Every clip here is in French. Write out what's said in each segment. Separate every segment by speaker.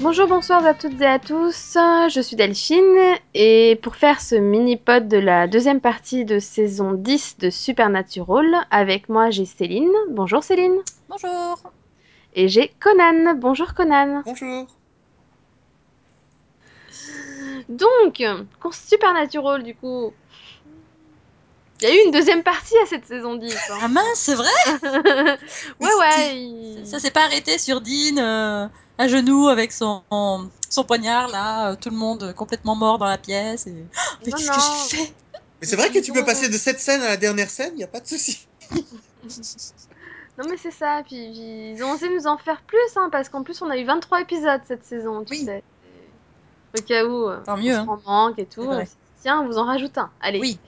Speaker 1: Bonjour, bonsoir à toutes et à tous. Je suis Delphine et pour faire ce mini-pod de la deuxième partie de saison 10 de Supernatural, avec moi j'ai Céline. Bonjour Céline.
Speaker 2: Bonjour.
Speaker 1: Et j'ai Conan. Bonjour Conan.
Speaker 3: Bonjour.
Speaker 1: Donc, course Supernatural du coup. Il y a eu une deuxième partie à cette saison 10. hein.
Speaker 2: Ah mince, c'est vrai
Speaker 1: ouais, ouais. il-
Speaker 2: Ça s'est pas arrêté sur Dean, euh, à genoux avec son, son poignard là, euh, tout le monde complètement mort dans la pièce. Et... Oh, mais
Speaker 1: Non,
Speaker 2: qu'est-ce
Speaker 1: non.
Speaker 2: que j'ai fait
Speaker 3: Mais c'est vrai que tu peux passer de cette scène à la dernière scène, y a pas de souci.
Speaker 1: Non mais c'est ça, puis puis ils ont osé nous en faire plus, hein, parce qu'en plus on a eu 23 épisodes cette saison, tu
Speaker 2: Oui.
Speaker 1: sais. Au cas où euh,
Speaker 2: Tant mieux. hein.
Speaker 1: on manque et tout,
Speaker 2: C'est vrai.
Speaker 1: on se dit, tiens, on vous en rajoute un. Allez.
Speaker 2: Oui.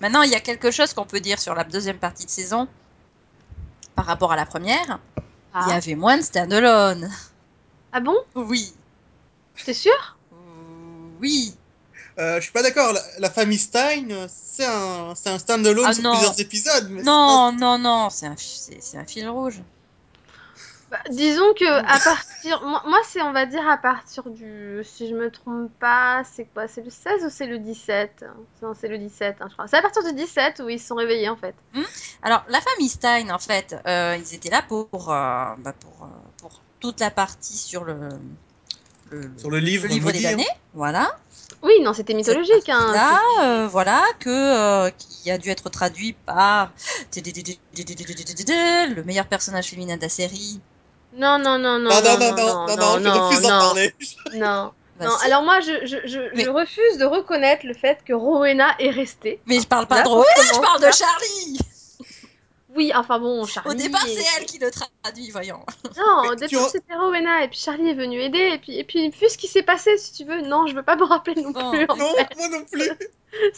Speaker 2: Maintenant, il y a quelque chose qu'on peut dire sur la deuxième partie de saison par rapport à la première.
Speaker 1: Ah,
Speaker 2: Il y avait moins de standalone.
Speaker 1: Ah bon
Speaker 2: Oui.
Speaker 1: T'es sûr
Speaker 2: Oui.
Speaker 3: Euh, je suis pas d'accord, la, la famille Stein, euh, c'est un, c'est un stand-alone
Speaker 2: Ah
Speaker 3: sur
Speaker 2: non.
Speaker 3: plusieurs épisodes. mais c'est
Speaker 2: Non, non, non, c'est un, fi- c'est- c'est un fil rouge.
Speaker 1: Bah, Disons que à partir... Moi, moi, c'est, on va dire, à partir du... Si je me trompe pas, c'est quoi C'est le 16 ou c'est le 17 Non, c'est le 17, hein, je crois. C'est à partir du 17 où ils se sont réveillés, en fait.
Speaker 2: Alors, la famille Stein, en fait, euh, ils étaient là pour, euh, bah, pour, euh, pour toute la partie sur le, le,
Speaker 3: pas- Sur le livre,
Speaker 2: le livre des
Speaker 3: maudit, hein.
Speaker 2: damnés. Voilà.
Speaker 1: Oui, non, c'était mythologique, hein.
Speaker 2: Là, euh, voilà, que, euh, qui a dû être traduit par le meilleur personnage féminin de la série.
Speaker 1: Non, non, non, non,
Speaker 3: Non, non, Ah,
Speaker 1: non,
Speaker 3: non, non, non, je refuse d'en
Speaker 1: non,
Speaker 3: parler.
Speaker 1: non.
Speaker 2: Bah,
Speaker 1: non,
Speaker 2: si.
Speaker 1: alors moi, je, je, je,
Speaker 2: Mais-
Speaker 1: je refuse de reconnaître le fait que Rowena est restée.
Speaker 2: Mais je parle pas
Speaker 1: Là,
Speaker 2: de
Speaker 1: pour
Speaker 2: Rowena, je
Speaker 1: commencer,
Speaker 2: parle
Speaker 1: là.
Speaker 2: de Charlie.
Speaker 1: Oui, enfin bon,
Speaker 2: Au
Speaker 1: Charlie.
Speaker 2: départ,
Speaker 1: est-
Speaker 2: c'est elle qui le traduit, voyons.
Speaker 1: Non, au
Speaker 3: Mais tu
Speaker 1: départ,
Speaker 3: re-
Speaker 1: c'était Rowena, et puis Charlie est venu aider, et puis, et puis vu ce qui s'est passé, si tu veux, non, je veux pas me rappeler non
Speaker 2: Bon.
Speaker 1: plus. en
Speaker 3: Non,
Speaker 1: fait.
Speaker 3: moi non plus.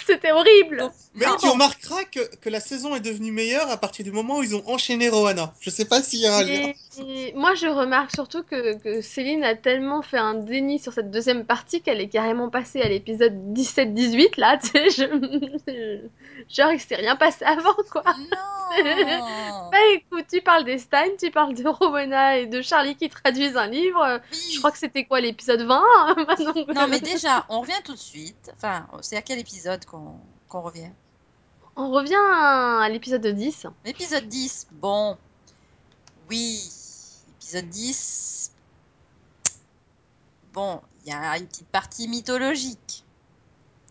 Speaker 1: C'était horrible.
Speaker 2: Donc,
Speaker 3: Mais
Speaker 2: non.
Speaker 3: tu remarqueras que, que la saison est devenue meilleure à partir du moment où ils ont enchaîné Rohanna. Je sais pas s'il y a un lien.
Speaker 1: Et, et moi, je remarque surtout que, que Céline a tellement fait un déni sur cette deuxième partie qu'elle est carrément passée à l'épisode 17-18, là, tu sais, je... genre, il s'est rien passé avant, quoi.
Speaker 2: Non.
Speaker 1: Bah écoute, tu parles des Stein, tu parles de Rowena et de Charlie qui traduisent un livre.
Speaker 2: Oui.
Speaker 1: Je crois que c'était quoi l'épisode 20 hein, maintenant que-
Speaker 2: Non, mais déjà, on revient tout de suite. Enfin, c'est à quel épisode qu'on qu'on revient
Speaker 1: On revient à l'épisode 10.
Speaker 2: Épisode 10, bon. Oui, épisode 10. Bon, il y a une petite partie mythologique.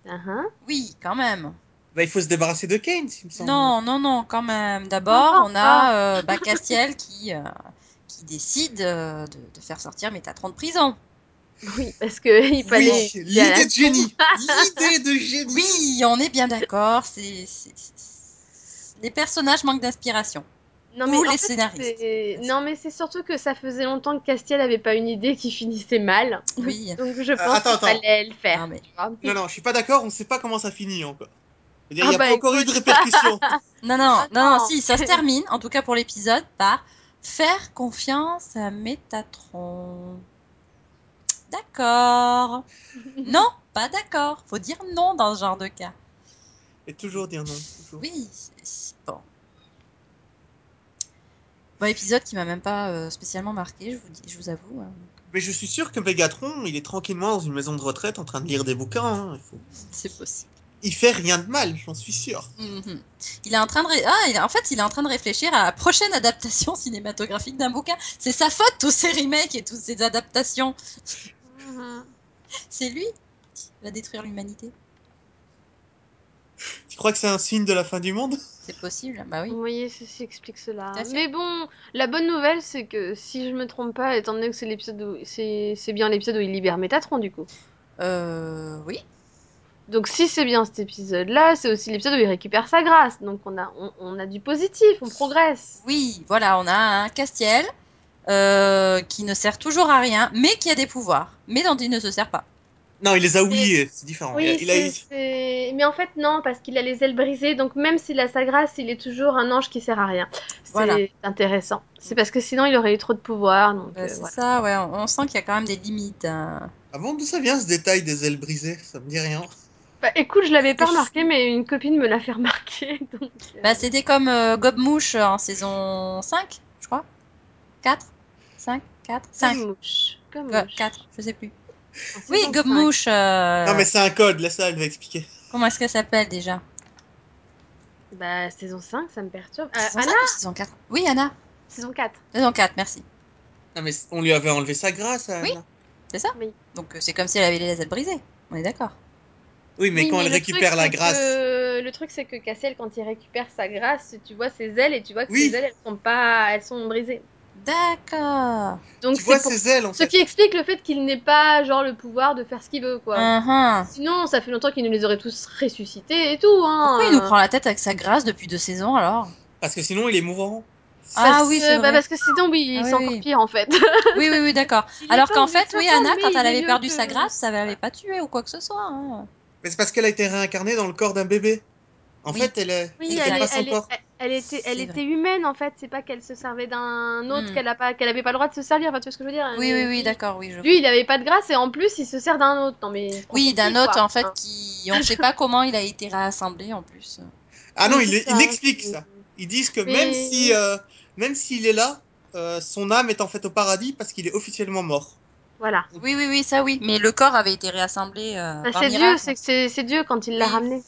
Speaker 1: Uhum.
Speaker 2: Oui, quand même.
Speaker 3: Bah, il faut se débarrasser de Kane, il me semble.
Speaker 2: Non, non, non, quand même. D'abord, on a euh, bah, Castiel qui, euh, qui décide euh, de, de faire sortir Métatron de prison.
Speaker 1: Oui, parce que il fallait.
Speaker 3: Oui, l'idée de génie. L'idée de génie.
Speaker 2: Oui, on est bien d'accord. c'est- c'est- c'est- Les personnages manquent d'inspiration.
Speaker 1: Non,
Speaker 2: Ou
Speaker 1: mais en
Speaker 2: les
Speaker 1: fait,
Speaker 2: scénaristes.
Speaker 1: c'est- Non, mais c'est surtout que ça faisait longtemps que Castiel avait pas une idée qui finissait mal.
Speaker 2: Oui.
Speaker 1: Donc je pense
Speaker 3: Euh, attends,
Speaker 1: qu'il
Speaker 3: attends. Ah.
Speaker 1: fallait le faire.
Speaker 2: Non, mais-
Speaker 1: tu vois.
Speaker 3: Non, non, je suis pas d'accord, on sait pas comment ça finit encore. Il n'y
Speaker 1: Ah
Speaker 3: a
Speaker 1: bah,
Speaker 3: pas encore eu de répercussions.
Speaker 2: Non, non, non,
Speaker 1: non.
Speaker 2: non, si, ça se termine, en tout cas pour l'épisode, par faire confiance à Métatron. D'accord. Non, pas d'accord. Faut dire non dans ce genre de cas.
Speaker 3: Et toujours dire non. toujours.
Speaker 2: Oui, c'est- c'est- bon. Bon, épisode qui m'a même pas euh, spécialement marqué, je vous, dis, je vous avoue. hein.
Speaker 3: Mais je suis sûr que Megatron, il est tranquillement dans une maison de retraite en train de lire des bouquins. hein. Il, faut-
Speaker 2: C'est possible.
Speaker 3: il fait rien de mal, j'en suis sûr.
Speaker 2: Mhm. Il est en train de ré- ah, il est- en fait, il est en train de réfléchir à la prochaine adaptation cinématographique d'un bouquin. C'est sa faute, tous ces remakes et toutes ces adaptations.
Speaker 1: Mhm.
Speaker 2: C'est lui qui va détruire l'humanité.
Speaker 3: Tu crois que c'est un signe de la fin du monde
Speaker 2: C'est possible, bah oui.
Speaker 1: Vous voyez, ceci explique cela.
Speaker 2: Tout à fait.
Speaker 1: Mais bon, la bonne nouvelle, c'est que si je me trompe pas, étant donné que c'est l'épisode où c'est c'est bien l'épisode où il libère Métatron du coup.
Speaker 2: Euh, oui.
Speaker 1: Donc si c'est bien cet épisode-là, c'est aussi l'épisode où il récupère sa grâce. Donc on a on, on a du positif, on progresse.
Speaker 2: Oui, voilà, on a un Castiel euh, qui ne sert toujours à rien, mais qui a des pouvoirs, mais dont il ne se sert pas.
Speaker 3: Non, il les a oubliés, c'est différent.
Speaker 1: Oui,
Speaker 3: il a- il a-
Speaker 1: c'est- c'est- mais en fait non, parce qu'il a les ailes brisées, donc même s'il a sa grâce, il est toujours un ange qui sert à rien. C'est
Speaker 2: Voilà.
Speaker 1: intéressant. C'est parce que sinon il aurait eu trop de pouvoir. Donc,
Speaker 2: Euh,
Speaker 1: euh,
Speaker 2: c'est
Speaker 1: voilà.
Speaker 2: ça, ouais, on, on sent qu'il y a quand même des limites. hein.
Speaker 3: Ah bon, d'où ça vient ce détail des ailes brisées Ça me dit rien.
Speaker 1: Bah, écoute, je l'avais pas
Speaker 2: Parce que-
Speaker 1: remarqué, mais une copine me l'a fait remarquer. donc, euh,
Speaker 2: Bah, c'était comme euh, Gobmouche en saison 5, je crois. 4 5 4, 5,
Speaker 1: Gomouche. Gomouche.
Speaker 2: 4, je sais plus.
Speaker 1: En
Speaker 2: Oui,
Speaker 1: saison cinq.
Speaker 2: Gomouche. euh,
Speaker 1: Ah.
Speaker 3: Non, mais c'est un code, la salle va expliquer.
Speaker 2: Comment est-ce qu'elle s'appelle déjà
Speaker 1: Bah, saison 5, ça me perturbe. Euh,
Speaker 2: Saison
Speaker 1: Anna,
Speaker 2: cinq ou saison 4 Oui, Anna.
Speaker 1: saison 4.
Speaker 2: Saison 4, merci.
Speaker 3: Non, mais on lui avait enlevé sa grâce à
Speaker 2: Oui.
Speaker 3: Anna.
Speaker 2: C'est ça
Speaker 1: Oui.
Speaker 2: Donc euh, c'est comme si elle avait les ailes brisées. On est d'accord.
Speaker 3: Oui, mais
Speaker 1: Oui,
Speaker 3: quand elle
Speaker 1: le
Speaker 3: récupère
Speaker 1: truc,
Speaker 3: la
Speaker 1: c'est
Speaker 3: grâce.
Speaker 1: que- Le truc, c'est que Cassiel, quand il récupère sa grâce, tu vois ses ailes et tu vois que
Speaker 3: Oui.
Speaker 1: ses ailes, elles sont pas. Elles sont brisées.
Speaker 2: D'accord.
Speaker 1: Donc,
Speaker 3: Tu vois
Speaker 1: c'est pour...
Speaker 3: ses ailes en
Speaker 1: ce
Speaker 3: fait.
Speaker 1: qui explique le fait qu'il n'ait pas, genre, le pouvoir de faire ce qu'il veut, quoi.
Speaker 2: Hein. Uhum.
Speaker 1: Sinon, ça fait longtemps qu'il nous les aurait tous ressuscités et tout, hein.
Speaker 2: Pourquoi il nous prend la tête avec sa grâce depuis deux saisons alors
Speaker 3: Parce que sinon, il est mourant.
Speaker 2: Ah
Speaker 1: Parce
Speaker 2: oui,
Speaker 1: que-
Speaker 2: c'est
Speaker 1: bah,
Speaker 2: vrai.
Speaker 1: parce que sinon, oui,
Speaker 2: Ah
Speaker 1: c'est
Speaker 2: oui,
Speaker 1: encore
Speaker 2: oui.
Speaker 1: pire, en fait.
Speaker 2: Oui, oui, oui, d'accord.
Speaker 1: Il est
Speaker 2: Alors
Speaker 1: pas
Speaker 2: qu'en
Speaker 1: au bout de
Speaker 2: fait,
Speaker 1: sa
Speaker 2: oui,
Speaker 1: forme,
Speaker 2: Anna,
Speaker 1: mais
Speaker 2: quand
Speaker 1: il
Speaker 2: elle
Speaker 1: est
Speaker 2: avait
Speaker 1: mieux
Speaker 2: perdu
Speaker 1: que-
Speaker 2: sa grâce, ça l'avait pas tuée ou quoi que ce soit. hein.
Speaker 3: Mais c'est parce qu'elle a été réincarnée dans le corps d'un bébé. En
Speaker 2: Oui.
Speaker 3: fait, elle est.
Speaker 1: Oui,
Speaker 3: elle
Speaker 1: elle,
Speaker 3: garde
Speaker 1: est-
Speaker 3: pas son
Speaker 1: elle est-
Speaker 3: corps.
Speaker 1: elle- elle était, elle
Speaker 2: C'est
Speaker 1: était
Speaker 2: vrai.
Speaker 1: humaine en fait, c'est pas qu'elle se servait d'un autre
Speaker 2: Hmm.
Speaker 1: qu'elle a pas, qu'elle avait pas le droit de se servir. Enfin, tu vois ce que je veux dire
Speaker 2: Oui,
Speaker 1: elle-
Speaker 2: oui, oui, d'accord, oui, je
Speaker 1: Ah, Lui, il avait pas de grâce et en plus, il se sert d'un autre. Non mais. il se prend
Speaker 2: Oui,
Speaker 1: pour
Speaker 2: d'un
Speaker 1: qui,
Speaker 2: autre
Speaker 1: quoi
Speaker 2: en fait
Speaker 1: Hein.
Speaker 2: qui on sait pas comment il a été rassemblé en plus.
Speaker 3: Ah non,
Speaker 1: Oui,
Speaker 3: il,
Speaker 1: c'est
Speaker 3: il
Speaker 1: ça.
Speaker 3: explique ça. Ils disent que
Speaker 1: Mais-
Speaker 3: même si, euh, même s'il est là, euh, son âme est en fait au paradis parce qu'il est officiellement mort.
Speaker 1: Voilà.
Speaker 2: Oui, oui, oui, ça oui, mais le corps avait été réassemblé euh,
Speaker 1: Bah,
Speaker 2: par
Speaker 1: c'est Dieu,
Speaker 2: miracle.
Speaker 1: c'est que c'est c'est Dieu quand il l'a
Speaker 2: Oui.
Speaker 1: ramené.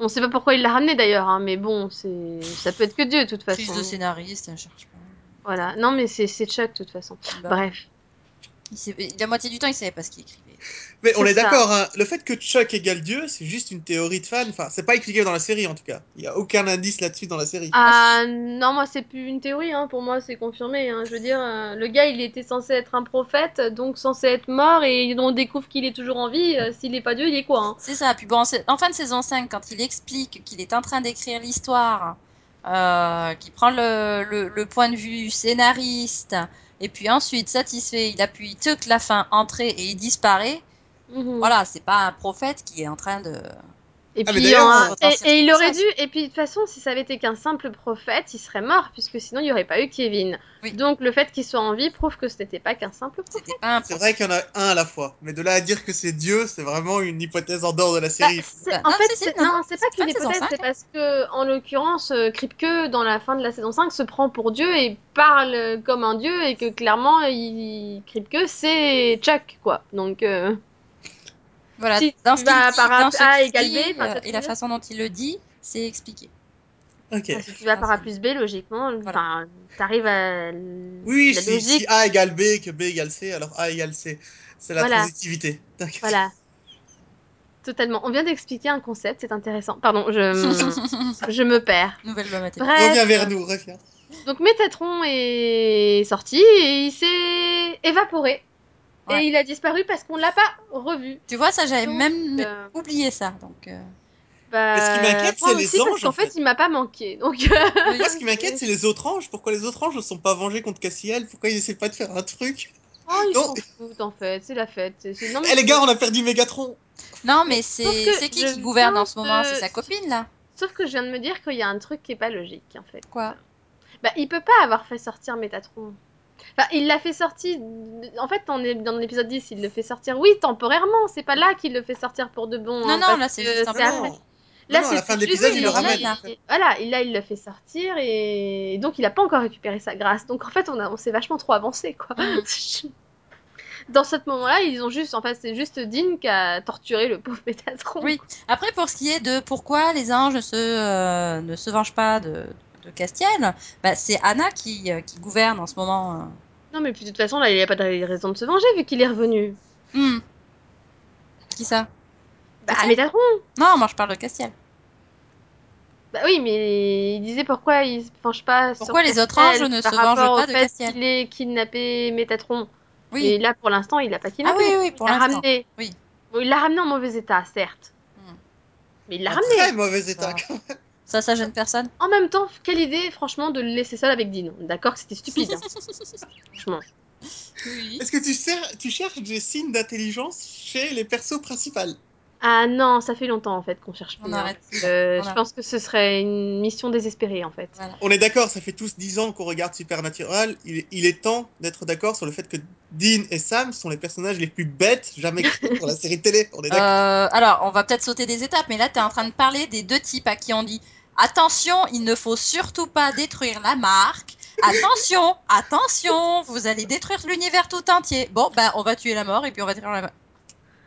Speaker 1: On sait pas pourquoi il l'a ramené d'ailleurs, hein, mais bon, c'est ça peut être que Dieu de toute façon.
Speaker 2: Prise de scénariste, je cherche pas.
Speaker 1: Voilà. Non mais c'est c'est Chuck de toute façon.
Speaker 2: Bah,
Speaker 1: Bref.
Speaker 2: il sait- la moitié du temps, il savait pas ce qu'il écrivait.
Speaker 3: Mais on
Speaker 1: C'est
Speaker 3: est
Speaker 1: ça.
Speaker 3: d'accord, hein, le fait que Chuck égale Dieu, c'est juste une théorie de fan. Enfin, c'est pas expliqué dans la série en tout cas. Il y a aucun indice là-dessus dans la série.
Speaker 1: Ah non, moi c'est plus une théorie, hein. pour moi c'est confirmé. hein. Je veux dire, euh, le gars il était censé être un prophète, donc censé être mort, et on découvre qu'il est toujours en vie. Euh, S'il n'est pas Dieu, il est quoi hein
Speaker 2: C'est ça. Puis bon, en sa- en fin de saison 5, quand il explique qu'il est en train d'écrire l'histoire, euh, qu'il prend le, le- le point de vue scénariste, et puis ensuite, satisfait, il appuie tuc la fin, entrée, et il disparaît.
Speaker 1: Mhm.
Speaker 2: Voilà, c'est pas un prophète qui est en train de.
Speaker 1: Et
Speaker 3: Ah, mais
Speaker 1: puis
Speaker 3: d'ailleurs,
Speaker 1: hein,
Speaker 2: on-
Speaker 1: et, et il aurait
Speaker 2: Ça,
Speaker 1: dû. Et puis de toute façon, si ça avait été qu'un simple prophète, il serait mort, puisque sinon il n'y aurait pas eu Kevin.
Speaker 2: Oui.
Speaker 1: Donc le fait qu'il soit en vie prouve que ce n'était pas qu'un simple prophète.
Speaker 2: C'était pas un
Speaker 3: C'est
Speaker 2: prophète.
Speaker 3: vrai qu'il y en a un à la fois. Mais de là à dire que c'est Dieu, c'est vraiment une hypothèse en dehors de la
Speaker 1: Bah,
Speaker 3: série.
Speaker 1: c'est-
Speaker 2: Bah,
Speaker 1: en
Speaker 2: non,
Speaker 1: fait,
Speaker 2: si, si,
Speaker 1: c'est-
Speaker 2: non,
Speaker 1: non,
Speaker 2: non,
Speaker 1: c'est
Speaker 2: c'est
Speaker 1: pas
Speaker 2: pas
Speaker 1: qu'une
Speaker 2: saison
Speaker 1: hypothèse,
Speaker 2: cinq,
Speaker 1: c'est parce que, en l'occurrence, euh, Kripke, dans la fin de la saison 5, se prend pour Dieu et parle euh, comme un Dieu, et que clairement, il... Kripke, c'est Chuck, quoi. Donc, euh,
Speaker 2: Voilà,
Speaker 1: si
Speaker 2: dans
Speaker 1: tu
Speaker 2: ce qu'il
Speaker 1: vas
Speaker 2: dit,
Speaker 1: par
Speaker 2: dans ce
Speaker 1: A
Speaker 2: qu'il
Speaker 1: égale
Speaker 2: dit,
Speaker 1: B, enfin, tu vois
Speaker 2: euh,
Speaker 1: ce que
Speaker 2: et
Speaker 1: je
Speaker 2: la
Speaker 1: veux dire
Speaker 2: façon dont il le dit, c'est expliqué.
Speaker 3: Ok.
Speaker 1: Enfin, si tu vas
Speaker 2: Dans
Speaker 1: par
Speaker 2: ce
Speaker 1: A
Speaker 2: qu'il-
Speaker 1: plus B, logiquement,
Speaker 2: Voilà.
Speaker 1: enfin, t'arrives à l-
Speaker 3: Oui,
Speaker 1: la
Speaker 3: si,
Speaker 1: logique,
Speaker 3: si A égale B et que B égale C, alors A égale C. C'est la
Speaker 1: Voilà.
Speaker 3: transitivité. D'accord.
Speaker 1: voilà. Totalement. On vient d'expliquer un concept, c'est intéressant. Pardon, je, je me perds.
Speaker 2: Nouvelle loi mathématique.
Speaker 1: Bref.
Speaker 3: Reviens vers nous, reviens.
Speaker 1: Donc Métatron est sorti et il s'est évaporé.
Speaker 2: Ouais.
Speaker 1: Et il a disparu parce qu'on l'a pas revu.
Speaker 2: Tu vois, ça, j'avais
Speaker 1: Donc,
Speaker 2: même
Speaker 1: euh,
Speaker 2: oublié ça. Donc, euh,
Speaker 1: bah,
Speaker 3: Mais ce qui m'inquiète,
Speaker 1: moi
Speaker 3: c'est les
Speaker 1: aussi, parce
Speaker 3: anges,
Speaker 1: qu'en
Speaker 3: en
Speaker 1: fait,
Speaker 3: fait.
Speaker 1: il m'a pas manqué. Donc,
Speaker 2: oui.
Speaker 1: Ah,
Speaker 3: Moi, ce qui m'inquiète, c'est les autres anges. Pourquoi les autres anges ne sont pas vengés contre Cassiel Pourquoi ils essaient pas de faire un truc
Speaker 1: oh, ils
Speaker 3: Non.
Speaker 1: s'en foutent en fait. C'est la fête. C'est- c'est- non, Ah, mais
Speaker 3: Eh les gars, on a perdu Mégatron
Speaker 2: Non, mais
Speaker 1: Sauf
Speaker 2: c'est
Speaker 1: que
Speaker 2: c'est qui
Speaker 1: je
Speaker 2: qui gouverne en
Speaker 1: pense
Speaker 2: ce moment
Speaker 1: que-
Speaker 2: C'est sa copine là
Speaker 1: Sauf que je viens de me dire qu'il y a un truc qui est pas logique en fait.
Speaker 2: Quoi
Speaker 1: Bah, il peut pas avoir fait sortir Métatron. Enfin, il l'a fait sortir. En fait, on est dans l'épisode 10, il le fait sortir. Oui, temporairement. C'est pas là qu'il le fait sortir pour de bon.
Speaker 2: Non,
Speaker 1: hein,
Speaker 2: non,
Speaker 1: parce
Speaker 2: là, c'est
Speaker 1: que
Speaker 2: juste un
Speaker 1: c'est
Speaker 2: plan.
Speaker 1: après.
Speaker 3: Non.
Speaker 1: Là,
Speaker 3: Non, non, à
Speaker 1: c'est
Speaker 3: la fin de
Speaker 1: tout de
Speaker 3: l'épisode,
Speaker 1: suite,
Speaker 2: il
Speaker 1: oui,
Speaker 2: le
Speaker 1: là,
Speaker 2: ramène,
Speaker 1: il-
Speaker 2: en
Speaker 3: fait.
Speaker 1: Voilà, il- là, il le fait sortir et donc il a pas encore récupéré sa grâce. Donc en fait, on, a- on s'est vachement trop avancé, quoi.
Speaker 2: Mhm.
Speaker 1: Dans ce moment-là, ils ont juste, en fait, c'est juste Dean qui a torturé le pauvre Métatron.
Speaker 2: Oui. Après, pour ce qui est de pourquoi les anges se, euh, ne se vengent pas de, de Castiel, bah, c'est Anna qui, euh, qui gouverne en ce moment. euh.
Speaker 1: Non, mais puis de toute façon, là, il n'y a pas de raison de se venger vu qu'il est revenu.
Speaker 2: Hmm. Qui ça
Speaker 1: Bah,
Speaker 2: Castiel
Speaker 1: Métatron.
Speaker 2: Non, moi je parle de Castiel.
Speaker 1: Bah oui, mais il disait pourquoi il se penche pas sur
Speaker 2: Pourquoi les autres
Speaker 1: Castiel
Speaker 2: anges ne
Speaker 1: par
Speaker 2: se vengent
Speaker 1: rapport au
Speaker 2: pas de
Speaker 1: fait
Speaker 2: Castiel
Speaker 1: qu'il ait kidnappé Métatron.
Speaker 2: Oui.
Speaker 1: Et là, pour l'instant, il l'a pas
Speaker 2: ah
Speaker 1: kidnappé.
Speaker 2: oui, oui, pour
Speaker 1: il l'a
Speaker 2: l'instant.
Speaker 1: ramené.
Speaker 2: Oui.
Speaker 1: Bon, il l'a ramené en mauvais état, certes.
Speaker 2: Hmm.
Speaker 1: Mais il l'a
Speaker 3: Un
Speaker 1: ramené.
Speaker 3: Très mauvais état.
Speaker 2: Ça,
Speaker 1: Ah.
Speaker 2: ça, ça gêne personne.
Speaker 1: En même temps, quelle idée, franchement, de le laisser seul avec Dean. On est D'accord que c'était stupide, hein, franchement.
Speaker 2: Oui.
Speaker 3: Est-ce que tu, cher- tu cherches des signes d'intelligence chez les persos principaux
Speaker 1: Ah non, ça fait longtemps en fait qu'on cherche
Speaker 2: On
Speaker 1: plus. hein,
Speaker 2: arrête.
Speaker 1: parce que
Speaker 2: On
Speaker 1: je
Speaker 2: arrête.
Speaker 1: pense que ce serait une mission désespérée en fait.
Speaker 2: Voilà.
Speaker 3: On est d'accord, ça fait tous 10 ans qu'on regarde Supernatural. Il, il est temps d'être d'accord sur le fait que Dean et Sam sont les personnages les plus bêtes jamais créés pour la série télé. On est d'accord.
Speaker 2: Euh, alors, on va peut-être sauter des étapes, mais là, tu es en train de parler des deux types à qui on dit attention, il ne faut surtout pas détruire la marque. Attention, attention, vous allez détruire l'univers tout entier. Bon, ben, on va tuer la mort et puis on va détruire la mort.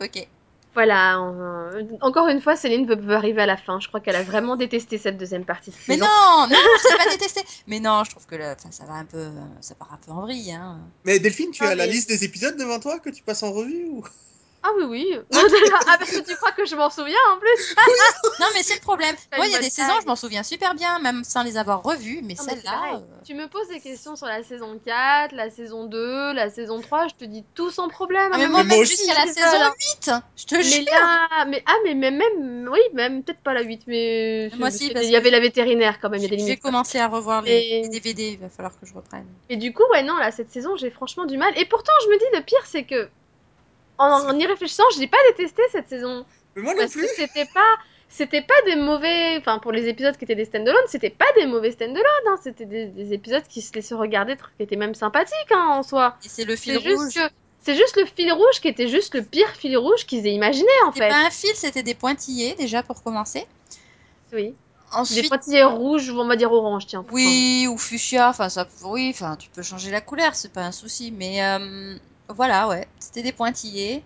Speaker 2: Ok.
Speaker 1: Voilà, on- euh, encore une fois, Céline veut, veut arriver à la fin. Je crois qu'elle a vraiment détesté cette deuxième partie de
Speaker 2: Mais
Speaker 1: saison.
Speaker 2: non, non, je l'ai pas détesté. Mais non, je trouve que là, ça va un peu, ça part un peu en vrille. Hein.
Speaker 3: Mais Delphine, tu
Speaker 1: Ah,
Speaker 3: as la
Speaker 1: mais-
Speaker 3: liste des épisodes devant toi que tu passes en revue ou
Speaker 1: Ah oui, oui. Non, déjà- ah, parce que tu crois que je m'en souviens en plus.
Speaker 2: Non, mais c'est le problème.
Speaker 1: Pas
Speaker 2: Moi,
Speaker 1: une
Speaker 2: il y a
Speaker 1: bonne
Speaker 2: des saisons, je m'en souviens super bien, même sans les avoir revues. Mais
Speaker 1: Non, mais c'est
Speaker 2: celle-là, euh,
Speaker 1: pareil. Tu me poses des questions sur la saison 4, la saison 2, la saison 3, je te dis tout sans problème.
Speaker 2: Ah, mais
Speaker 1: hein,
Speaker 2: moi,
Speaker 1: même
Speaker 2: même
Speaker 3: moi aussi,
Speaker 2: jusqu'à la
Speaker 1: c'est
Speaker 2: saison
Speaker 1: ça, là.
Speaker 2: 8, je te
Speaker 1: Mais
Speaker 2: jure.
Speaker 1: là, mais ah mais même, même oui, même peut-être pas la 8 mais
Speaker 2: Moi
Speaker 1: je-
Speaker 2: si,
Speaker 1: parce
Speaker 2: parce
Speaker 1: qu'il y
Speaker 2: que-
Speaker 1: avait la vétérinaire quand même, il y a des
Speaker 2: J'ai
Speaker 1: limites.
Speaker 2: commencé à revoir les,
Speaker 1: Mais-
Speaker 2: les DVD, il va falloir que je reprenne.
Speaker 1: Et du coup, ouais non, là cette saison, j'ai franchement du mal et pourtant je me dis le pire c'est que en, en y réfléchissant, je l'ai pas détesté cette saison
Speaker 3: Mais moi non
Speaker 1: parce que
Speaker 3: plus.
Speaker 1: c'était pas c'était pas des mauvais enfin pour les épisodes qui étaient des stand-alone, c'était pas des mauvais stand-alone hein, c'était des, des épisodes qui se laissaient regarder qui étaient même sympathiques hein, en soi.
Speaker 2: Et c'est le fil
Speaker 1: C'est
Speaker 2: rouge.
Speaker 1: juste que c'est juste le fil rouge qui était juste le pire fil rouge qu'ils aient imaginé en
Speaker 2: C'était
Speaker 1: fait.
Speaker 2: pas un fil, c'était des pointillés déjà pour commencer.
Speaker 1: Oui. Des
Speaker 2: Ensuite,
Speaker 1: pointillés rouges, ou on va dire orange, tiens. pour
Speaker 2: oui, ou fuchsia, enfin ça, oui, enfin tu peux changer la couleur, c'est pas un souci. Mais euh, voilà, ouais, c'était des pointillés.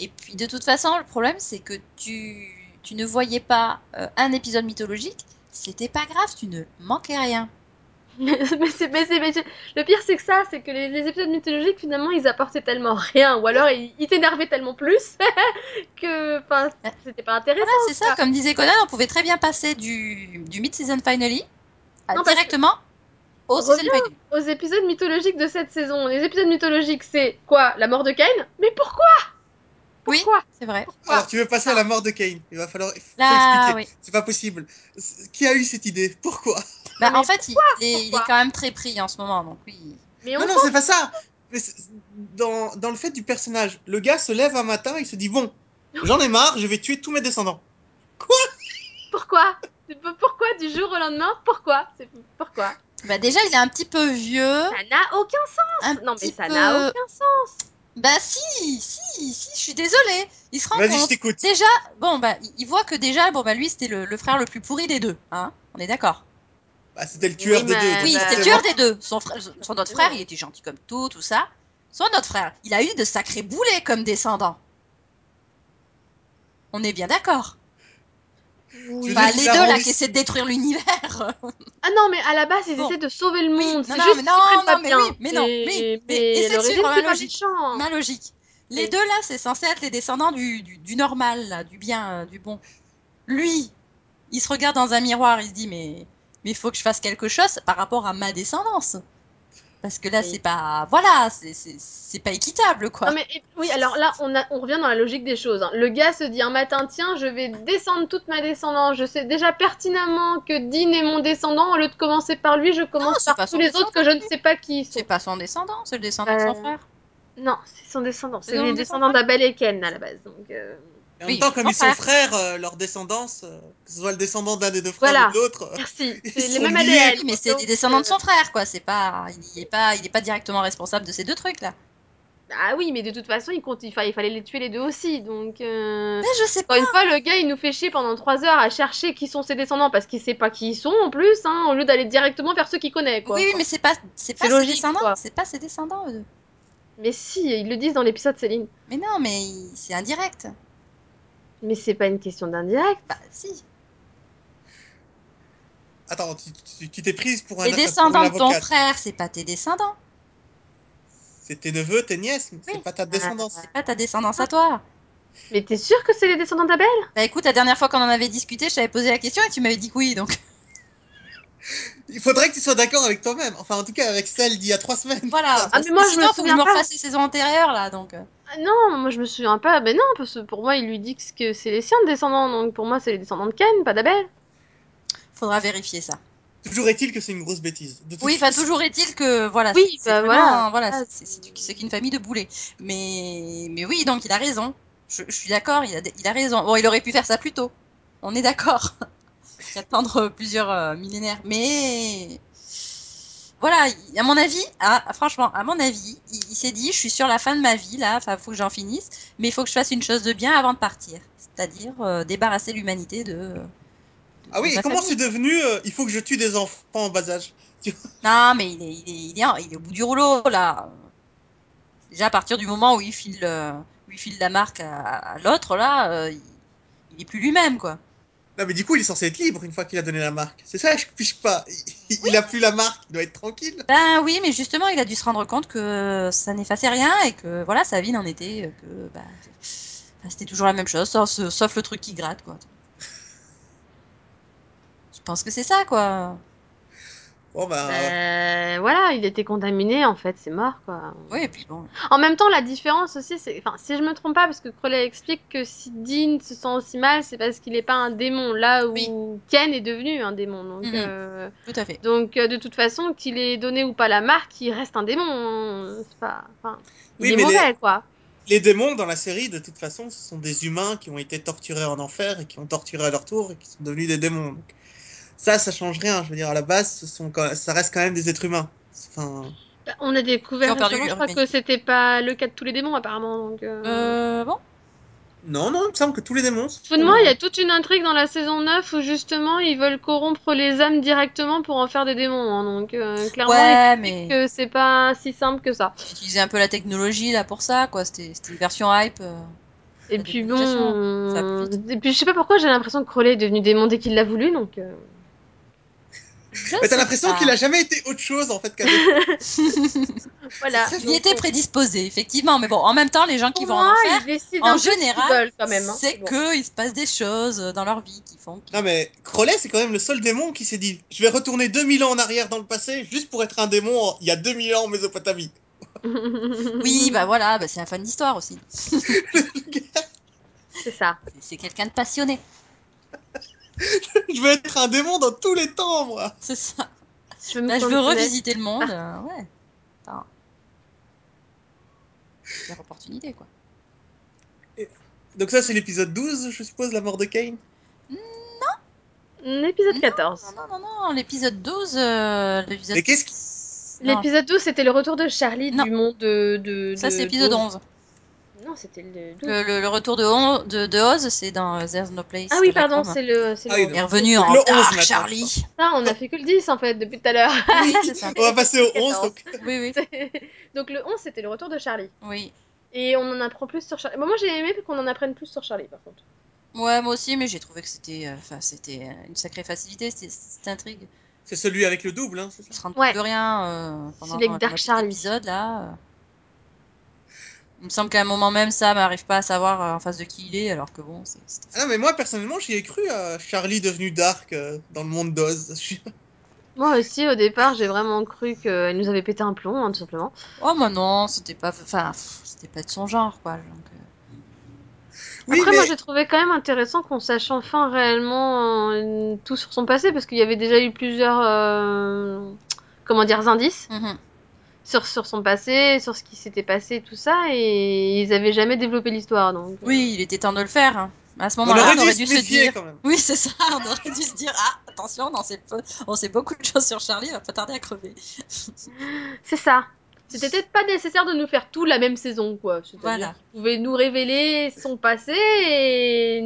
Speaker 2: Et puis de toute façon, le problème c'est que tu, tu ne voyais pas euh, un épisode mythologique, c'était pas grave, tu ne manquais rien.
Speaker 1: mais c'est, mais c'est- mais c'est- le pire c'est que ça, c'est que les, les épisodes mythologiques finalement ils apportaient tellement rien, ou alors ils, ils t'énervaient tellement plus que, enfin, c'était pas intéressant.
Speaker 2: Voilà, c'est ça, comme disait Conan, on pouvait très bien passer du, du mid-season finally à
Speaker 1: Non, parce que-
Speaker 2: directement au season
Speaker 1: Reviens.
Speaker 2: finale.
Speaker 1: Aux épisodes mythologiques de cette saison, les épisodes mythologiques c'est quoi La mort de Cain Mais pourquoi
Speaker 2: Oui.
Speaker 1: Pourquoi
Speaker 2: C'est vrai.
Speaker 1: Pourquoi
Speaker 3: Alors tu veux passer à la mort de Kane Il va falloir. il faut
Speaker 1: Ah,
Speaker 2: Là,
Speaker 3: expliquer.
Speaker 2: oui.
Speaker 3: C'est pas possible. C'est- Qui a eu cette idée Pourquoi
Speaker 2: Bah,
Speaker 1: mais
Speaker 2: en fait, il, il est, il est
Speaker 1: Pourquoi
Speaker 2: quand même très pris en ce moment, donc oui.
Speaker 1: Mais on
Speaker 3: Non, non,
Speaker 1: s'en
Speaker 3: c'est pas ça. Mais c'est- dans, dans le fait du personnage, le gars se lève un matin, il se dit bon, j'en ai marre, je vais tuer tous mes descendants.
Speaker 1: pourquoi C'est pour- Pourquoi du jour au lendemain Pourquoi C'est pourquoi
Speaker 2: Bah, déjà, il est un petit peu vieux.
Speaker 1: Ça n'a aucun
Speaker 2: un
Speaker 1: sens. Ah, Non mais
Speaker 2: petit
Speaker 1: ça
Speaker 2: peu-
Speaker 1: n'a aucun sens.
Speaker 2: Bah, si, si, si, je suis désolée. Il se rend
Speaker 3: Vas-y, je
Speaker 2: compte.
Speaker 3: t'écoute.
Speaker 2: Déjà, bon, bah, il- il voit que déjà, bon, bah, lui, c'était le, le frère le plus pourri des deux, hein. On est d'accord.
Speaker 3: Bah, c'était le tueur
Speaker 1: Oui,
Speaker 3: des
Speaker 1: mais-
Speaker 3: deux. donc
Speaker 2: Oui,
Speaker 1: bah,
Speaker 2: c'était le
Speaker 1: c'est
Speaker 2: tueur
Speaker 3: forcément-
Speaker 2: des deux. Son, frère, son autre frère, il était gentil comme tout, tout ça. Son autre frère, il a eu de sacrés boulets comme descendant. On est bien d'accord.
Speaker 3: Tu veux
Speaker 2: Bah,
Speaker 3: dire
Speaker 2: les
Speaker 3: qu'il a
Speaker 2: deux, là,
Speaker 3: rendu-
Speaker 2: qui essaient de détruire l'univers.
Speaker 1: Ah non, mais à la base, ils
Speaker 2: Bon.
Speaker 1: essaient de sauver le
Speaker 2: Oui,
Speaker 1: monde.
Speaker 2: non,
Speaker 1: c'est
Speaker 2: non,
Speaker 1: juste
Speaker 2: mais
Speaker 1: qu'ils
Speaker 2: non,
Speaker 1: comprennent
Speaker 2: non,
Speaker 1: pas
Speaker 2: mais
Speaker 1: bien.
Speaker 2: oui, mais non,
Speaker 1: Et-
Speaker 2: mais- mais
Speaker 1: mais
Speaker 2: essaie de
Speaker 1: le régime,
Speaker 2: suivre
Speaker 1: c'est
Speaker 2: ma
Speaker 1: pas
Speaker 2: logique.
Speaker 1: méchant.
Speaker 2: Ma logique. Les
Speaker 1: Oui.
Speaker 2: deux là, c'est censé être les descendants du, du, du normal, là, du bien, euh, du bon. Lui, il se regarde dans un miroir, il se dit mais mais faut que je fasse quelque chose par rapport à ma descendance. Parce que là,
Speaker 1: Oui.
Speaker 2: c'est pas voilà, c'est- c'est c'est pas équitable quoi.
Speaker 1: Non, mais et- oui, alors là, on, a, on revient dans la logique des choses. hein. Le gars se dit un matin, tiens, je vais descendre toute ma descendance. Je sais déjà pertinemment que Dean est mon descendant. Au lieu de commencer par lui, je
Speaker 2: Non,
Speaker 1: commence
Speaker 2: c'est
Speaker 1: par
Speaker 2: pas
Speaker 1: tous
Speaker 2: son
Speaker 1: les autres que je ne sais pas qui ils sont.
Speaker 2: C'est pas son descendant, c'est le descendant de
Speaker 1: Euh,
Speaker 2: son frère.
Speaker 1: Non, c'est son descendant. C'est
Speaker 2: C'est son
Speaker 1: les
Speaker 2: descendant.
Speaker 1: descendants d'Abel et Ken à la base. Donc, euh,
Speaker 3: Et En
Speaker 2: Oui,
Speaker 3: même temps, comme
Speaker 2: mon
Speaker 3: ils sont
Speaker 2: frère.
Speaker 3: frères, euh, leur descendance, euh, que ce soit le descendant d'un des deux frères
Speaker 1: Voilà.
Speaker 3: ou de l'autre, euh,
Speaker 1: Merci.
Speaker 3: Ils
Speaker 1: C'est les
Speaker 3: sont
Speaker 1: mêmes
Speaker 3: liés.
Speaker 1: ADN.
Speaker 2: Oui, mais c'est les
Speaker 1: Donc,
Speaker 2: descendants de
Speaker 1: euh,
Speaker 2: son frère quoi. C'est pas il est pas il est pas directement responsable de ces deux trucs là.
Speaker 1: Ah oui, mais de toute façon, il, compte, il, fa- il fallait les tuer les deux aussi. Donc. euh,
Speaker 2: Mais je sais pas.
Speaker 1: Encore une fois, le gars, il nous fait chier pendant 3 heures à chercher qui sont ses descendants parce qu'il sait pas qui ils sont en plus, hein, au lieu d'aller directement vers ceux qu'il connaît, quoi.
Speaker 2: Oui, oui, mais c'est pas, c'est
Speaker 1: C'est
Speaker 2: pas ses
Speaker 1: logique,
Speaker 2: descendants.
Speaker 1: quoi.
Speaker 2: C'est pas ses descendants. eux.
Speaker 1: Mais si, ils le disent dans l'épisode, Céline.
Speaker 2: Mais non, mais il- c'est indirect.
Speaker 1: Mais c'est pas une question d'indirect.
Speaker 2: Bah si.
Speaker 3: Attends, tu- tu tu t'es prise pour un
Speaker 2: Les
Speaker 3: pour une
Speaker 2: descendants de ton
Speaker 3: avocate.
Speaker 2: frère, c'est pas tes descendants.
Speaker 3: C'est tes neveux, tes nièces, mais
Speaker 2: Oui. Ah,
Speaker 3: c'est pas ta descendance.
Speaker 2: C'est pas ta descendance
Speaker 1: Ah.
Speaker 2: à toi.
Speaker 1: Mais t'es sûr que c'est les descendants d'Abel
Speaker 2: Bah écoute, la dernière fois qu'on en avait discuté, je t'avais posé la question et tu m'avais dit que oui, donc
Speaker 3: Il faudrait que tu sois d'accord avec toi-même. Enfin, en tout cas, avec celle d'il y a trois semaines.
Speaker 2: voilà.
Speaker 1: Ah, mais moi, je
Speaker 2: Sinon,
Speaker 1: me
Speaker 2: faut que je me
Speaker 1: souviens pas.
Speaker 2: refasse les saisons antérieures là, donc. euh.
Speaker 1: Ah Non, moi je me souviens pas. Mais non, parce que pour moi, il lui dit que c'est- que c'est les siens de descendants, donc pour moi, c'est les descendants de Ken, pas d'Abel.
Speaker 2: Faudra vérifier ça.
Speaker 3: Toujours est-il que c'est une grosse bêtise. De toute
Speaker 2: Oui, enfin
Speaker 3: façon,
Speaker 2: toujours est-il que voilà,
Speaker 1: Oui,
Speaker 2: c'est- c'est
Speaker 1: bah,
Speaker 2: vraiment,
Speaker 1: voilà.
Speaker 2: voilà,
Speaker 1: Ah,
Speaker 2: c'est- c'est
Speaker 1: c'est-
Speaker 2: c'est qu'une famille de boulets. Mais mais oui, donc il a raison. Je, je suis d'accord, il a il a raison. Bon, il aurait pu faire ça plus tôt. On est d'accord. Il faut attendre euh, plusieurs euh, millénaires, mais voilà, il- à mon avis, ah, franchement, à mon avis, il, il s'est dit, je suis sur la fin de ma vie là, enfin, faut que j'en finisse, mais il faut que je fasse une chose de bien avant de partir, c'est-à-dire euh, débarrasser l'humanité de
Speaker 3: Ah oui,
Speaker 2: de
Speaker 3: et
Speaker 2: sa
Speaker 3: comment
Speaker 2: famille.
Speaker 3: c'est devenu euh, Il faut que je tue des enfants en bas âge
Speaker 2: Non, mais il est, il, est, il, est, il est au bout du rouleau, là. Déjà, à partir du moment où il file, euh, où il file la marque à, à l'autre, là, euh, il, il est plus lui-même, quoi.
Speaker 3: Non, mais du coup, il est censé être libre une fois qu'il a donné la marque. C'est ça, je piche pas. Il, il a plus la marque, il doit être tranquille.
Speaker 2: Ben oui, mais justement, il a dû se rendre compte que ça n'effaçait rien et que, voilà, sa vie n'en était que... ben, ben, c'était toujours la même chose, sauf, sauf le truc qui gratte, quoi. Je pense que c'est ça, quoi.
Speaker 3: Bon, bah.
Speaker 1: Euh, voilà, il était contaminé en fait, c'est mort quoi.
Speaker 2: Oui, et puis bon...
Speaker 1: En même temps, la différence aussi, c'est, enfin, si je me trompe pas, parce que Crowley explique que si Dean se sent aussi mal, c'est parce qu'il n'est pas un démon, là où
Speaker 2: Oui.
Speaker 1: Ken est devenu un démon. Donc,
Speaker 2: Mhm.
Speaker 1: euh,
Speaker 2: Tout à fait.
Speaker 1: donc euh, de toute façon, qu'il ait donné ou pas la marque, il reste un démon. hein. C'est pas, enfin, il
Speaker 3: Oui,
Speaker 1: est
Speaker 3: mais les-
Speaker 1: mauvais quoi.
Speaker 3: Les démons dans la série, de toute façon, ce sont des humains qui ont été torturés en enfer et qui ont torturé à leur tour et qui sont devenus des démons. Donc, ça, ça change rien. Je veux dire, à la base, ce sont quand- ça reste quand même des êtres humains. Enfin,
Speaker 1: Bah, on a
Speaker 2: Ils
Speaker 1: découvert
Speaker 2: ont perdu
Speaker 1: récemment, je
Speaker 2: leur
Speaker 1: crois que
Speaker 2: humanité.
Speaker 1: c'était pas le cas de tous les démons apparemment. Donc, euh,
Speaker 2: Euh, bon.
Speaker 3: non, non, il me semble que tous les démons. sont-
Speaker 1: Souvenez-moi, il y a toute une intrigue dans la saison 9 où justement ils veulent corrompre les âmes directement pour en faire des démons. hein. Donc euh, clairement,
Speaker 2: Ouais,
Speaker 1: ils expliquent
Speaker 2: mais...
Speaker 1: que c'est pas si simple que ça.
Speaker 2: J'utilisais un peu la technologie là pour ça, quoi. C'était c'était une version hype. euh.
Speaker 1: Et
Speaker 2: La
Speaker 1: puis bon,
Speaker 2: décapitation, ça va plus
Speaker 1: et puis je sais pas pourquoi j'ai l'impression que Crowley est devenu démon dès qu'il l'a voulu. Donc euh,
Speaker 2: Je
Speaker 3: Mais
Speaker 2: sais
Speaker 3: t'as l'impression
Speaker 2: pas.
Speaker 3: qu'il a jamais été autre chose en fait qu'un démon.
Speaker 1: voilà.
Speaker 3: C'est très
Speaker 2: Il y était
Speaker 3: longtemps.
Speaker 2: prédisposé, effectivement. Mais bon, en même temps, les gens qui
Speaker 1: Pour
Speaker 2: vont
Speaker 1: moi,
Speaker 2: en enfer,
Speaker 1: ils décident
Speaker 2: en
Speaker 1: un peu ce qu'ils
Speaker 2: général,
Speaker 1: veulent, quand même. hein.
Speaker 2: c'est
Speaker 1: Bon.
Speaker 2: que il se passe des choses euh, dans leur vie qui font. qu'ils-
Speaker 3: Non mais Crowley, c'est quand même le seul démon qui s'est dit je vais retourner 2000 ans en arrière dans le passé juste pour être un démon en- il y a 2000 ans en Mésopotamie.
Speaker 1: Mm-hmm.
Speaker 2: Oui, bah voilà, bah, c'est un fan d'histoire aussi.
Speaker 1: c'est ça.
Speaker 2: C'est- C'est quelqu'un de passionné,
Speaker 3: je vais être un démon dans tous les temps moi.
Speaker 2: c'est ça.
Speaker 1: Je veux, me
Speaker 2: Là, Bah, je veux
Speaker 1: promener.
Speaker 2: revisiter le monde.
Speaker 1: Ah.
Speaker 2: euh, ouais. Enfin, Leur opportunité, quoi.
Speaker 3: Donc ça c'est l'épisode 12, je suppose la mort de Kane.
Speaker 1: L'épisode
Speaker 2: Non,
Speaker 1: 14.
Speaker 2: Non, non, non, non, l'épisode 12, euh, l'épisode.
Speaker 3: Mais qu'est-ce
Speaker 2: Non,
Speaker 1: L'épisode 12, c'était le retour de Charlie
Speaker 2: Non.
Speaker 1: du monde de. de
Speaker 2: Ça,
Speaker 1: de-
Speaker 2: c'est l'épisode Euh,
Speaker 1: d'Oz.
Speaker 2: 11.
Speaker 1: Non, c'était le 12.
Speaker 2: Le, le- le retour de, Hon- de, de Oz, c'est dans euh, There's No Place.
Speaker 1: Ah oui,
Speaker 2: de Jack
Speaker 1: pardon,
Speaker 2: Rome.
Speaker 1: c'est le. c'est
Speaker 3: Ah
Speaker 1: le-
Speaker 3: oui,
Speaker 2: Il est revenu hein. en
Speaker 3: Le 11
Speaker 2: retard,
Speaker 3: maintenant,
Speaker 2: Charlie.
Speaker 1: Ça, on a fait que le 10 en fait depuis tout à l'heure.
Speaker 2: Oui, c'est ça.
Speaker 3: On va passer au 11
Speaker 1: 14.
Speaker 3: donc
Speaker 2: Oui, oui,
Speaker 1: Donc le 11, c'était le retour de Charlie.
Speaker 2: oui.
Speaker 1: Et on en apprend plus sur Charlie. Bon, moi j'ai aimé qu'on en apprenne plus sur Charlie par contre.
Speaker 2: Ouais, moi aussi, mais j'ai trouvé que c'était, euh, enfin, c'était euh, une sacrée facilité, c'était- cette intrigue.
Speaker 3: c'est celui avec le double hein, c'est ça
Speaker 2: On se rend
Speaker 1: Ouais.
Speaker 2: compte de rien euh, pendant
Speaker 1: les Dark Charlie.
Speaker 2: épisode là. euh. Il me semble qu'à un moment même, Sam n'arrive pas à savoir euh, en face de qui il est, alors que bon, c'est. c'était-
Speaker 3: Ah non mais moi personnellement j'y ai cru à Charlie devenu Dark euh, dans le monde d'Oz. Je-
Speaker 1: Moi aussi au départ, j'ai vraiment cru qu'elle nous avait pété un plomb, hein, tout simplement.
Speaker 2: Oh, moi non, c'était pas, enfin, pff, c'était pas de son genre, quoi. donc, euh.
Speaker 3: Oui
Speaker 1: Après,
Speaker 3: mais
Speaker 1: moi j'ai trouvé quand même intéressant qu'on sache enfin réellement euh, tout sur son passé parce qu'il y avait déjà eu plusieurs. euh, Comment dire, indices
Speaker 2: Mhm.
Speaker 1: sur, sur son passé, sur ce qui s'était passé, tout ça, et ils avaient jamais développé l'histoire donc. euh,
Speaker 2: Oui, il était temps de le faire. hein. À ce
Speaker 3: on
Speaker 2: moment-là,
Speaker 3: aurait
Speaker 2: on aurait
Speaker 3: dû
Speaker 2: dû
Speaker 3: se
Speaker 2: se
Speaker 3: méfier
Speaker 2: dire.
Speaker 3: quand même.
Speaker 2: Oui, c'est ça. On aurait dû se dire, ah, attention, on sait, peu- on sait beaucoup de choses sur Charlie, il va pas tarder à crever.
Speaker 1: C'est ça. C'était peut-être pas nécessaire de nous faire tout la même saison, quoi. C'est-à-dire
Speaker 2: Voilà.
Speaker 1: qu'il pouvait nous révéler son passé et,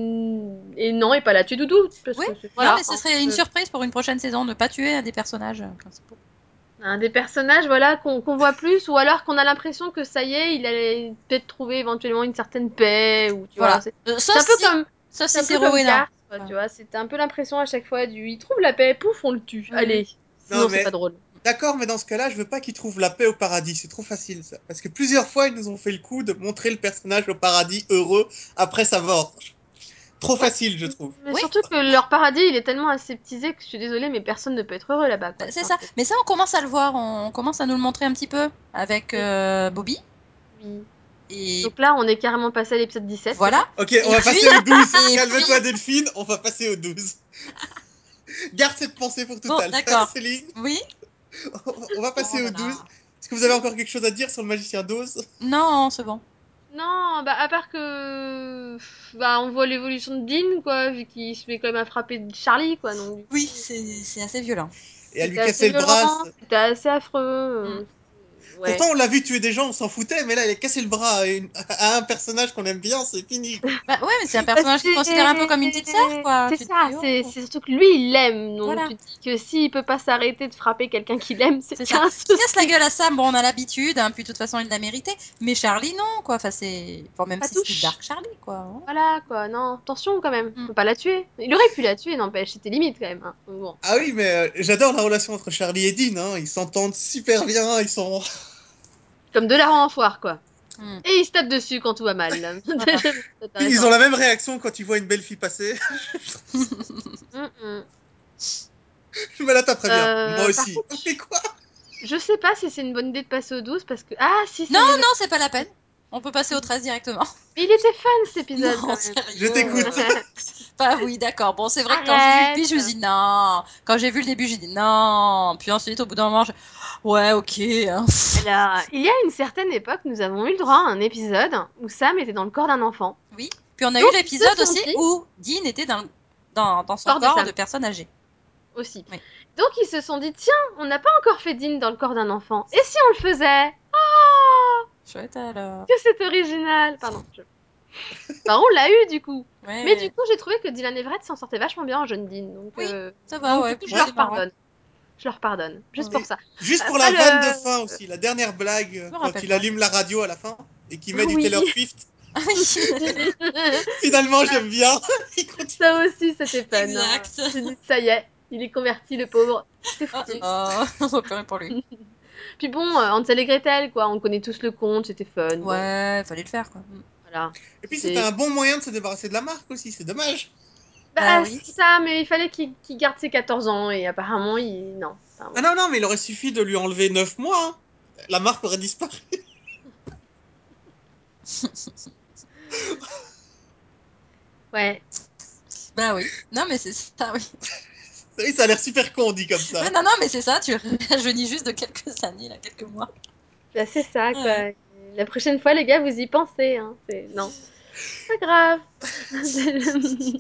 Speaker 1: et non, et pas la tuer doudou. Parce
Speaker 2: Oui.
Speaker 1: que c'est- voilà,
Speaker 2: non, mais ce
Speaker 1: hein.
Speaker 2: serait une
Speaker 1: Euh,
Speaker 2: surprise pour une prochaine saison de pas tuer un des personnages euh, principaux.
Speaker 1: Un des personnages, voilà, qu'on qu'on voit plus, ou alors qu'on a l'impression que ça y est, il allait peut-être trouver éventuellement une certaine paix, ou tu
Speaker 2: Voilà.
Speaker 1: vois. C'est
Speaker 2: Euh, sauf
Speaker 1: c'est un peu
Speaker 2: si-
Speaker 1: comme, c'est
Speaker 2: sauf si
Speaker 1: un
Speaker 2: c'est hein.
Speaker 1: peu comme
Speaker 2: Rowena.
Speaker 1: Garth, quoi, tu vois. C'était un peu l'impression à chaque fois du, il trouve la paix, pouf, on le tue.
Speaker 2: Mhm.
Speaker 1: Allez.
Speaker 3: Non,
Speaker 1: Sinon, c'est
Speaker 3: mais-
Speaker 1: pas drôle.
Speaker 3: D'accord, mais dans ce cas-là, je veux pas qu'ils trouvent la paix au paradis, c'est trop facile ça. Parce que plusieurs fois, ils nous ont fait le coup de montrer le personnage au paradis heureux après sa mort. Trop facile, je trouve.
Speaker 1: Mais
Speaker 2: Oui.
Speaker 1: surtout que leur paradis, il est tellement aseptisé que je suis désolée, mais personne ne peut être heureux là-bas. quoi.
Speaker 2: Bah, C'est
Speaker 1: Enfin,
Speaker 2: ça. Mais ça, on commence à le voir, on commence à nous le montrer un petit peu avec euh, Bobby.
Speaker 1: oui.
Speaker 2: Et
Speaker 1: Donc là, on est carrément passé à l'épisode 17.
Speaker 2: voilà.
Speaker 3: Ok, on va
Speaker 2: puis-
Speaker 3: passer au 12.
Speaker 2: et
Speaker 3: Calme-toi, Delphine, on va passer au 12. Garde cette pensée pour tout
Speaker 2: Bon,
Speaker 3: à l'heure,
Speaker 2: d'accord.
Speaker 3: Céline.
Speaker 2: Oui.
Speaker 3: On va passer
Speaker 2: Oh,
Speaker 3: au
Speaker 2: voilà.
Speaker 3: 12. Est-ce que vous avez encore quelque chose à dire sur le magicien d'Oz
Speaker 2: Non, c'est bon.
Speaker 1: Non, bah à part que pff, bah on voit l'évolution de Dean quoi, vu qu'il se met quand même à frapper Charlie quoi, donc du coup,
Speaker 2: Oui, c'est c'est assez violent.
Speaker 3: Et à lui
Speaker 1: c'était assez
Speaker 3: casser le bras
Speaker 1: violent, C'était assez affreux. euh, Ouais.
Speaker 3: Pourtant, on l'a vu tuer des gens, on s'en foutait, mais là, il a cassé le bras à, une- à un personnage qu'on aime bien, c'est fini.
Speaker 2: Bah ouais, mais c'est un personnage qui
Speaker 1: C'est-
Speaker 2: se considère un peu comme une petite sœur, quoi.
Speaker 1: C'est
Speaker 2: Tu te
Speaker 1: ça,
Speaker 2: dis, oh.
Speaker 1: c'est c'est surtout que lui, il l'aime. Donc
Speaker 2: Voilà.
Speaker 1: tu te dis que s'il peut pas s'arrêter de frapper quelqu'un qu'il aime, c'est
Speaker 2: C'est
Speaker 1: qu'il y a
Speaker 2: ça.
Speaker 1: un
Speaker 2: Tu
Speaker 1: souci.
Speaker 2: casses la gueule à Sam, bon, on a l'habitude, hein, puis de toute façon, il l'a mérité. Mais Charlie, non, quoi. Enfin, c'est. Bon, même
Speaker 1: Pas
Speaker 2: si c'était
Speaker 1: touche.
Speaker 2: Dark Charlie, quoi. hein.
Speaker 1: Voilà, quoi. Non, attention quand même.
Speaker 2: Mm.
Speaker 1: Faut pas la tuer. Il aurait pu la tuer, n'empêche. C'était limite quand même. hein. Donc bon.
Speaker 3: Ah oui, mais euh, j'adore la relation entre Charlie et Dean, hein. ils s'entendent super bien, ils sont...
Speaker 1: Comme de la en foire, quoi.
Speaker 2: Mm.
Speaker 1: Et il se tape dessus quand tout va mal. là.
Speaker 2: Voilà.
Speaker 1: C'est intéressant.
Speaker 3: Ils ont la même réaction quand ils voient une belle fille passer.
Speaker 1: Mm, mm.
Speaker 3: Je me la taperais bien.
Speaker 1: Euh,
Speaker 3: Moi
Speaker 1: par
Speaker 3: aussi.
Speaker 1: contre-
Speaker 3: Mais quoi
Speaker 1: Je sais pas si c'est une bonne idée de passer au 12 parce que. Ah, si, c'est
Speaker 2: Non,
Speaker 1: une-
Speaker 2: non, c'est pas la peine. On peut passer au 13 directement.
Speaker 1: Mais il était fun cet épisode
Speaker 2: Non,
Speaker 1: quand même.
Speaker 2: sérieux.
Speaker 3: Je t'écoute.
Speaker 2: Bah oui, d'accord. Bon, c'est vrai que quand j'ai vu
Speaker 1: Arrête.
Speaker 2: le pitch, je me suis dit non. Quand j'ai vu le début, j'ai dit non. Puis ensuite, au bout d'un moment, je... ouais, ok. hein.
Speaker 1: Alors, Euh, il y a une certaine époque, nous avons eu le droit à un épisode où Sam était dans le corps d'un enfant.
Speaker 2: Oui. Puis on a
Speaker 1: Donc,
Speaker 2: eu l'épisode
Speaker 1: ils se sont
Speaker 2: aussi
Speaker 1: dit-
Speaker 2: où Dean était dans, dans, dans son
Speaker 1: Corps de
Speaker 2: corps
Speaker 1: femme.
Speaker 2: de personne âgée.
Speaker 1: aussi.
Speaker 2: Oui.
Speaker 1: Donc ils se sont dit, tiens, on n'a pas encore fait Dean dans le corps d'un enfant. Et si on le faisait
Speaker 2: Chouette alors.
Speaker 1: Que c'est original Pardon. je- Bah, on l'a eu du coup.
Speaker 2: Ouais,
Speaker 1: Mais du coup, j'ai trouvé que Dylan Everett s'en sortait vachement bien en jeune Dean. Donc,
Speaker 2: Oui,
Speaker 1: euh,
Speaker 2: ça va,
Speaker 1: donc,
Speaker 2: ouais.
Speaker 1: du coup, je
Speaker 2: ouais,
Speaker 1: leur
Speaker 2: c'est marrant.
Speaker 1: pardonne. Je leur pardonne. Juste
Speaker 2: Oui.
Speaker 1: pour ça.
Speaker 3: Juste pour
Speaker 1: Après,
Speaker 3: la vanne
Speaker 1: le-
Speaker 3: de fin aussi, la dernière blague, euh,
Speaker 2: me
Speaker 3: quand
Speaker 2: rappelle
Speaker 3: il
Speaker 2: pas.
Speaker 3: allume la radio à la fin et qu'il met
Speaker 1: Oui.
Speaker 3: du Taylor Swift.
Speaker 2: Ah oui.
Speaker 3: Finalement, j'aime bien. Il continue.
Speaker 1: ça aussi, c'était fun. hein.
Speaker 2: Exact.
Speaker 1: J'ai dit, ça y est, il est converti, le pauvre. C'est
Speaker 2: Oh,
Speaker 1: foutu.
Speaker 2: oh, on va pleurer pour lui.
Speaker 1: Puis bon, euh, Hansel et Gretel, quoi. On connaît tous le conte, c'était fun. bon,
Speaker 2: Ouais, fallait le faire quoi.
Speaker 1: voilà.
Speaker 3: Et puis,
Speaker 1: C'est-
Speaker 3: c'était un bon moyen de se débarrasser de la marque aussi, c'est dommage.
Speaker 1: Bah,
Speaker 2: Ah oui.
Speaker 1: c'est ça, mais il fallait qu'il qu'il garde ses 14 ans et apparemment, il. Non. Enfin,
Speaker 3: Ah non, non, mais il aurait suffi de lui enlever 9 mois. hein. La marque aurait disparu.
Speaker 1: ouais.
Speaker 2: Bah oui. Non mais c'est ça, oui.
Speaker 3: Oui, ça a l'air super con, dit comme ça.
Speaker 2: Ouais, non, non, mais c'est ça, tu rajeunis juste de quelques années, là, quelques mois.
Speaker 1: Bah, c'est ça, quoi.
Speaker 2: Ouais.
Speaker 1: La prochaine fois, les gars, vous y pensez. Hein. C'est... Non. Pas grave. C'est le-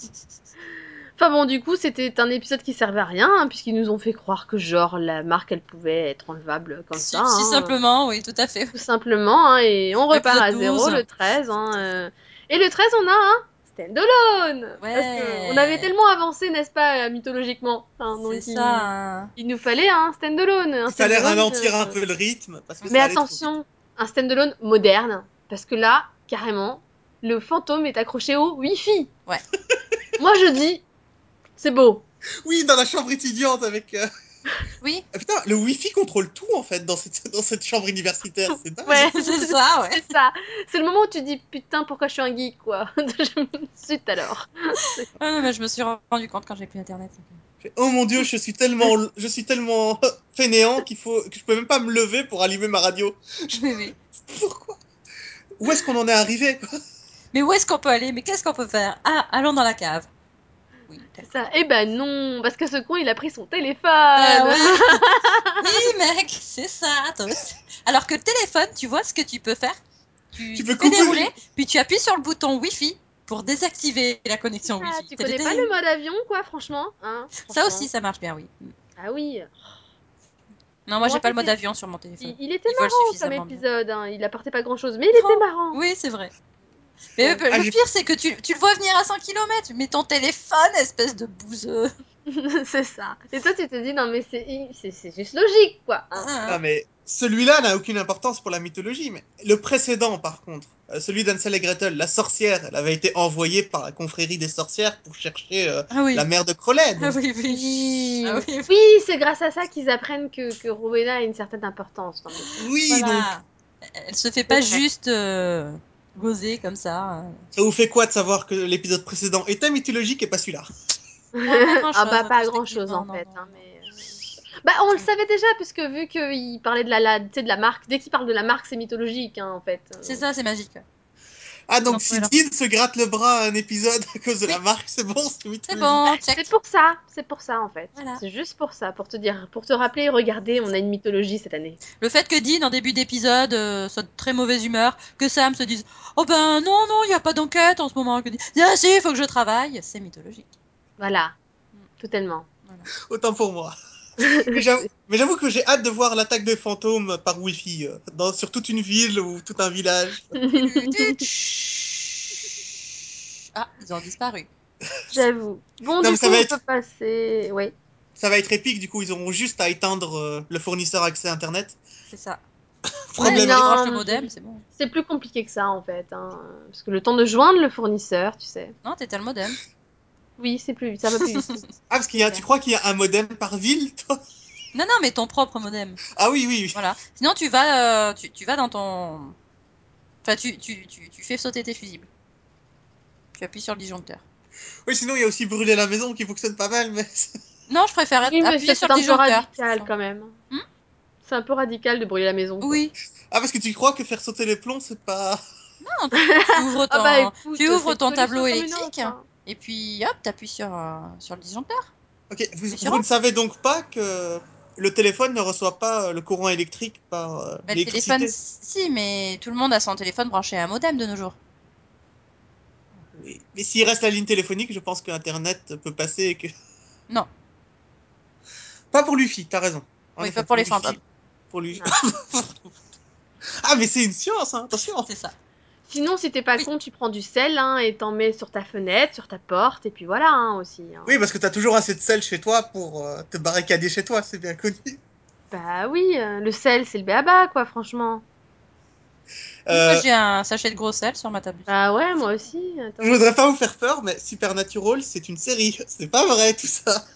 Speaker 1: enfin bon, du coup, c'était un épisode qui servait à rien, hein, puisqu'ils nous ont fait croire que, genre, la marque, elle pouvait être enlevable comme
Speaker 2: Si,
Speaker 1: ça.
Speaker 2: si
Speaker 1: hein.
Speaker 2: simplement, oui, tout à fait.
Speaker 1: Tout simplement. hein, et on repart à
Speaker 2: L'épisode
Speaker 1: zéro
Speaker 2: 12.
Speaker 1: le 13. hein, euh. Et le 13, on a hein, un standalone. Parce
Speaker 2: Ouais.
Speaker 1: que on avait tellement avancé, n'est-ce pas, euh, mythologiquement. hein, donc
Speaker 2: C'est
Speaker 1: il-
Speaker 2: ça. hein.
Speaker 1: Il nous fallait un standalone. Un
Speaker 3: Ça a l'air
Speaker 1: standalone,
Speaker 3: ralentir un
Speaker 1: euh,
Speaker 3: peu le rythme. Parce que
Speaker 1: Mais
Speaker 3: ça allait trop vite.
Speaker 1: attention, un standalone moderne. Parce que là, carrément, le fantôme est accroché au Wi-Fi.
Speaker 2: Ouais.
Speaker 1: Moi, je dis, c'est beau.
Speaker 3: Oui, dans la chambre étudiante avec. euh,
Speaker 2: Oui,
Speaker 3: Ah, putain, le Wi-Fi contrôle tout en fait dans cette, dans cette chambre universitaire, c'est dingue.
Speaker 1: Ouais,
Speaker 2: c'est ça, ouais.
Speaker 1: c'est ça. C'est le moment où tu dis, putain, pourquoi je suis un geek, quoi. Suite alors.
Speaker 2: Ouais, non, Ah, mais je me suis rendu compte quand j'ai plus internet.
Speaker 3: J'ai- Oh mon dieu, je suis tellement, je suis tellement fainéant qu'il faut que je peux même pas me lever pour allumer ma radio.
Speaker 2: Oui, oui.
Speaker 3: Pourquoi Où est-ce qu'on en est arrivé
Speaker 2: Hein
Speaker 3: quoi
Speaker 2: Mais où est-ce qu'on peut aller Mais qu'est-ce qu'on peut faire Ah, allons dans la cave. Oui,
Speaker 1: C'est ça. Eh ben non, parce que ce con, il a pris son téléphone.
Speaker 2: Ah ouais. oui, mec, c'est ça. toi aussi. Alors que le téléphone, tu vois ce que tu peux faire Tu,
Speaker 3: Tu peux
Speaker 2: fais
Speaker 3: couper.
Speaker 2: dérouler, puis tu appuies sur le bouton Wi-Fi pour désactiver la connexion
Speaker 1: Ah,
Speaker 2: Wi-Fi.
Speaker 1: tu
Speaker 2: T'as des-
Speaker 1: connais pas le mode avion, quoi, franchement. hein,
Speaker 2: Ça
Speaker 1: franchement.
Speaker 2: aussi, ça marche bien, oui.
Speaker 1: Ah oui.
Speaker 2: Non, moi,
Speaker 1: Bon,
Speaker 2: j'ai pas le mode
Speaker 1: c'était-
Speaker 2: avion sur mon téléphone.
Speaker 1: Il, il était
Speaker 2: Ils
Speaker 1: marrant
Speaker 2: volent
Speaker 1: comme
Speaker 2: suffisamment bien. Oh.
Speaker 1: épisode. hein. Il apportait pas grand chose, mais il était marrant.
Speaker 2: Oui, c'est vrai. Mais
Speaker 3: Bon,
Speaker 2: euh,
Speaker 3: ah,
Speaker 2: le
Speaker 3: j'ai-
Speaker 2: pire, c'est que tu, tu le vois venir à 100 km, mais ton téléphone, espèce de bouseux.
Speaker 1: c'est ça. Et toi, tu te dis, non, mais c'est c'est- c'est juste logique, quoi. hein.
Speaker 3: Non Ah, mais celui-là n'a aucune importance pour la mythologie, mais le précédent par contre, euh, celui d'Ansel et Gretel, la sorcière, elle avait été envoyée par la confrérie des sorcières pour chercher euh,
Speaker 2: Ah oui.
Speaker 3: la mère de Crowley.
Speaker 2: Ah
Speaker 3: donc.
Speaker 2: oui, oui. Ah oui, oui.
Speaker 1: Oui, c'est grâce à ça qu'ils apprennent que, que Rowena a une certaine importance. dans le-
Speaker 3: Oui, donc
Speaker 2: Voilà. Elle se fait pas
Speaker 1: C'est vrai.
Speaker 2: juste euh, gauzer comme ça. hein.
Speaker 3: ça vous fait quoi de savoir que l'épisode précédent était mythologique et pas celui-là
Speaker 2: pas
Speaker 1: ah bah
Speaker 2: grand-chose,
Speaker 1: pas grand chose en
Speaker 2: non,
Speaker 1: fait.
Speaker 2: non.
Speaker 1: hein, mais, euh, Bah on le savait déjà puisque vu qu'il parlait de la, la, tu sais, de la marque, dès qu'il parle de la marque c'est mythologique hein, en fait.
Speaker 2: C'est ça, c'est magique.
Speaker 3: Ah, donc
Speaker 2: Donc,
Speaker 3: si
Speaker 2: voilà.
Speaker 3: Dean se gratte le bras à un épisode à cause de la marque, c'est bon, c'est mythologique.
Speaker 2: C'est bon, check.
Speaker 1: C'est pour ça, c'est pour ça en fait.
Speaker 2: Voilà.
Speaker 1: C'est juste pour ça, pour te dire, pour te rappeler, regardez, on a une mythologie cette année.
Speaker 2: Le fait que Dean, en début d'épisode, euh, soit de très mauvaise humeur, que Sam se dise Oh ben non, non, il n'y a pas d'enquête en ce moment. Que Dean, Ah si, il faut que je travaille. C'est mythologique.
Speaker 1: Voilà,
Speaker 2: Mm.
Speaker 1: totalement.
Speaker 3: Autant pour moi. Mais j'avoue- mais j'avoue que j'ai hâte de voir l'attaque des fantômes par Wi-Fi euh, dans, sur toute une ville ou tout un village.
Speaker 2: Ah, ils ont disparu.
Speaker 1: J'avoue. Bon,
Speaker 3: Non,
Speaker 1: du
Speaker 3: mais
Speaker 1: coup,
Speaker 3: ça va
Speaker 1: on
Speaker 3: être-
Speaker 1: peut passer. Oui.
Speaker 3: Ça va être épique, du coup, ils auront juste à éteindre euh, le fournisseur accès Internet.
Speaker 2: C'est ça.
Speaker 3: Problème.
Speaker 2: Ouais,
Speaker 1: non.
Speaker 2: branche le modem, c'est bon.
Speaker 1: C'est plus compliqué que ça en fait, hein. parce que le temps de joindre le fournisseur, tu sais.
Speaker 2: Non, t'étais le modem.
Speaker 1: Oui, c'est plus vite, ça va plus vite.
Speaker 3: Ah, parce qu'il y a, tu crois qu'il y a un modem par ville, toi
Speaker 2: Non, non, mais ton propre modem.
Speaker 3: Ah oui, oui, oui.
Speaker 2: Voilà. Sinon, tu vas, euh, tu, tu vas dans ton. Enfin, tu, tu, tu, tu fais sauter tes fusibles. Tu appuies sur le disjoncteur.
Speaker 3: Oui, sinon, il y a aussi brûler la maison qui fonctionne pas mal, mais c'est-
Speaker 2: Non, je préfère
Speaker 1: Oui, mais ça,
Speaker 2: appuyer sur
Speaker 1: c'est
Speaker 2: le
Speaker 1: un peu
Speaker 2: disjoncteur.
Speaker 1: radical quand même.
Speaker 2: Hmm
Speaker 1: c'est un peu radical de brûler la maison. quoi.
Speaker 2: Oui.
Speaker 3: Ah, parce que tu crois que faire sauter les plombs, c'est pas...
Speaker 2: Non, tu, tu ouvres ton,
Speaker 1: Ah bah écoute,
Speaker 2: tu ouvres
Speaker 1: c'est
Speaker 2: ton
Speaker 1: une
Speaker 2: tableau
Speaker 1: solution comme une
Speaker 2: électrique
Speaker 1: autre, hein.
Speaker 2: et puis hop, t'appuies sur, euh, sur le disjoncteur.
Speaker 3: Ok, vous,
Speaker 2: Mais sur
Speaker 3: vous
Speaker 2: un-
Speaker 3: ne savez donc pas que le téléphone ne reçoit pas euh, le courant électrique par euh,
Speaker 2: Bah, le
Speaker 3: l'électricité
Speaker 2: téléphone, si, mais tout le monde a son téléphone branché à un modem de nos jours.
Speaker 3: Mais- Mais s'il reste la ligne téléphonique, je pense que Internet peut passer et que...
Speaker 2: Non.
Speaker 3: Pas pour Luffy, t'as raison. En
Speaker 2: Oui,
Speaker 3: effet,
Speaker 2: pas pour les
Speaker 3: Luffy.
Speaker 2: fantômes.
Speaker 3: Pour Luffy.
Speaker 1: Non.
Speaker 3: ah, mais c'est une science, hein, attention
Speaker 2: C'est ça.
Speaker 1: Sinon, si t'es pas
Speaker 2: Oui.
Speaker 1: con, tu prends du sel hein, et t'en mets sur ta fenêtre, sur ta porte, et puis voilà hein, aussi. hein.
Speaker 3: Oui, parce que t'as toujours assez de sel chez toi pour euh, te barricader chez toi, c'est bien connu.
Speaker 1: Bah oui, euh, le sel, c'est le béaba quoi, franchement.
Speaker 2: Moi,
Speaker 3: Euh,
Speaker 2: j'ai un sachet de gros sel sur ma table.
Speaker 1: Bah ouais, moi aussi. attends.
Speaker 3: je voudrais pas vous faire peur, mais Supernatural, c'est une série. C'est pas vrai, tout ça.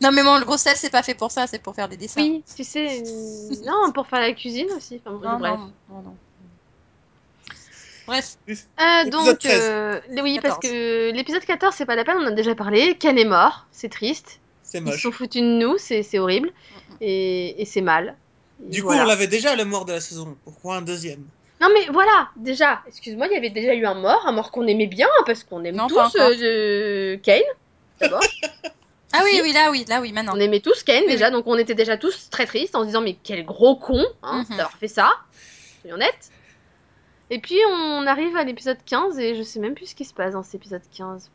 Speaker 2: Non, mais bon, le gros sel, c'est pas fait pour ça, c'est pour faire des dessins.
Speaker 1: Oui, tu sais, une- non, pour faire la cuisine aussi. Enfin, bon,
Speaker 2: Non,
Speaker 1: bref.
Speaker 2: non, non, non. Bref,
Speaker 1: Euh,
Speaker 3: Épisode
Speaker 1: donc,
Speaker 3: 13.
Speaker 1: euh, oui, parce
Speaker 2: 14.
Speaker 1: que l'épisode 14, c'est pas la peine, on en a déjà parlé. Ken est mort, c'est triste.
Speaker 3: C'est
Speaker 1: Ils se
Speaker 3: moche.
Speaker 1: sont foutus de nous, c'est c'est horrible.
Speaker 2: Mhm.
Speaker 1: Et, et c'est mal. Et
Speaker 3: Du coup,
Speaker 1: voilà.
Speaker 3: on l'avait déjà le mort de la saison. Pourquoi un deuxième
Speaker 1: Non, mais voilà, déjà, excuse-moi, il y avait déjà eu un mort, un mort qu'on aimait bien, parce qu'on aime
Speaker 2: Non, pas
Speaker 1: tous
Speaker 2: encore.
Speaker 1: euh, euh, Kane. D'abord,
Speaker 2: Ah oui,
Speaker 1: Si.
Speaker 2: oui, là, oui, là, oui, maintenant.
Speaker 1: on aimait tous Kane
Speaker 2: Oui,
Speaker 1: déjà, donc on était déjà tous très tristes en se disant, mais quel gros con hein,
Speaker 2: Mhm.
Speaker 1: d'avoir fait ça, soyons honnêtes. Et puis on arrive à l'épisode 15 et je sais même plus ce qui se passe dans cet épisode 15.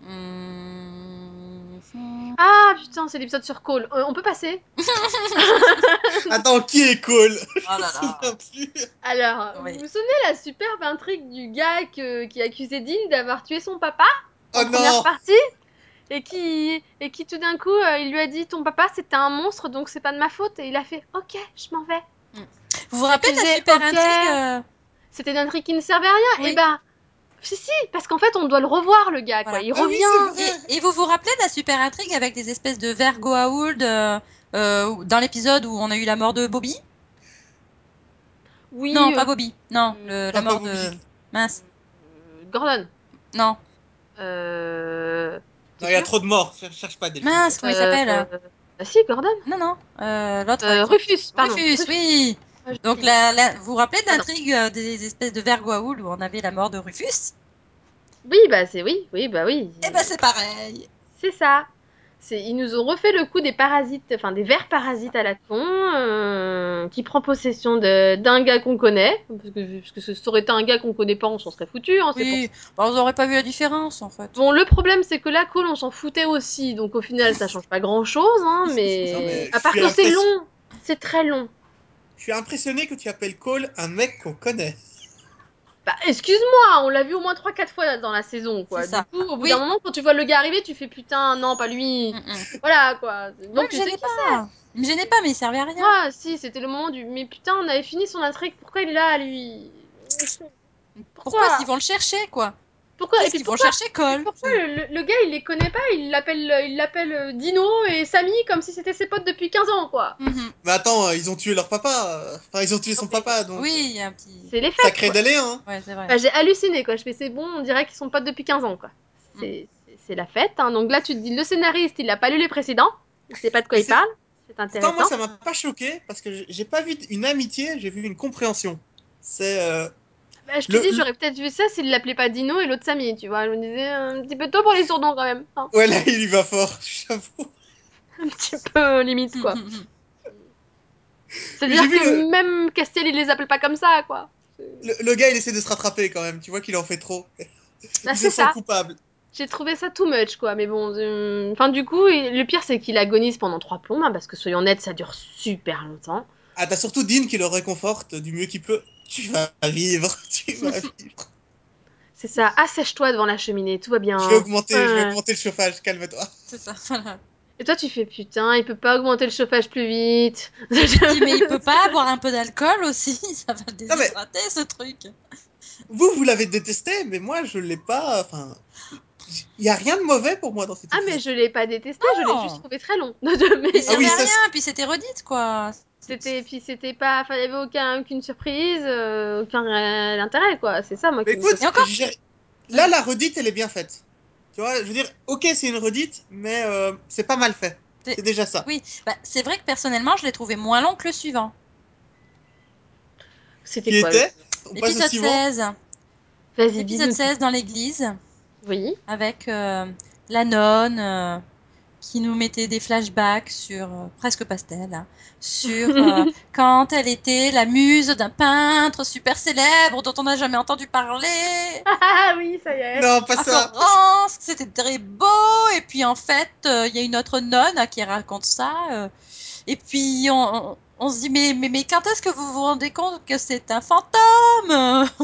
Speaker 2: Mmh.
Speaker 1: Ah putain, c'est l'épisode sur Cole. Euh, on peut passer
Speaker 3: Attends, qui est Cole
Speaker 2: Oh là
Speaker 3: Je me
Speaker 2: là.
Speaker 3: souviens plus.
Speaker 1: Alors, euh,
Speaker 2: Oui.
Speaker 1: vous vous souvenez la superbe intrigue du gars que- qui accusait Dean d'avoir tué son papa
Speaker 3: Oh
Speaker 1: en première
Speaker 3: non
Speaker 1: partie et qui, et qui tout d'un coup, euh, il lui a dit Ton papa c'était un monstre donc c'est pas de ma faute. Et il a fait Ok, je m'en vais.
Speaker 2: Vous vous rappelez de la
Speaker 1: Accusé,
Speaker 2: super
Speaker 1: poker.
Speaker 2: intrigue euh,
Speaker 1: C'était une intrigue qui ne servait à rien.
Speaker 2: Oui.
Speaker 1: Et bah, si, si, parce qu'en fait, on doit le revoir le gars,
Speaker 2: Voilà.
Speaker 1: quoi.
Speaker 2: Oh
Speaker 1: Il
Speaker 3: Ah oui,
Speaker 1: revient.
Speaker 3: c'est vrai.
Speaker 2: Et, et vous vous rappelez de la super intrigue avec des espèces de verres Goa'uld euh, euh, dans l'épisode où on a eu la mort de Bobby
Speaker 1: Oui,
Speaker 2: Non,
Speaker 1: euh,
Speaker 2: pas Bobby. Non, le- la
Speaker 3: Non, pas
Speaker 2: mort de...
Speaker 3: Bobby.
Speaker 2: Mince.
Speaker 1: euh, Gordon.
Speaker 2: Non.
Speaker 1: Euh.
Speaker 3: Non, il y a trop de morts. Cher- Cherche pas des
Speaker 2: Mince, comment il s'appelle
Speaker 1: euh, ah si, Gordon.
Speaker 2: Non, non. Euh, L'autre...
Speaker 1: Euh, Rufus, pardon.
Speaker 2: Rufus, oui.
Speaker 1: Ah, je-
Speaker 2: Donc, la, la- vous vous rappelez de
Speaker 1: Pardon.
Speaker 2: l'intrigue euh, des espèces de verres Goa'uld où on avait la mort de Rufus
Speaker 1: Oui, bah c'est oui, oui, bah oui.
Speaker 2: Eh ben, c'est pareil.
Speaker 1: C'est ça. C'est, ils nous ont refait le coup des parasites, enfin des vers parasites à la con, euh, qui prend possession de, d'un gars qu'on connaît, parce que, parce que ce ça aurait été un gars qu'on connaît pas, on s'en serait foutu. Hein, c'est
Speaker 2: Oui, bah, vous n'aurez pas vu la différence, en fait.
Speaker 1: pour- Bon, le problème c'est que là, Cole, on s'en foutait aussi, donc au final, ça change pas grand chose, hein, mais...
Speaker 3: Non, mais
Speaker 1: à part
Speaker 3: je suis
Speaker 1: que c'est
Speaker 3: impression-
Speaker 1: long, c'est très long.
Speaker 3: Je suis impressionné que tu appelles Cole un mec qu'on connaît.
Speaker 1: Bah, excuse-moi, on l'a vu au moins 3-4 fois dans la saison, quoi.
Speaker 2: C'est
Speaker 1: Du
Speaker 2: ça.
Speaker 1: coup, au bout
Speaker 2: Oui.
Speaker 1: d'un moment, quand tu vois le gars arriver, tu fais putain, non, pas lui.
Speaker 2: Mm, mm.
Speaker 1: Voilà, quoi.
Speaker 2: Non,
Speaker 1: Donc, tu
Speaker 2: il me
Speaker 1: sais
Speaker 2: gênait pas. Il me gênait pas, mais il servait à rien.
Speaker 1: Ah si, c'était le moment du... Mais putain, on avait fini son intrigue, pourquoi il est là, lui
Speaker 2: Pourquoi
Speaker 1: Pourquoi
Speaker 2: ils vont le chercher, quoi
Speaker 1: Pourquoi Et
Speaker 2: Qu'est-ce
Speaker 1: puis
Speaker 2: qu'ils vont
Speaker 1: pourquoi,
Speaker 2: chercher Cole
Speaker 1: pourquoi le, le- le gars, il les connaît pas, il l'appelle euh, il l'appelle euh, Dino et Samy comme si c'était ses potes depuis 15 ans, quoi
Speaker 2: Mhm.
Speaker 3: Mais attends, euh, ils ont tué leur papa. euh, Enfin, ils ont tué son
Speaker 1: Non, mais-
Speaker 3: papa, donc.
Speaker 2: Oui, il y a un petit.
Speaker 1: C'est les faits,
Speaker 3: Sacré délai, hein.
Speaker 2: Ouais, c'est vrai.
Speaker 1: Enfin, J'ai halluciné, quoi. Je fais, c'est bon, on dirait qu'ils sont potes depuis 15 ans, quoi. C'est c'est- c'est la fête, hein. Donc là, tu te dis, le scénariste, il a pas lu les précédents, il sait pas de quoi
Speaker 3: Mais
Speaker 1: il
Speaker 3: c'est-
Speaker 1: parle, c'est
Speaker 3: Pourtant,
Speaker 1: intéressant.
Speaker 3: moi, ça m'a pas choqué parce que j'ai- j'ai pas vu une amitié, j'ai vu une compréhension. C'est euh,
Speaker 1: Bah, je te
Speaker 3: Le-
Speaker 1: dis,
Speaker 3: le-
Speaker 1: j'aurais peut-être vu ça s'il l'appelait pas Dino et l'autre Samy, tu vois. Je me disais, euh, un petit peu tôt pour les sourdons, quand même. hein.
Speaker 3: ouais là, il y va fort, j'avoue.
Speaker 1: Un petit peu euh, limite, quoi.
Speaker 2: Mhm, mhm.
Speaker 1: C'est-à-dire
Speaker 3: J'ai vu
Speaker 1: que
Speaker 3: le-
Speaker 1: même Castiel, il les appelle pas comme ça, quoi.
Speaker 3: Le, le gars, il essaie de se rattraper quand même. Tu vois qu'il en fait trop.
Speaker 1: Bah,
Speaker 3: il se
Speaker 1: c'est
Speaker 3: sent
Speaker 1: ça.
Speaker 3: coupable.
Speaker 1: j'ai trouvé ça too much, quoi. Mais bon, euh, enfin, du coup, il- le pire, c'est qu'il agonise pendant trois plombes, hein, parce que soyons honnêtes, ça dure super longtemps.
Speaker 3: Ah, t'as surtout Dean qui le réconforte du mieux qu'il peut. Tu vas vivre, tu vas vivre.
Speaker 1: C'est ça, assèche-toi devant la cheminée, tout va bien.
Speaker 3: Je vais augmenter, je vais
Speaker 1: Ouais.
Speaker 3: augmenter le chauffage, calme-toi.
Speaker 2: C'est ça, voilà.
Speaker 1: Et toi, tu fais putain, il peut pas augmenter le chauffage plus vite.
Speaker 2: Dis, mais il peut pas boire un peu d'alcool aussi, ça va le
Speaker 3: mais-
Speaker 2: déshydrater ce truc.
Speaker 1: Ah
Speaker 3: Vous, vous l'avez détesté, mais moi, je l'ai pas. Enfin, il y a rien de mauvais pour moi dans cette
Speaker 1: Ah, mais je l'ai pas détesté, je l'ai
Speaker 2: Non. Ah
Speaker 1: juste trouvé très long. mais
Speaker 2: Il servait
Speaker 3: oui,
Speaker 2: à
Speaker 3: ça,
Speaker 2: rien, puis c'était redite quoi.
Speaker 1: c'était, puis c'était pas, enfin, il y avait aucun, aucune surprise, euh, aucun réel intérêt, quoi. C'est ça, moi.
Speaker 3: Mais
Speaker 1: qui me-
Speaker 3: écoute,
Speaker 2: Et encore-
Speaker 3: j'ai- là, la redite, elle est bien faite. Tu vois, je veux dire, ok, c'est une redite, mais euh, c'est pas mal fait.
Speaker 2: C'est-
Speaker 3: C'est déjà ça.
Speaker 2: Oui, bah, c'est vrai que personnellement, je l'ai trouvé moins long que le suivant.
Speaker 1: C'était
Speaker 3: Il
Speaker 1: quoi
Speaker 3: était. On passe au
Speaker 2: Épisode
Speaker 3: suivant.
Speaker 2: 16.
Speaker 1: le- Vas-y,
Speaker 2: Épisode
Speaker 1: dis-nous.
Speaker 2: 16 dans l'église,
Speaker 1: Oui.
Speaker 2: avec euh, la nonne euh, qui nous mettait des flashbacks sur, euh, presque pastel, hein, sur euh, quand elle était la muse d'un peintre super célèbre dont on n'a jamais entendu parler.
Speaker 1: Ah oui, ça y est.
Speaker 3: Non, pas
Speaker 2: à
Speaker 3: ça.
Speaker 2: Florence, que c'était très beau. Et puis en fait, euh, il y a une autre nonne hein, qui raconte ça. euh, et puis on, on- on se dit mais, mais, mais quand est-ce que vous vous rendez compte que c'est un fantôme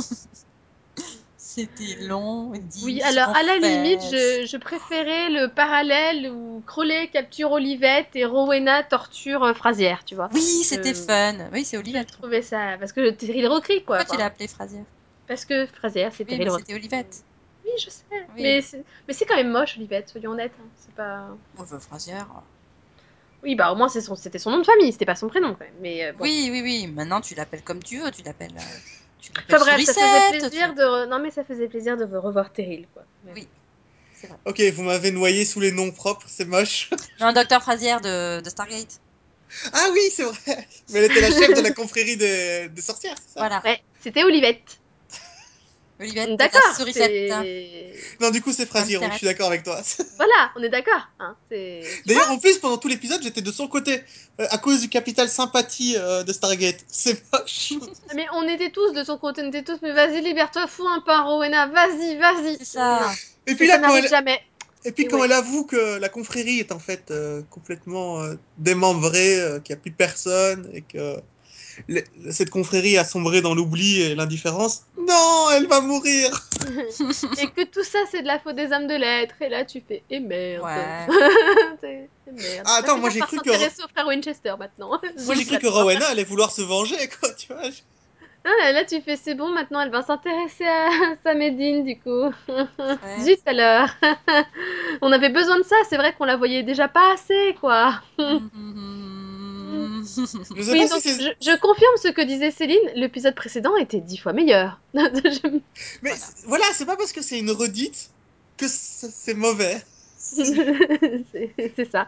Speaker 2: C'était long.
Speaker 1: Oui,
Speaker 2: dit,
Speaker 1: alors à la
Speaker 2: confesse.
Speaker 1: limite, je, je préférais le parallèle où Crowley capture Olivette et Rowena torture euh, Frasier, tu vois.
Speaker 2: Oui, c'était
Speaker 1: Euh,
Speaker 2: fun. Oui, c'est Olivette.
Speaker 1: Je bah. trouvais ça parce que Terry Rockrick quoi.
Speaker 2: Pourquoi tu
Speaker 1: enfin,
Speaker 2: l'as appelée Frasier
Speaker 1: parce que Frasier, c'est
Speaker 2: Oui,
Speaker 1: Terry
Speaker 2: mais
Speaker 1: Rockrick.
Speaker 2: c'était Olivette.
Speaker 1: Oui, je sais.
Speaker 2: Oui.
Speaker 1: Mais c'est- mais c'est quand même moche, Olivette, soyons honnêtes. hein. C'est pas.
Speaker 2: Bon, bah, Frasier.
Speaker 1: Oui, bah au moins c'est son- c'était son nom de famille, c'était pas son prénom quand même. Mais euh, bon.
Speaker 2: Oui, oui, oui. Maintenant, tu l'appelles comme tu veux. Tu l'appelles. euh, tu
Speaker 1: Enfin
Speaker 2: l'appelles
Speaker 1: bref, ça faisait
Speaker 2: Sourisette,
Speaker 1: plaisir
Speaker 2: tu-
Speaker 1: de re- non mais ça faisait plaisir de revoir Terry quoi. Mais-
Speaker 2: Oui. C'est vrai.
Speaker 3: Ok, vous m'avez noyé sous les noms propres, c'est moche.
Speaker 2: Non, Docteur Frasier de, de Stargate.
Speaker 3: Ah oui, c'est vrai. Mais elle était la chef de la confrérie des, des sorcières, c'est ça
Speaker 2: Voilà.
Speaker 1: Ouais, c'était Olivette.
Speaker 2: Olivette,
Speaker 1: D'accord.
Speaker 2: la sourisette. Hein,
Speaker 1: c'est-
Speaker 3: Non, du coup, c'est Frasier,
Speaker 2: Comme
Speaker 3: je suis d'accord avec toi.
Speaker 1: Voilà, on est d'accord. Hein. C'est.
Speaker 3: D'ailleurs, en plus, pendant tout l'épisode, j'étais de son côté, euh, à cause du capital sympathie euh, de Stargate. C'est moche.
Speaker 1: Mais on était tous de son côté, on était tous, mais vas-y, libère-toi, fous un pain, Rowena, vas-y, vas-y.
Speaker 2: C'est ça.
Speaker 3: Et
Speaker 1: Puis
Speaker 3: puis là, quand
Speaker 1: n'arrive
Speaker 3: elle,
Speaker 1: jamais.
Speaker 3: et puis,
Speaker 1: Et
Speaker 3: quand
Speaker 1: ouais.
Speaker 3: elle avoue que la confrérie est en fait euh, complètement euh, démembrée, euh, qu'il n'y a plus personne, et que le- cette confrérie a sombré dans l'oubli et l'indifférence, non, elle va mourir.
Speaker 1: et que tout ça, c'est de la faute des hommes de lettres. Et là, tu fais, et merde.
Speaker 2: Ouais.
Speaker 1: T'es- eh merde.
Speaker 3: Ah, attends,
Speaker 1: Bah,
Speaker 3: moi,
Speaker 1: finir
Speaker 3: j'ai
Speaker 1: par
Speaker 3: cru que-
Speaker 1: s'intéresser au frère Winchester maintenant.
Speaker 3: Moi, j'ai cru que Rowena allait vouloir se venger, quoi, tu vois.
Speaker 1: Ah, là, tu fais, c'est bon, maintenant, elle va s'intéresser à sa médine, du coup.
Speaker 2: Ouais.
Speaker 1: Zut alors. on avait besoin de ça, c'est vrai qu'on la voyait déjà pas assez, quoi.
Speaker 2: Mhm.
Speaker 3: Je sais
Speaker 1: Oui,
Speaker 3: pas
Speaker 1: donc,
Speaker 3: si c'est-
Speaker 1: je, je confirme ce que disait Céline, l'épisode précédent était dix fois meilleur. Je-
Speaker 3: Mais
Speaker 2: Voilà.
Speaker 3: c'est- voilà, c'est pas parce que c'est une redite que c- c'est mauvais.
Speaker 1: c'est c'est ça.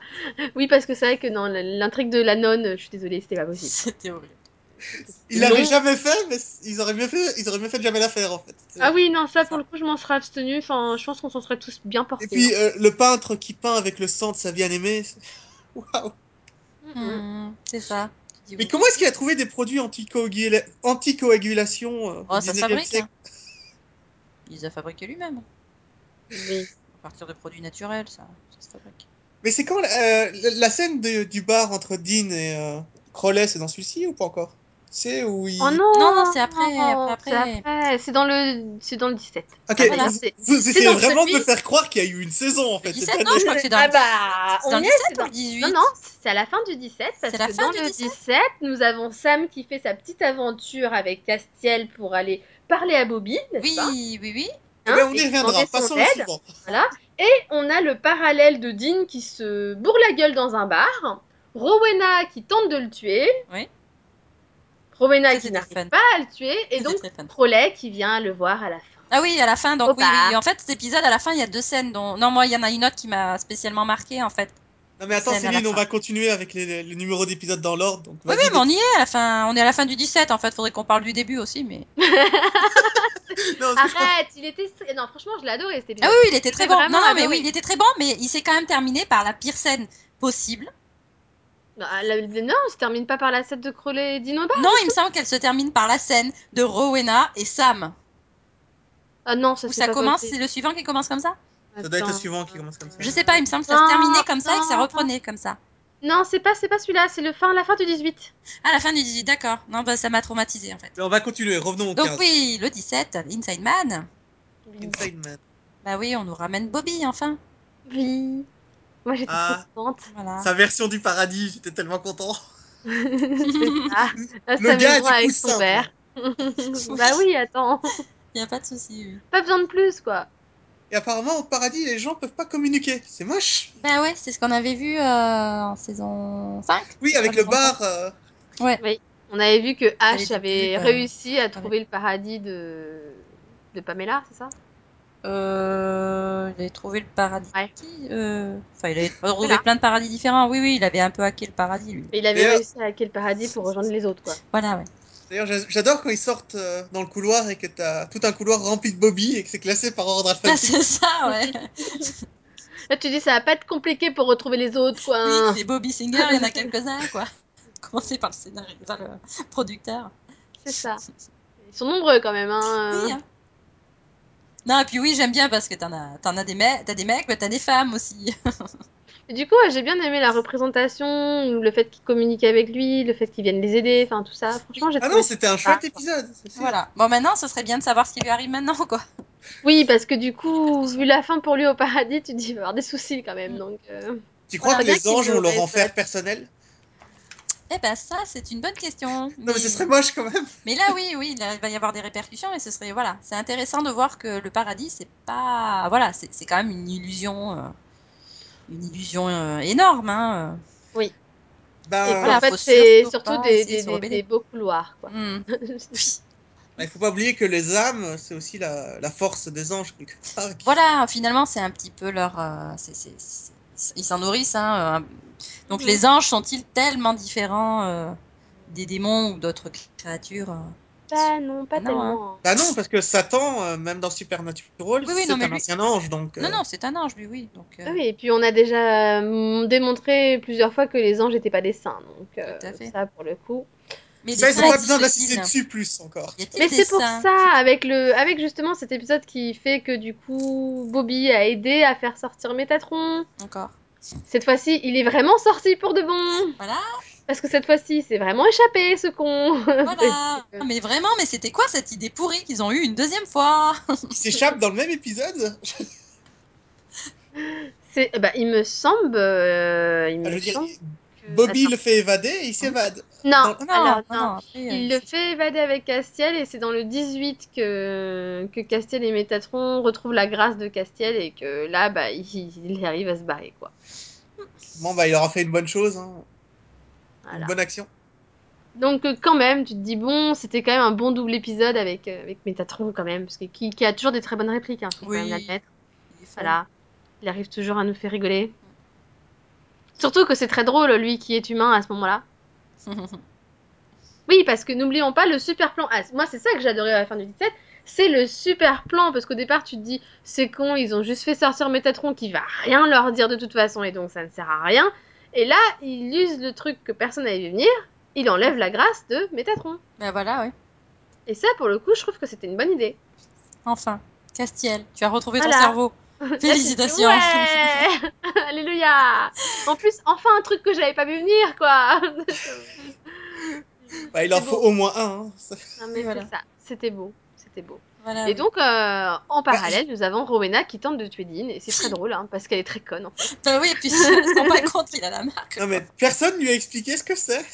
Speaker 1: Oui, parce que c'est vrai que non, l'intrigue de la nonne, je suis désolée, c'était pas possible.
Speaker 2: C'était horrible.
Speaker 3: Ils
Speaker 1: Non.
Speaker 3: l'avaient jamais fait, mais c- ils auraient mieux fait, ils auraient mieux fait de jamais la faire en fait.
Speaker 1: Ah oui, non, ça pour le coup, je m'en serais abstenue. Enfin, je pense qu'on s'en serait tous bien portés.
Speaker 3: Et puis euh, le peintre qui peint avec le sang de sa bien-aimée, c'est- waouh.
Speaker 1: Mhm.
Speaker 2: Mhm. C'est ça. Tu dis
Speaker 3: Mais
Speaker 2: oui.
Speaker 3: comment est-ce qu'il a trouvé des produits anticoagula- anticoagulation euh,
Speaker 2: Oh,
Speaker 3: au
Speaker 2: ça se
Speaker 3: 19e
Speaker 2: fabrique.
Speaker 3: siècle
Speaker 2: hein. Il les a fabriqués lui-même.
Speaker 1: Oui.
Speaker 2: À partir de produits naturels, ça. Ça se fabrique.
Speaker 3: Mais c'est quand euh, la, la scène de- du bar entre Dean et euh, Crowley, c'est dans celui-ci ou pas encore C'est où il...
Speaker 1: Oh non
Speaker 2: Non, non, c'est après, après, après.
Speaker 1: C'est après, c'est dans le, c'est dans le 17.
Speaker 3: Ok,
Speaker 2: Ah, voilà.
Speaker 3: vous,
Speaker 1: C'est-
Speaker 3: vous
Speaker 1: c'est
Speaker 3: essayez
Speaker 1: dans
Speaker 3: vraiment de me
Speaker 1: celui-
Speaker 3: faire croire qu'il y a eu une saison en fait.
Speaker 2: Le
Speaker 3: cette
Speaker 2: 17,
Speaker 3: année.
Speaker 2: non, je crois que c'est dans
Speaker 1: ah
Speaker 2: le
Speaker 1: bah,
Speaker 2: c'est
Speaker 1: on
Speaker 2: dans
Speaker 1: y
Speaker 2: le
Speaker 1: est,
Speaker 2: 17
Speaker 1: c'est
Speaker 2: ou
Speaker 1: dans...
Speaker 2: le 18
Speaker 1: Non, non, c'est à la fin du 17, parce
Speaker 2: C'est la
Speaker 1: que
Speaker 2: fin
Speaker 1: dans
Speaker 2: du
Speaker 1: le
Speaker 2: 17.
Speaker 1: 17, nous avons Sam qui fait sa petite aventure avec Castiel pour aller parler à Bobby, n'est-ce
Speaker 2: Oui,
Speaker 1: pas
Speaker 2: oui, oui.
Speaker 3: Eh
Speaker 1: Hein,
Speaker 3: ben, on
Speaker 1: et
Speaker 3: y reviendra,
Speaker 1: demander son
Speaker 3: passons au
Speaker 1: aide.
Speaker 3: suivant.
Speaker 1: Et on a le parallèle de Dean qui se bourre la gueule dans un bar, Rowena qui tente de le tuer,
Speaker 2: Oui.
Speaker 1: Rowena
Speaker 2: Ça,
Speaker 1: qui
Speaker 2: c'était fun.
Speaker 1: n'arrive pas à le tuer, et
Speaker 2: C'était
Speaker 1: donc
Speaker 2: très fun.
Speaker 1: Crowley qui vient le voir à la fin.
Speaker 2: Ah oui, à la fin, donc
Speaker 1: Au
Speaker 2: oui,
Speaker 1: bar.
Speaker 2: oui. En fait, cet épisode, à la fin, il y a deux scènes dont. Non, moi, il y en a une autre qui m'a spécialement marqué, en fait.
Speaker 3: Non mais attends
Speaker 2: Scène à la
Speaker 3: Céline, on
Speaker 2: fin.
Speaker 3: va continuer avec les, les- les numéros d'épisodes dans l'ordre. Donc
Speaker 2: Oui,
Speaker 3: vas-y,
Speaker 2: oui, mais on y est à la fin. On est à la fin du 17, en fait. Faudrait qu'on parle du début aussi, mais.
Speaker 3: Non, parce que je crois-
Speaker 1: Arrête, il était... Non, franchement, je l'ai adoré cet
Speaker 2: Ah
Speaker 1: épisode.
Speaker 2: oui, oui, il était
Speaker 1: J'ai
Speaker 2: très bon. Non,
Speaker 1: vraiment
Speaker 2: non, mais
Speaker 1: adoré.
Speaker 2: oui, il était très bon, mais il s'est quand même terminé par la pire scène possible.
Speaker 1: Non, la- la- non, on se termine pas par la scène de Crowley et Dean au bar.
Speaker 2: Non, il me semble qu'elle se termine par la scène de Rowena et Sam.
Speaker 1: Ah non, ça
Speaker 2: Où
Speaker 1: c'est
Speaker 2: ça
Speaker 1: pas
Speaker 2: commence,
Speaker 1: possible.
Speaker 2: c'est le suivant qui commence comme ça
Speaker 3: Ça doit être le suivant qui commence comme ça.
Speaker 2: Je sais pas, il me semble que ça
Speaker 1: Non,
Speaker 2: se terminait comme ça et que ça
Speaker 1: non.
Speaker 2: reprenait comme ça.
Speaker 1: Non, c'est pas, c'est pas celui-là, c'est le fin, la fin du 18.
Speaker 2: Ah, la fin du 18, d'accord. Non, bah, ça m'a traumatisé en fait.
Speaker 3: Mais on va continuer, revenons au
Speaker 2: Donc
Speaker 3: 15.
Speaker 2: oui, le 17, Inside Man.
Speaker 3: Inside Man.
Speaker 2: Bah oui, on nous ramène Bobby enfin.
Speaker 1: Oui. Moi, j'étais
Speaker 3: Ah.
Speaker 1: trop contente.
Speaker 2: Voilà.
Speaker 3: Sa version du paradis, j'étais tellement content.
Speaker 1: c'est Ah, ça. Sa maison
Speaker 3: Le gars, du
Speaker 1: avec
Speaker 3: coup,
Speaker 1: son
Speaker 3: simple.
Speaker 1: père. bah oui, attends.
Speaker 2: Il y a pas de souci. oui.
Speaker 1: Pas besoin de plus, quoi.
Speaker 3: Et apparemment, au paradis, les gens peuvent pas communiquer. C'est moche.
Speaker 2: Bah ouais, c'est ce qu'on avait vu euh, en saison 5.
Speaker 3: Oui, avec le bar. euh,
Speaker 1: On avait vu que Ash
Speaker 2: avait été
Speaker 1: avait
Speaker 2: plus, euh,
Speaker 1: réussi à trouver le paradis de, de Pamela, c'est ça
Speaker 2: Euh, il avait trouvé le paradis.
Speaker 1: Ouais.
Speaker 2: Qui, euh, Enfin, il avait trouvé
Speaker 1: Voilà.
Speaker 2: plein de paradis différents. Oui, oui, il avait un peu hacké le paradis, lui.
Speaker 1: Mais il avait
Speaker 3: D'ailleurs-
Speaker 1: réussi à hacker le paradis pour rejoindre les autres, quoi.
Speaker 2: Voilà, ouais.
Speaker 3: D'ailleurs, j'a- j'adore quand ils sortent euh, dans le couloir et que t'as tout un couloir rempli de Bobby et que c'est classé par ordre
Speaker 2: Ah,
Speaker 3: alphabétique.
Speaker 2: c'est ça, ouais.
Speaker 1: Là, tu dis, ça va pas être compliqué pour retrouver les autres, quoi.
Speaker 2: Oui,
Speaker 1: hein.
Speaker 2: c'est Bobby Singer, il y en a quelques-uns, quoi. Commencez par le scénariste, par le producteur.
Speaker 1: C'est ça. Ils sont nombreux, quand même, hein.
Speaker 2: Oui, hein. Non, et puis oui, j'aime bien parce que t'en as, t'en as des mecs, t'as des mecs, mais t'as des femmes aussi.
Speaker 1: Et Du coup, ouais, j'ai bien aimé la représentation, le fait qu'ils communiquent avec lui, le fait qu'ils viennent les aider, enfin tout ça. Franchement, j'ai
Speaker 3: Ah
Speaker 1: trouvé.
Speaker 3: non, c'était un chouette épisode. c'est sûr.
Speaker 2: Voilà. Bon, maintenant, ce serait bien de savoir ce qui lui arrive maintenant, quoi.
Speaker 1: Oui, parce que du coup, vu la fin pour lui au paradis, tu te dis il va avoir des soucis quand
Speaker 2: Mm.
Speaker 1: même. Donc, euh,
Speaker 3: Tu crois
Speaker 1: Voilà,
Speaker 3: que
Speaker 1: bien
Speaker 3: les
Speaker 1: qu'il
Speaker 3: anges ont leur
Speaker 1: l'aurait
Speaker 3: enfer
Speaker 1: fait.
Speaker 3: personnel
Speaker 2: Eh ben, ça, c'est une bonne question.
Speaker 3: Non, mais ce serait moche quand même.
Speaker 2: Mais là, oui, oui, là, il va y avoir des répercussions et ce serait, voilà, c'est intéressant de voir que le paradis, c'est pas, voilà, c'est c'est quand même une illusion, euh, une illusion euh, énorme, hein.
Speaker 1: et
Speaker 3: Ben,
Speaker 1: qu'en
Speaker 2: voilà,
Speaker 1: fait,
Speaker 2: faut
Speaker 1: c'est
Speaker 2: surtout
Speaker 1: surtout
Speaker 2: pas
Speaker 1: des,
Speaker 2: essayer de
Speaker 1: des-
Speaker 2: se
Speaker 1: des-
Speaker 2: rebeller.
Speaker 1: des beaux couloirs, quoi.
Speaker 2: euh. Hmm.
Speaker 3: il faut pas oublier que les âmes, c'est aussi la, la force des anges quelque part. qui-
Speaker 2: Voilà, finalement, c'est un petit peu leur, euh, c'est- c'est- c'est- ils s'en nourrissent, hein. euh, Donc,
Speaker 1: Mhm.
Speaker 2: les anges sont-ils tellement différents euh, des démons ou d'autres créatures euh
Speaker 1: Bah non, pas
Speaker 2: Ah Non, hein.
Speaker 1: tellement.
Speaker 3: Bah non, parce que Satan, euh, même dans Supernatural,
Speaker 2: Oui, oui,
Speaker 3: c'est
Speaker 2: non, mais
Speaker 3: un
Speaker 2: lui-
Speaker 3: ancien ange, donc. euh,
Speaker 2: Non, non, c'est un ange, lui, oui. Donc, euh,
Speaker 1: Ah Oui, et puis on a déjà euh, démontré plusieurs fois que les anges n'étaient pas des saints, donc euh,
Speaker 2: Tout à fait.
Speaker 1: ça pour le coup.
Speaker 2: mais
Speaker 3: bah, ils ont pas
Speaker 2: paradis
Speaker 3: besoin
Speaker 2: sont-ils-
Speaker 3: d'assister dessus plus encore.
Speaker 2: Y a-t-il
Speaker 1: Mais
Speaker 2: des
Speaker 1: c'est pour
Speaker 2: saints
Speaker 1: ça, avec le, avec justement cet épisode qui fait que du coup Bobby a aidé à faire sortir Métatron.
Speaker 2: encore
Speaker 1: Cette fois-ci, il est vraiment sorti pour de bon.
Speaker 2: Voilà.
Speaker 1: Parce que cette fois-ci, c'est vraiment échappé, ce con.
Speaker 2: Voilà.
Speaker 1: C'est-
Speaker 2: Mais vraiment, mais c'était quoi cette idée pourrie qu'ils ont eue une deuxième fois
Speaker 3: Ils s'échappent dans le même épisode.
Speaker 1: c'est, bah, il me semble, euh, il
Speaker 3: Ah, je
Speaker 1: me
Speaker 3: veux dire,
Speaker 1: semble que-
Speaker 3: Bobby
Speaker 1: Attends.
Speaker 3: le fait évader et il s'évade.
Speaker 1: Non,
Speaker 2: Non,
Speaker 1: alors non.
Speaker 2: non, non, après,
Speaker 1: Il
Speaker 2: euh,
Speaker 1: le fait évader avec Castiel et c'est dans le 18 que, que Castiel et Métatron retrouvent la grâce de Castiel et que là, bah, il, il arrive à se barrer, quoi.
Speaker 3: Bon, bah, il aura fait une bonne chose, hein,
Speaker 1: Voilà.
Speaker 3: une bonne action.
Speaker 1: Donc euh, quand même, tu te dis bon, c'était quand même un bon double épisode avec, euh, avec Métatron quand même, parce que qui, qui a toujours des très bonnes répliques, hein, faut
Speaker 2: Oui.
Speaker 1: quand même l'admettre.
Speaker 2: il est fort.
Speaker 1: Voilà, il arrive toujours à nous faire rigoler. Surtout que c'est très drôle lui qui est humain à ce moment-là. Oui, parce que n'oublions pas le super plan. Ah, moi, c'est ça que j'adorais à la fin du 17. C'est le super plan, parce qu'au départ, tu te dis, c'est con, ils ont juste fait sortir Métatron qui va rien leur dire de toute façon, et donc ça ne sert à rien. Et là, il use le truc que personne n'avait vu venir, il enlève la grâce de Métatron.
Speaker 2: ben voilà, oui.
Speaker 1: Et ça, pour le coup, je trouve que c'était une bonne idée.
Speaker 2: Enfin, Castiel, tu as retrouvé
Speaker 1: Voilà.
Speaker 2: ton cerveau.
Speaker 1: Là, tu te dis,
Speaker 2: Félicitations.
Speaker 1: ouais Alléluia En plus, enfin un truc que j'avais pas vu venir, quoi
Speaker 3: Bah, il en
Speaker 1: C'est
Speaker 3: faut au moins un. hein. Ça-
Speaker 1: Non, mais
Speaker 2: Voilà. Ah
Speaker 1: c'est ça, c'était beau, c'était beau.
Speaker 2: Voilà.
Speaker 1: Et donc, euh, en
Speaker 3: Bah,
Speaker 1: parallèle, nous avons Rowena qui tente de tuer Dean, et c'est très drôle, hein, parce qu'elle est très conne. en fait.
Speaker 2: Ben oui, et puis ils se rendent pas compte, il a la marque.
Speaker 3: Non, mais personne lui a expliqué ce que c'est.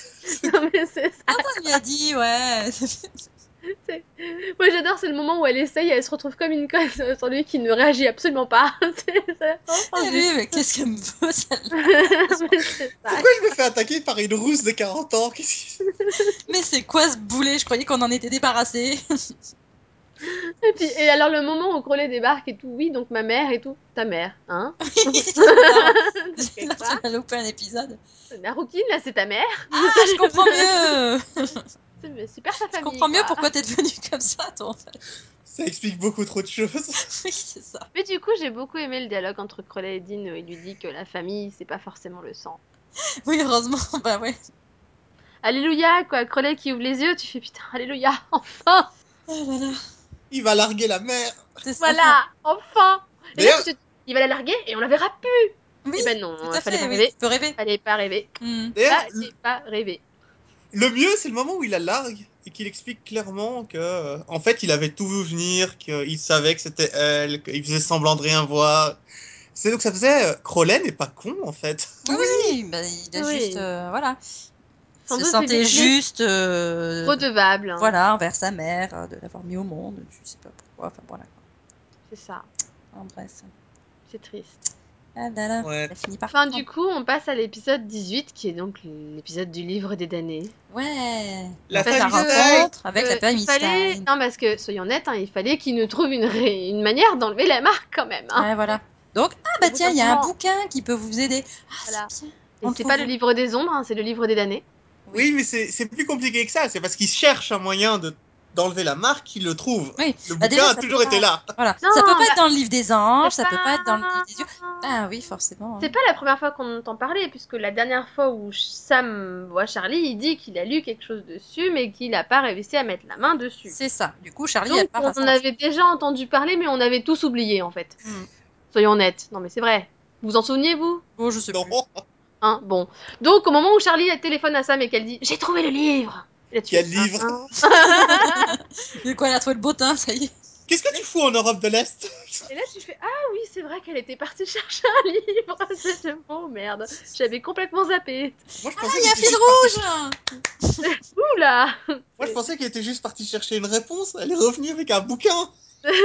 Speaker 1: Non, mais c'est ça.
Speaker 2: Personne lui a dit, ouais.
Speaker 1: Moi, j'adore, c'est le moment où elle essaye, et elle se retrouve comme une conne sur lui qui ne réagit absolument pas. C'est ça.
Speaker 2: Et lui, mais qu'est-ce qu'elle me veut, celle-là
Speaker 1: Mais c'est
Speaker 2: Bah,
Speaker 1: ça.
Speaker 3: Pourquoi je me fais attaquer par une rousse de 40 ans Qu'est-ce qui se-
Speaker 2: Mais c'est quoi ce boulet Je croyais qu'on en était débarrassé.
Speaker 1: Et, puis, et alors, le moment où Crowley débarque et tout, oui, donc ma mère et tout, ta mère, hein
Speaker 2: J'ai
Speaker 1: Quoi
Speaker 2: loupé un épisode.
Speaker 1: La rouquine, là, c'est ta mère.
Speaker 2: Ah, je comprends mieux.
Speaker 1: C'est- mais C'est super sa
Speaker 2: Je
Speaker 1: famille.
Speaker 2: comprends mieux
Speaker 1: quoi.
Speaker 2: pourquoi t'es devenu comme ça, toi, en fait.
Speaker 3: Ça explique beaucoup trop de choses.
Speaker 2: Oui, c'est ça.
Speaker 1: Mais du coup, j'ai beaucoup aimé le dialogue entre Crowley et Dean, où il lui dit que la famille, c'est pas forcément le sang.
Speaker 2: Oui, heureusement, bah ouais.
Speaker 1: Alléluia, quoi. Crowley qui ouvre les yeux, tu fais putain, alléluia, enfin,
Speaker 2: Oh là là,
Speaker 3: Il va larguer la mère.
Speaker 2: c'est ça.
Speaker 1: voilà, enfin. Et là,
Speaker 3: D'ailleurs-
Speaker 1: tu te- il va la larguer et on la verra plus.
Speaker 2: Oui,
Speaker 1: Eh ben non,
Speaker 2: tout à
Speaker 1: fallait
Speaker 2: fait,
Speaker 1: pas
Speaker 2: oui,
Speaker 1: rêver. Mm.
Speaker 2: tu peux rêver.
Speaker 1: Fallait pas rêver.
Speaker 2: Hmm.
Speaker 3: D'ailleurs, le-
Speaker 1: Fallait pas rêver.
Speaker 3: le mieux, c'est le moment où il la largue et qu'il explique clairement que, euh, en fait, il avait tout vu venir, qu'il savait que c'était elle, qu'il faisait semblant de rien voir. C'est donc ça faisait euh, Crowley n'est pas con en fait.
Speaker 2: Oui, bah, il a
Speaker 1: Oui.
Speaker 2: juste, euh, voilà,
Speaker 1: Sans
Speaker 2: se
Speaker 1: doute,
Speaker 2: sentait
Speaker 1: il est
Speaker 2: juste, euh,
Speaker 1: Redevable. hein.
Speaker 2: voilà, envers sa mère, euh, de l'avoir mis au monde, je sais pas pourquoi, enfin voilà.
Speaker 1: C'est ça.
Speaker 2: En bref.
Speaker 1: C'est triste.
Speaker 2: Ah là là,
Speaker 3: Ouais.
Speaker 2: elle finit par.
Speaker 1: Enfin, du coup, on passe à l'épisode 18, qui est donc l'épisode du livre des damnés.
Speaker 2: Ouais.
Speaker 3: La
Speaker 2: en fait, la
Speaker 3: famille
Speaker 2: rencontre avec
Speaker 1: Euh,
Speaker 2: la famille
Speaker 1: il fallait...
Speaker 2: Stein.
Speaker 1: Non, parce que, soyons honnêtes, hein, il fallait qu'il nous trouve une, ré- une manière d'enlever la marque quand même. hein.
Speaker 2: Ouais, voilà. Donc, ah bah
Speaker 1: bout
Speaker 2: tiens,
Speaker 1: d'un
Speaker 2: il y a un
Speaker 1: moment.
Speaker 2: bouquin qui peut vous aider. Ah,
Speaker 1: Voilà.
Speaker 2: c'est bien.
Speaker 1: Et
Speaker 2: on
Speaker 1: c'est
Speaker 2: trouve-
Speaker 1: pas le livre des ombres, hein, c'est le livre des damnés.
Speaker 3: Oui, mais c'est c'est plus compliqué que ça. C'est parce qu'il cherche un moyen de d'enlever la marque qu'il le trouve.
Speaker 2: Oui.
Speaker 3: Le
Speaker 2: Bah,
Speaker 3: bouquin
Speaker 2: déjà,
Speaker 3: a
Speaker 2: ça
Speaker 3: toujours
Speaker 2: peut
Speaker 3: été là.
Speaker 2: Voilà.
Speaker 1: Non,
Speaker 2: ça peut pas
Speaker 1: bah,
Speaker 2: être dans le livre des anges,
Speaker 1: c'est
Speaker 2: ça peut pas être dans le livre des dieux. Ah oui, forcément. hein.
Speaker 1: C'est pas la première fois qu'on entend parler, puisque la dernière fois où Sam voit Charlie, il dit qu'il a lu quelque chose dessus, mais qu'il n'a pas réussi à mettre la main dessus.
Speaker 2: C'est ça. Du coup, Charlie a
Speaker 1: Donc,
Speaker 2: pas
Speaker 1: on en
Speaker 2: rafraîchi.
Speaker 1: avait déjà entendu parler, mais on avait tous oublié, en fait.
Speaker 2: Hmm.
Speaker 1: Soyons honnêtes. Non, mais c'est vrai. Vous vous en souveniez, vous
Speaker 2: Bon, Oh, je sais
Speaker 3: Non.
Speaker 2: plus.
Speaker 1: Hein Bon. Donc, au moment où Charlie a téléphone à Sam et qu'elle dit J'ai trouvé le livre Il a tué.
Speaker 3: Quel livre
Speaker 2: Ah.
Speaker 1: Hein, hein.
Speaker 2: Du coup, elle a trouvé le bottin, ça y est.
Speaker 3: Qu'est-ce que tu fous en Europe de l'Est
Speaker 1: Et là, tu fais Ah oui, c'est vrai qu'elle était partie chercher un livre. C'est bon, merde. J'avais complètement zappé.
Speaker 3: Moi, je
Speaker 2: Ah,
Speaker 3: pensais
Speaker 2: il y
Speaker 3: qu'il
Speaker 2: a
Speaker 3: était
Speaker 2: fil
Speaker 3: juste
Speaker 2: rouge
Speaker 1: Oula
Speaker 3: parti- Moi, je pensais qu'il était juste parti chercher une réponse. Elle est revenue avec un bouquin.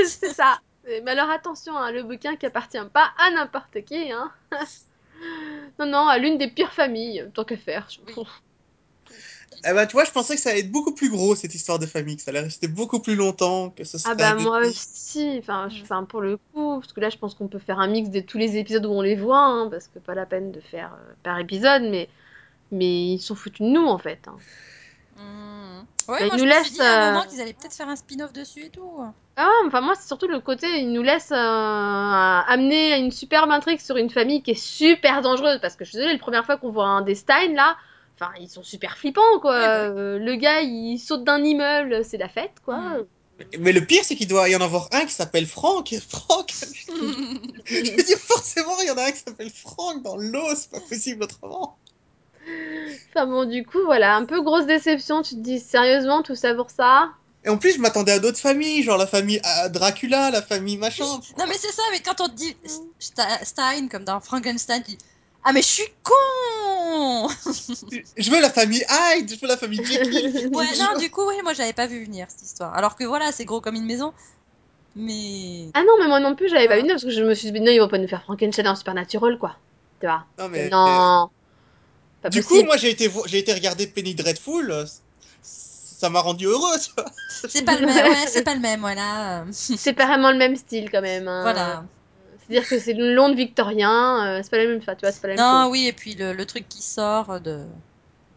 Speaker 1: c'est ça. Mais alors attention, hein, le bouquin qui appartient pas à n'importe qui. Hein. non, non, à l'une des pires familles, tant qu'à faire. je-
Speaker 2: Oui.
Speaker 3: Eh ben, tu vois, je pensais que ça allait être beaucoup plus gros cette histoire de famille, que ça allait rester beaucoup plus longtemps, que ce serait.
Speaker 1: Ah bah
Speaker 3: des-
Speaker 1: moi aussi, enfin, je- enfin pour le coup, parce que là je pense qu'on peut faire un mix de tous les épisodes où on les voit, hein, parce que pas la peine de faire euh, par épisode, mais mais ils sont foutus de nous en fait. hein.
Speaker 2: Hmm.
Speaker 1: Bah,
Speaker 2: Ouais,
Speaker 1: il
Speaker 2: moi,
Speaker 1: nous
Speaker 2: je me
Speaker 1: laisse,
Speaker 2: suis dit à un
Speaker 1: euh,
Speaker 2: moment qu'ils allaient peut-être faire un spin-off dessus et tout.
Speaker 1: Ah, enfin moi c'est surtout le côté, ils nous laissent euh, amener à une superbe intrigue sur une famille qui est super dangereuse, parce que je suis désolée, la première fois qu'on voit un des Stein là, enfin ils sont super flippants quoi.
Speaker 2: Ouais, bah
Speaker 1: Euh, le gars il saute d'un immeuble, c'est la fête quoi.
Speaker 2: Mm.
Speaker 3: Mais le pire, c'est qu'il doit y en avoir un qui s'appelle Franck. Franck, je veux dire, forcément, il y en a un qui s'appelle Franck dans l'eau, c'est pas possible autrement.
Speaker 1: Enfin bon du coup voilà, un peu grosse déception, tu te dis sérieusement tout ça pour ça
Speaker 3: Et en plus, je m'attendais à d'autres familles, genre la famille euh, Dracula, la famille machin.
Speaker 2: Non, mais c'est ça, mais quand on te dit Sta- Stein, comme dans Frankenstein, tu dis Ah, mais je suis con
Speaker 3: Je veux la famille Hyde, je veux la famille Jekyll.
Speaker 2: Ouais, non, du coup, ouais, moi j'avais pas vu venir cette histoire. Alors que voilà, c'est gros comme une maison. Mais.
Speaker 1: Ah non, mais moi non plus, j'avais pas
Speaker 2: Ah.
Speaker 1: une parce que je me suis dit, non, ils vont pas nous faire Frankenstein en Supernatural, quoi. Tu vois
Speaker 3: Non, mais.
Speaker 1: Non. Pas
Speaker 3: Du coup,
Speaker 1: possible.
Speaker 3: moi, j'ai été, vo- j'ai été regarder Penny Dreadful. euh, c- Ça m'a rendu heureux, tu vois.
Speaker 2: C'est pas le même, ouais, c'est pas le même, voilà. euh,
Speaker 1: C'est pas vraiment le même style, quand même. hein.
Speaker 2: Voilà.
Speaker 1: C'est-à-dire que c'est le long de victorien, euh, c'est pas la même chose, tu vois, c'est pas la même
Speaker 2: Non, oui, et puis le, le truc qui sort de,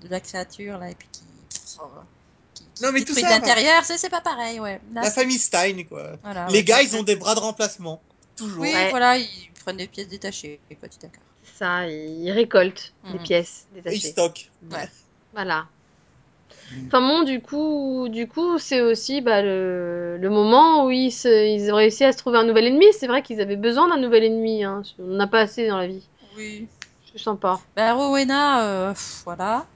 Speaker 2: de la créature, là, et puis qui. qui, qui
Speaker 3: Non, mais
Speaker 2: détruit
Speaker 3: tout ça,
Speaker 2: de l'intérieur, c'est c'est pas pareil, ouais. Là,
Speaker 3: La
Speaker 2: c'est-
Speaker 3: famille Stein, quoi.
Speaker 2: voilà,
Speaker 3: Les
Speaker 2: Ah ouais,
Speaker 3: gars,
Speaker 2: ça-
Speaker 3: ils ont des bras de remplacement. Toujours.
Speaker 2: Oui,
Speaker 1: Ouais.
Speaker 2: voilà, ils prennent des pièces détachées, quoi, tu d'accord.
Speaker 1: chose. Ça, ils récoltent des
Speaker 2: Mhm.
Speaker 1: pièces
Speaker 3: Et ils
Speaker 1: détachées.
Speaker 3: stockent.
Speaker 2: Ouais.
Speaker 1: Voilà. Enfin bon, du coup, du coup, c'est aussi bah, le, le moment où ils, se- ils ont réussi à se trouver un nouvel ennemi. C'est vrai qu'ils avaient besoin d'un nouvel ennemi. hein. On n'a pas assez dans la vie.
Speaker 2: Oui.
Speaker 1: Je sens pas.
Speaker 2: Bah, Rowena, euh, pff, voilà.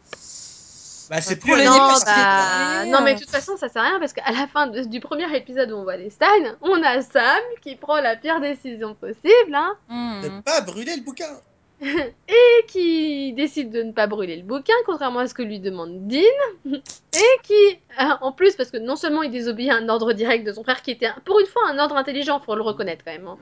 Speaker 3: Bah, c'est
Speaker 2: Bah,
Speaker 3: plus
Speaker 2: pour
Speaker 3: la
Speaker 2: le
Speaker 3: même
Speaker 1: Non,
Speaker 2: début,
Speaker 3: personne.
Speaker 1: bah,
Speaker 2: c'est-
Speaker 1: non, mais de toute façon, ça sert à rien parce qu'à la fin de- du premier épisode où on voit les Stein, on a Sam qui prend la pire décision possible hein,
Speaker 3: de
Speaker 2: Hmm.
Speaker 3: pas brûler le bouquin.
Speaker 1: et qui décide de ne pas brûler le bouquin, contrairement à ce que lui demande Dean, et qui, euh, en plus, parce que non seulement il désobéit à un ordre direct de son frère qui était un- pour une fois un ordre intelligent, faut le reconnaître quand même. hein.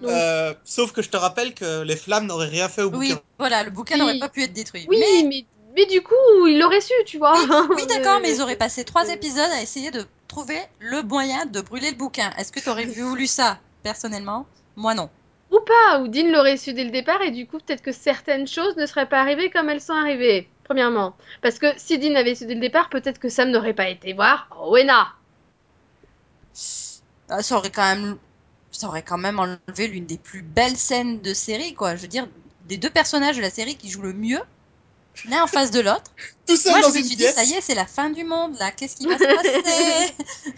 Speaker 1: Donc,
Speaker 3: Euh, sauf que je te rappelle que les flammes n'auraient rien fait au
Speaker 2: Oui,
Speaker 3: bouquin.
Speaker 2: voilà, le bouquin
Speaker 1: Oui.
Speaker 2: n'aurait pas pu être détruit.
Speaker 1: oui,
Speaker 2: mais,
Speaker 1: mais... mais du coup, il l'aurait su, tu vois.
Speaker 2: oui d'accord, mais ils auraient passé trois
Speaker 1: euh,
Speaker 2: épisodes à essayer de trouver le moyen de brûler le bouquin. Est-ce que t'aurais voulu ça, personnellement Moi, non.
Speaker 1: Ou pas, Ah, ou Dean l'aurait su dès le départ et du coup peut-être que certaines choses ne seraient pas arrivées comme elles sont arrivées. Premièrement, parce que si Dean avait su dès le départ, peut-être que Sam n'aurait pas été voir Rowena.
Speaker 2: Ah, ça aurait quand même ça aurait quand même enlevé l'une des plus belles scènes de série quoi je veux dire des deux personnages de la série qui jouent le mieux l'un en face de l'autre.
Speaker 3: Tout seul
Speaker 2: Moi,
Speaker 3: dans
Speaker 2: je me
Speaker 3: une
Speaker 2: suis dit,
Speaker 3: pièce.
Speaker 2: ça y est, c'est la fin du monde, là. Qu'est-ce qui va se passer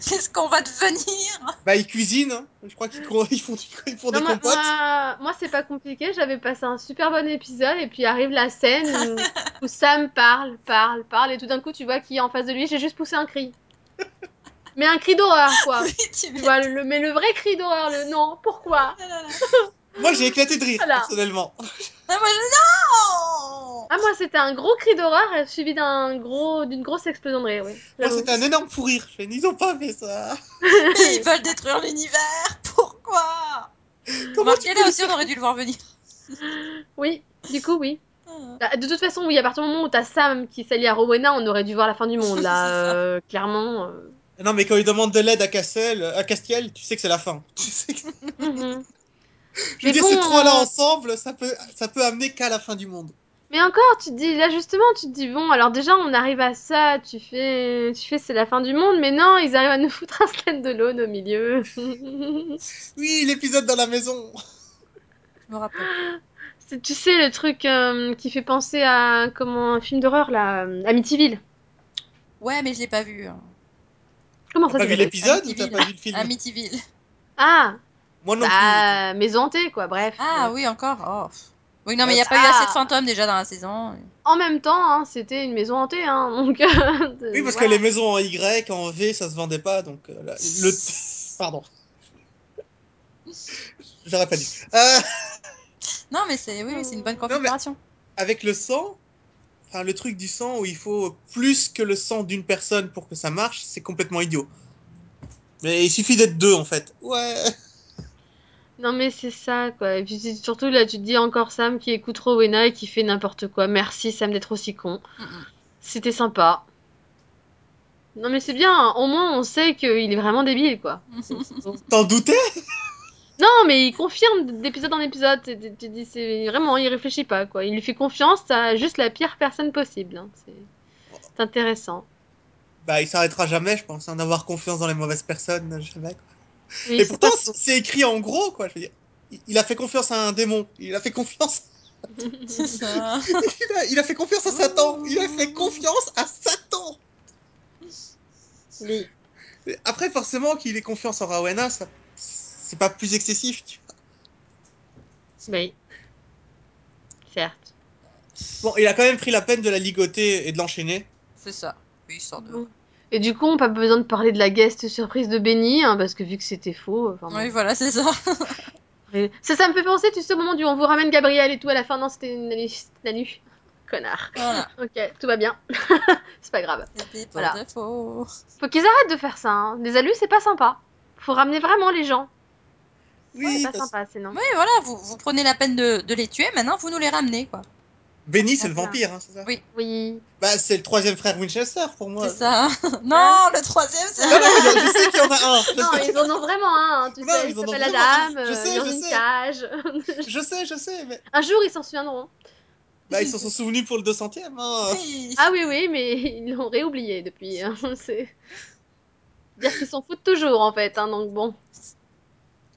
Speaker 2: Qu'est-ce qu'on va devenir
Speaker 3: Bah, ils cuisinent. hein. Je crois qu'ils co- ils font, ils font
Speaker 1: Non,
Speaker 3: des
Speaker 1: moi,
Speaker 3: compotes.
Speaker 1: moi- moi, c'est pas compliqué. J'avais passé un super bon épisode et puis arrive la scène où, où Sam parle, parle, parle et tout d'un coup tu vois qui est en face de lui. J'ai juste poussé un cri. Mais un cri d'horreur quoi.
Speaker 2: Ah Oui, tu
Speaker 1: Tu
Speaker 2: m'étonnes.
Speaker 1: vois, le, le- mais le vrai cri d'horreur, le non, pourquoi
Speaker 2: Ah là là.
Speaker 3: Moi, j'ai éclaté de rire,
Speaker 1: Voilà.
Speaker 3: personnellement.
Speaker 2: Ah, moi, je- non
Speaker 1: Ah, moi c'était un gros cri d'horreur euh, suivi d'un gros, d'une grosse explosion de rire, oui.
Speaker 3: Moi,
Speaker 1: J'avoue.
Speaker 3: c'était un énorme fou rire. Je fais, ils ont pas fait ça.
Speaker 2: Mais ils veulent détruire l'univers Pourquoi
Speaker 3: Comment tu
Speaker 2: Remarquez, là aussi, on aurait dû le voir venir.
Speaker 1: Oui, du coup, oui.
Speaker 2: Ah.
Speaker 1: Bah, De toute façon, oui, à partir du moment où t'as Sam qui s'allie à Rowena, on aurait dû voir la fin du monde, là,
Speaker 2: C'est ça.
Speaker 1: euh, clairement. euh.
Speaker 3: Non, mais quand ils demandent de l'aide à Castel, à Castiel, tu sais que c'est la fin. Tu sais que-
Speaker 1: Mhm.
Speaker 3: Je veux
Speaker 1: Mais
Speaker 3: dire, ces
Speaker 1: bon,
Speaker 3: trois-là
Speaker 1: euh,
Speaker 3: ensemble, ça peut, ça peut amener qu'à la fin du monde.
Speaker 1: Mais encore, tu te dis, là justement, tu te dis, bon, alors déjà, on arrive à ça, tu fais, tu fais, c'est la fin du monde, mais non, ils arrivent à nous foutre un sled de l'aune au milieu.
Speaker 3: Oui, l'épisode dans la maison.
Speaker 2: Je me rappelle.
Speaker 1: C'est- tu sais, le truc euh, qui fait penser à, comment, un film d'horreur, là, euh, Amityville.
Speaker 2: Ouais, mais je l'ai pas vu. hein.
Speaker 1: Comment
Speaker 3: T'as
Speaker 1: ça
Speaker 3: pas vu
Speaker 1: s'appelle
Speaker 3: l'épisode ou t'as
Speaker 2: Amityville.
Speaker 3: pas vu le film
Speaker 2: Amityville.
Speaker 1: Ah,
Speaker 3: Moi non plus.
Speaker 1: bah, mais hanté, quoi, bref.
Speaker 2: Ah
Speaker 1: Euh,
Speaker 2: oui, encore Oh. Oui, non, mais il
Speaker 3: Euh,
Speaker 2: n'y a pas eu assez de
Speaker 1: ah.
Speaker 2: fantômes déjà dans la saison.
Speaker 1: En même temps, hein, c'était une maison hantée, hein, donc... euh,
Speaker 3: Oui, parce
Speaker 1: voilà.
Speaker 3: que les maisons en Y, en V, ça se vendait pas, donc euh, la- le... Pardon. J'aurais pas dit. Euh,
Speaker 2: Non, mais c'est oui, oui, c'est une bonne
Speaker 1: Non,
Speaker 3: mais-
Speaker 2: configuration.
Speaker 3: avec le sang, enfin, le truc du sang où il faut plus que le sang d'une personne pour que ça marche, c'est complètement idiot. Mais il suffit d'être deux, en fait. Ouais.
Speaker 1: Non mais c'est ça quoi. Et puis c'est- surtout là tu te dis encore Sam qui écoute Rowena et qui fait n'importe quoi. Merci Sam d'être aussi con.
Speaker 2: Mm-mm.
Speaker 1: C'était sympa. Non mais c'est bien, hein. au moins on sait qu'il est vraiment débile quoi.
Speaker 3: T'en doutais
Speaker 1: Non mais il confirme d'épisode en épisode. Tu tu- tu dis c'est vraiment il réfléchit pas quoi. Il lui fait confiance à juste la pire personne possible. hein. C'est c'est intéressant.
Speaker 3: Bah, il s'arrêtera jamais, je pense, en avoir confiance dans les mauvaises personnes, jamais. quoi.
Speaker 1: Oui,
Speaker 3: Et
Speaker 1: c'est
Speaker 3: pourtant,
Speaker 1: pas-
Speaker 3: c'est- c'est écrit en gros, quoi. Je veux dire, il- il a fait confiance à un démon, il a fait confiance,
Speaker 2: C'est ça.
Speaker 3: il a, il a fait confiance à Satan, il a fait confiance à Satan.
Speaker 1: Oui.
Speaker 3: Et Après, forcément, qu'il ait confiance en Rowena, ça, c'est pas plus excessif. tu vois.
Speaker 1: Oui. Certes.
Speaker 3: Bon, il a quand même pris la peine de la ligoter et de l'enchaîner.
Speaker 2: C'est ça. Oui, sort de.
Speaker 1: Bon. Et du coup, on n'a pas besoin de parler de la guest surprise de Benny, hein, parce que vu que c'était faux, enfin, bon.
Speaker 2: Oui, voilà, c'est ça.
Speaker 1: Et Ça, ça me fait penser, tu sais, au moment du on vous ramène Gabriel et tout à la fin. Non, c'était une Nanu. Nanu. Connard.
Speaker 2: Voilà.
Speaker 1: Ok, tout va bien. c'est pas grave.
Speaker 2: C'était pour
Speaker 1: Voilà.
Speaker 2: de faux.
Speaker 1: Faut qu'ils arrêtent de faire ça. hein. Les alus, c'est pas sympa. Faut ramener vraiment les gens.
Speaker 3: Oui,
Speaker 1: c'est pas
Speaker 3: parce-
Speaker 1: sympa, c'est non.
Speaker 2: Oui, Eh, voilà, vous, vous prenez la peine de, de les tuer, maintenant vous nous les ramenez, quoi.
Speaker 3: Benny, c'est le
Speaker 1: Voilà.
Speaker 3: vampire, hein, c'est ça
Speaker 2: Oui.
Speaker 1: Oui.
Speaker 3: Bah, c'est le troisième frère Winchester pour moi.
Speaker 2: C'est ça. hein. non, le troisième, c'est.
Speaker 3: Non, non, il y a- je sais qu'il y en a un.
Speaker 1: Non, ils en ont vraiment un. hein, tu
Speaker 3: Non,
Speaker 1: sais,
Speaker 3: ils
Speaker 1: il
Speaker 3: en ont
Speaker 1: s'appelle Adam.
Speaker 3: vraiment un.
Speaker 1: euh,
Speaker 3: Je sais,
Speaker 1: il est dans
Speaker 3: je
Speaker 1: une
Speaker 3: sais.
Speaker 1: cage.
Speaker 3: Je, je sais, je sais, mais
Speaker 1: un jour, ils s'en souviendront.
Speaker 3: bah, ils s'en sont souvenus pour le 200ème. Hein.
Speaker 2: Oui.
Speaker 1: Ah oui, oui, mais ils l'ont réoublié depuis. hein, c'est dire qu'ils s'en foutent toujours en fait. Hein, donc bon.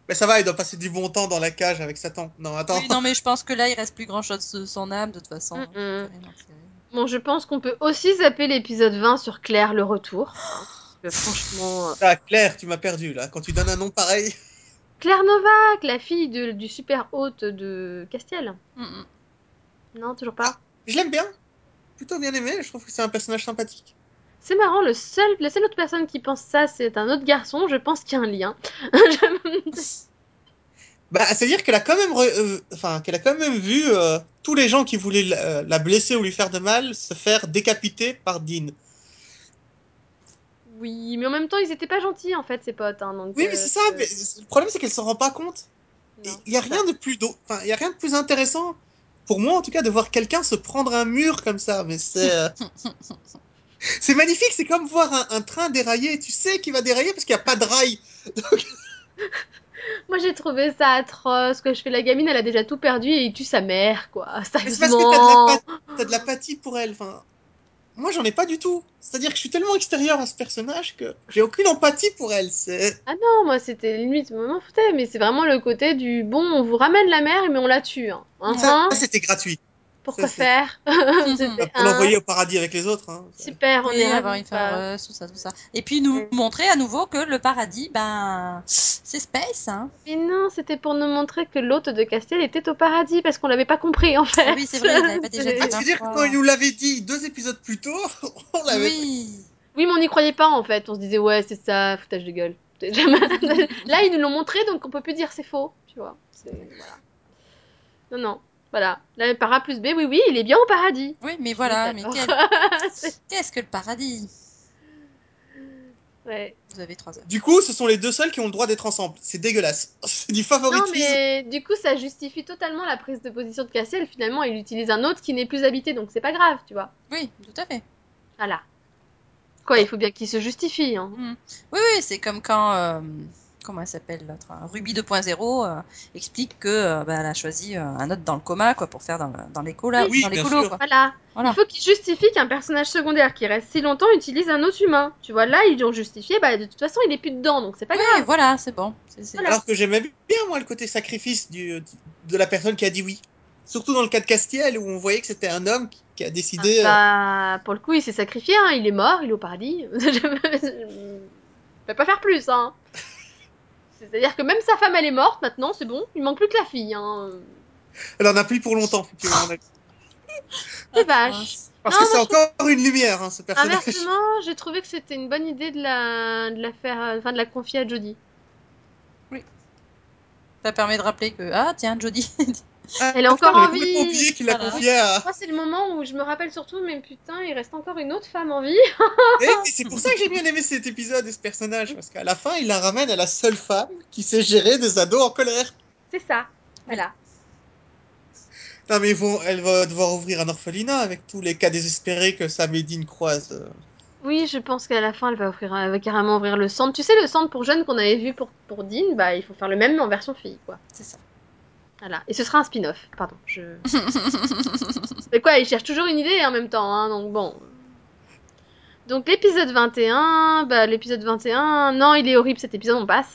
Speaker 3: Mais ça va, il doit passer du bon temps dans la cage avec Satan. Non, attends.
Speaker 2: Oui, non, mais je pense que là, il reste plus grand chose de son âme, de toute façon.
Speaker 3: Mm,
Speaker 1: Mm-mm.
Speaker 2: Rien à tirer.
Speaker 1: Bon, je pense qu'on peut aussi zapper l'épisode 20 sur Claire, le retour. Parce que franchement, euh,
Speaker 3: Ah, Claire, tu m'as perdu là. Quand tu donnes un nom pareil.
Speaker 1: Claire Novak, la fille de- du super hôte de Castiel.
Speaker 2: Mm-mm.
Speaker 1: Non, toujours pas.
Speaker 3: Je l'aime bien. Plutôt bien aimé. Je trouve que c'est un personnage sympathique.
Speaker 1: C'est marrant, le seul, la seule autre personne qui pense ça, c'est un autre garçon. Je pense qu'il y a un lien. Je-
Speaker 3: Bah, c'est-à-dire qu'elle a quand même, re- euh, enfin, qu'elle a quand même vu euh, tous les gens qui voulaient la, euh, la blesser ou lui faire de mal se faire décapiter par Dean.
Speaker 1: oui, mais en même temps, ils étaient pas gentils en fait, ses potes. hein, donc,
Speaker 3: Oui,
Speaker 1: euh,
Speaker 3: mais c'est ça.
Speaker 1: euh,
Speaker 3: Mais le problème, c'est qu'elle s'en rend pas compte.
Speaker 1: non,
Speaker 3: Il y a
Speaker 1: c'est ça.
Speaker 3: rien de plus do- enfin, il y a rien de plus intéressant pour moi en tout cas de voir quelqu'un se prendre un mur comme ça, mais c'est euh,
Speaker 2: mm,
Speaker 3: c'est magnifique, c'est comme voir un, un train dérailler, tu sais qu'il va dérailler parce qu'il n'y a pas de rail.
Speaker 1: Moi, j'ai trouvé ça atroce. Quoi. Je fais la gamine, elle a déjà tout perdu et il tue sa mère, quoi.
Speaker 3: Mais c'est parce que t'as de, la
Speaker 1: Sérieusement.
Speaker 3: pat- t'as de l'apathie pour elle. Enfin, moi j'en ai pas du tout. C'est-à-dire que je suis tellement extérieur à ce personnage que j'ai aucune empathie pour elle. C'est
Speaker 1: Ah non, moi c'était limite, moi, je m'en foutais, mais c'est vraiment le côté du bon, on vous ramène la mère, mais on la tue. hein. Hein,
Speaker 3: ça,
Speaker 1: hein.
Speaker 3: ça, c'était gratuit.
Speaker 1: Pourquoi
Speaker 3: c'est-
Speaker 1: faire
Speaker 3: Bah,
Speaker 1: C'était
Speaker 3: pour
Speaker 1: un.
Speaker 3: l'envoyer au paradis avec les autres. Hein.
Speaker 1: Super, on
Speaker 2: mm, Oui,
Speaker 1: est ravis,
Speaker 2: avoir une
Speaker 1: quoi.
Speaker 2: faveur, euh, tout ça, tout ça. Et puis nous
Speaker 1: Ouais.
Speaker 2: montrer à nouveau que le paradis, ben, c'est space, hein.
Speaker 1: Mais non, c'était pour nous montrer que l'hôte de Castel était au paradis parce qu'on l'avait pas compris en fait.
Speaker 2: Ah oui, c'est vrai, il l'avait pas déjà
Speaker 1: C'est-
Speaker 2: dit.
Speaker 3: Ah, tu veux dire que
Speaker 2: parfois.
Speaker 3: quand il nous l'avait dit deux épisodes plus tôt, on l'avait.
Speaker 2: Oui.
Speaker 1: Oui, mais on n'y croyait pas en fait. On se disait ouais, c'est ça, foutage de gueule. Là, ils nous l'ont montré donc on peut plus dire c'est faux, tu vois. C'est- Voilà. Non, non, voilà. Là, par A plus B, oui, oui, il est bien au paradis.
Speaker 2: Oui, mais voilà, mais
Speaker 1: d'accord.
Speaker 2: quel- qu'est-ce que le paradis
Speaker 1: Ouais.
Speaker 2: Vous avez trois heures.
Speaker 3: Du coup, ce sont les deux seuls qui ont le droit d'être ensemble. C'est dégueulasse. C'est du
Speaker 1: Non,
Speaker 3: favoritisme.
Speaker 1: mais du coup, ça justifie totalement la prise de position de Cassiel. Finalement, il utilise un autre qui n'est plus habité, donc c'est pas grave, tu vois.
Speaker 2: Oui, tout à fait.
Speaker 1: Voilà. Quoi, il faut bien qu'il se justifie. Hein.
Speaker 2: Oui, oui, c'est comme quand, euh, comment elle s'appelle l'autre hein, Ruby 2.0 euh, explique que euh, ben, elle a choisi euh, un autre dans le coma quoi pour faire dans, dans les colas,
Speaker 3: Oui,
Speaker 2: dans les
Speaker 3: bien
Speaker 2: colos
Speaker 3: sûr.
Speaker 2: quoi.
Speaker 1: Voilà.
Speaker 2: Voilà.
Speaker 1: Il faut qu'il justifie qu'un personnage secondaire qui reste si longtemps utilise un autre humain. Tu vois, là, ils ont justifié, bah, de toute façon, il est plus dedans, donc c'est pas
Speaker 2: Oui,
Speaker 1: grave. Oh
Speaker 2: voilà, c'est bon. C'est- c'est-
Speaker 1: Voilà.
Speaker 3: Alors que j'aimais bien, moi, le côté sacrifice du, de la personne qui a dit oui. Surtout dans le cas de Castiel, où on voyait que c'était un homme qui, qui a décidé. euh,
Speaker 1: Bah, pour le coup, il s'est sacrifié, hein. il est mort, il est au paradis. Je peux pas faire plus, hein. C'est-à-dire que même sa femme, elle est morte maintenant, c'est bon, il manque plus que la fille, hein.
Speaker 2: Ah,
Speaker 3: euh, Elle en a plus pour longtemps. puis on a-
Speaker 1: C'est vache.
Speaker 3: Parce
Speaker 1: Non,
Speaker 3: que c'est encore une lumière, hein, ce personnage.
Speaker 1: Inversement, j'ai trouvé que c'était une bonne idée de la, de la faire, euh, enfin, de la confier à Jodie.
Speaker 2: Ça permet de rappeler que ah tiens Jodie.
Speaker 1: Elle a encore
Speaker 3: J'avais
Speaker 1: envie.
Speaker 3: Ah, complètement oublié qu'il l'a
Speaker 2: Voilà.
Speaker 3: confié à.
Speaker 1: Moi, c'est le moment où je me rappelle surtout, mais putain, il reste encore une autre femme en vie.
Speaker 3: Eh, Et c'est pour ça que j'ai bien aimé cet épisode et ce personnage. Parce qu'à la fin, il la ramène à la seule femme qui sait gérer des ados en colère.
Speaker 1: C'est ça. Voilà.
Speaker 3: Non, mais ils vont- elle va devoir ouvrir un orphelinat avec tous les cas désespérés que sa Médine croise. euh.
Speaker 1: Oui, je pense qu'à la fin, elle va, offrir, elle va carrément ouvrir le centre. Tu sais, le centre pour jeunes qu'on avait vu pour, pour Dean, bah, il faut faire le même, mais en version fille, quoi.
Speaker 2: C'est ça.
Speaker 1: Voilà. Et ce sera un spin-off. Pardon. Je... mais quoi, ils cherchent toujours une idée en même temps, hein, donc bon. Donc l'épisode 21, bah, l'épisode 21, non, il est horrible cet épisode, on passe.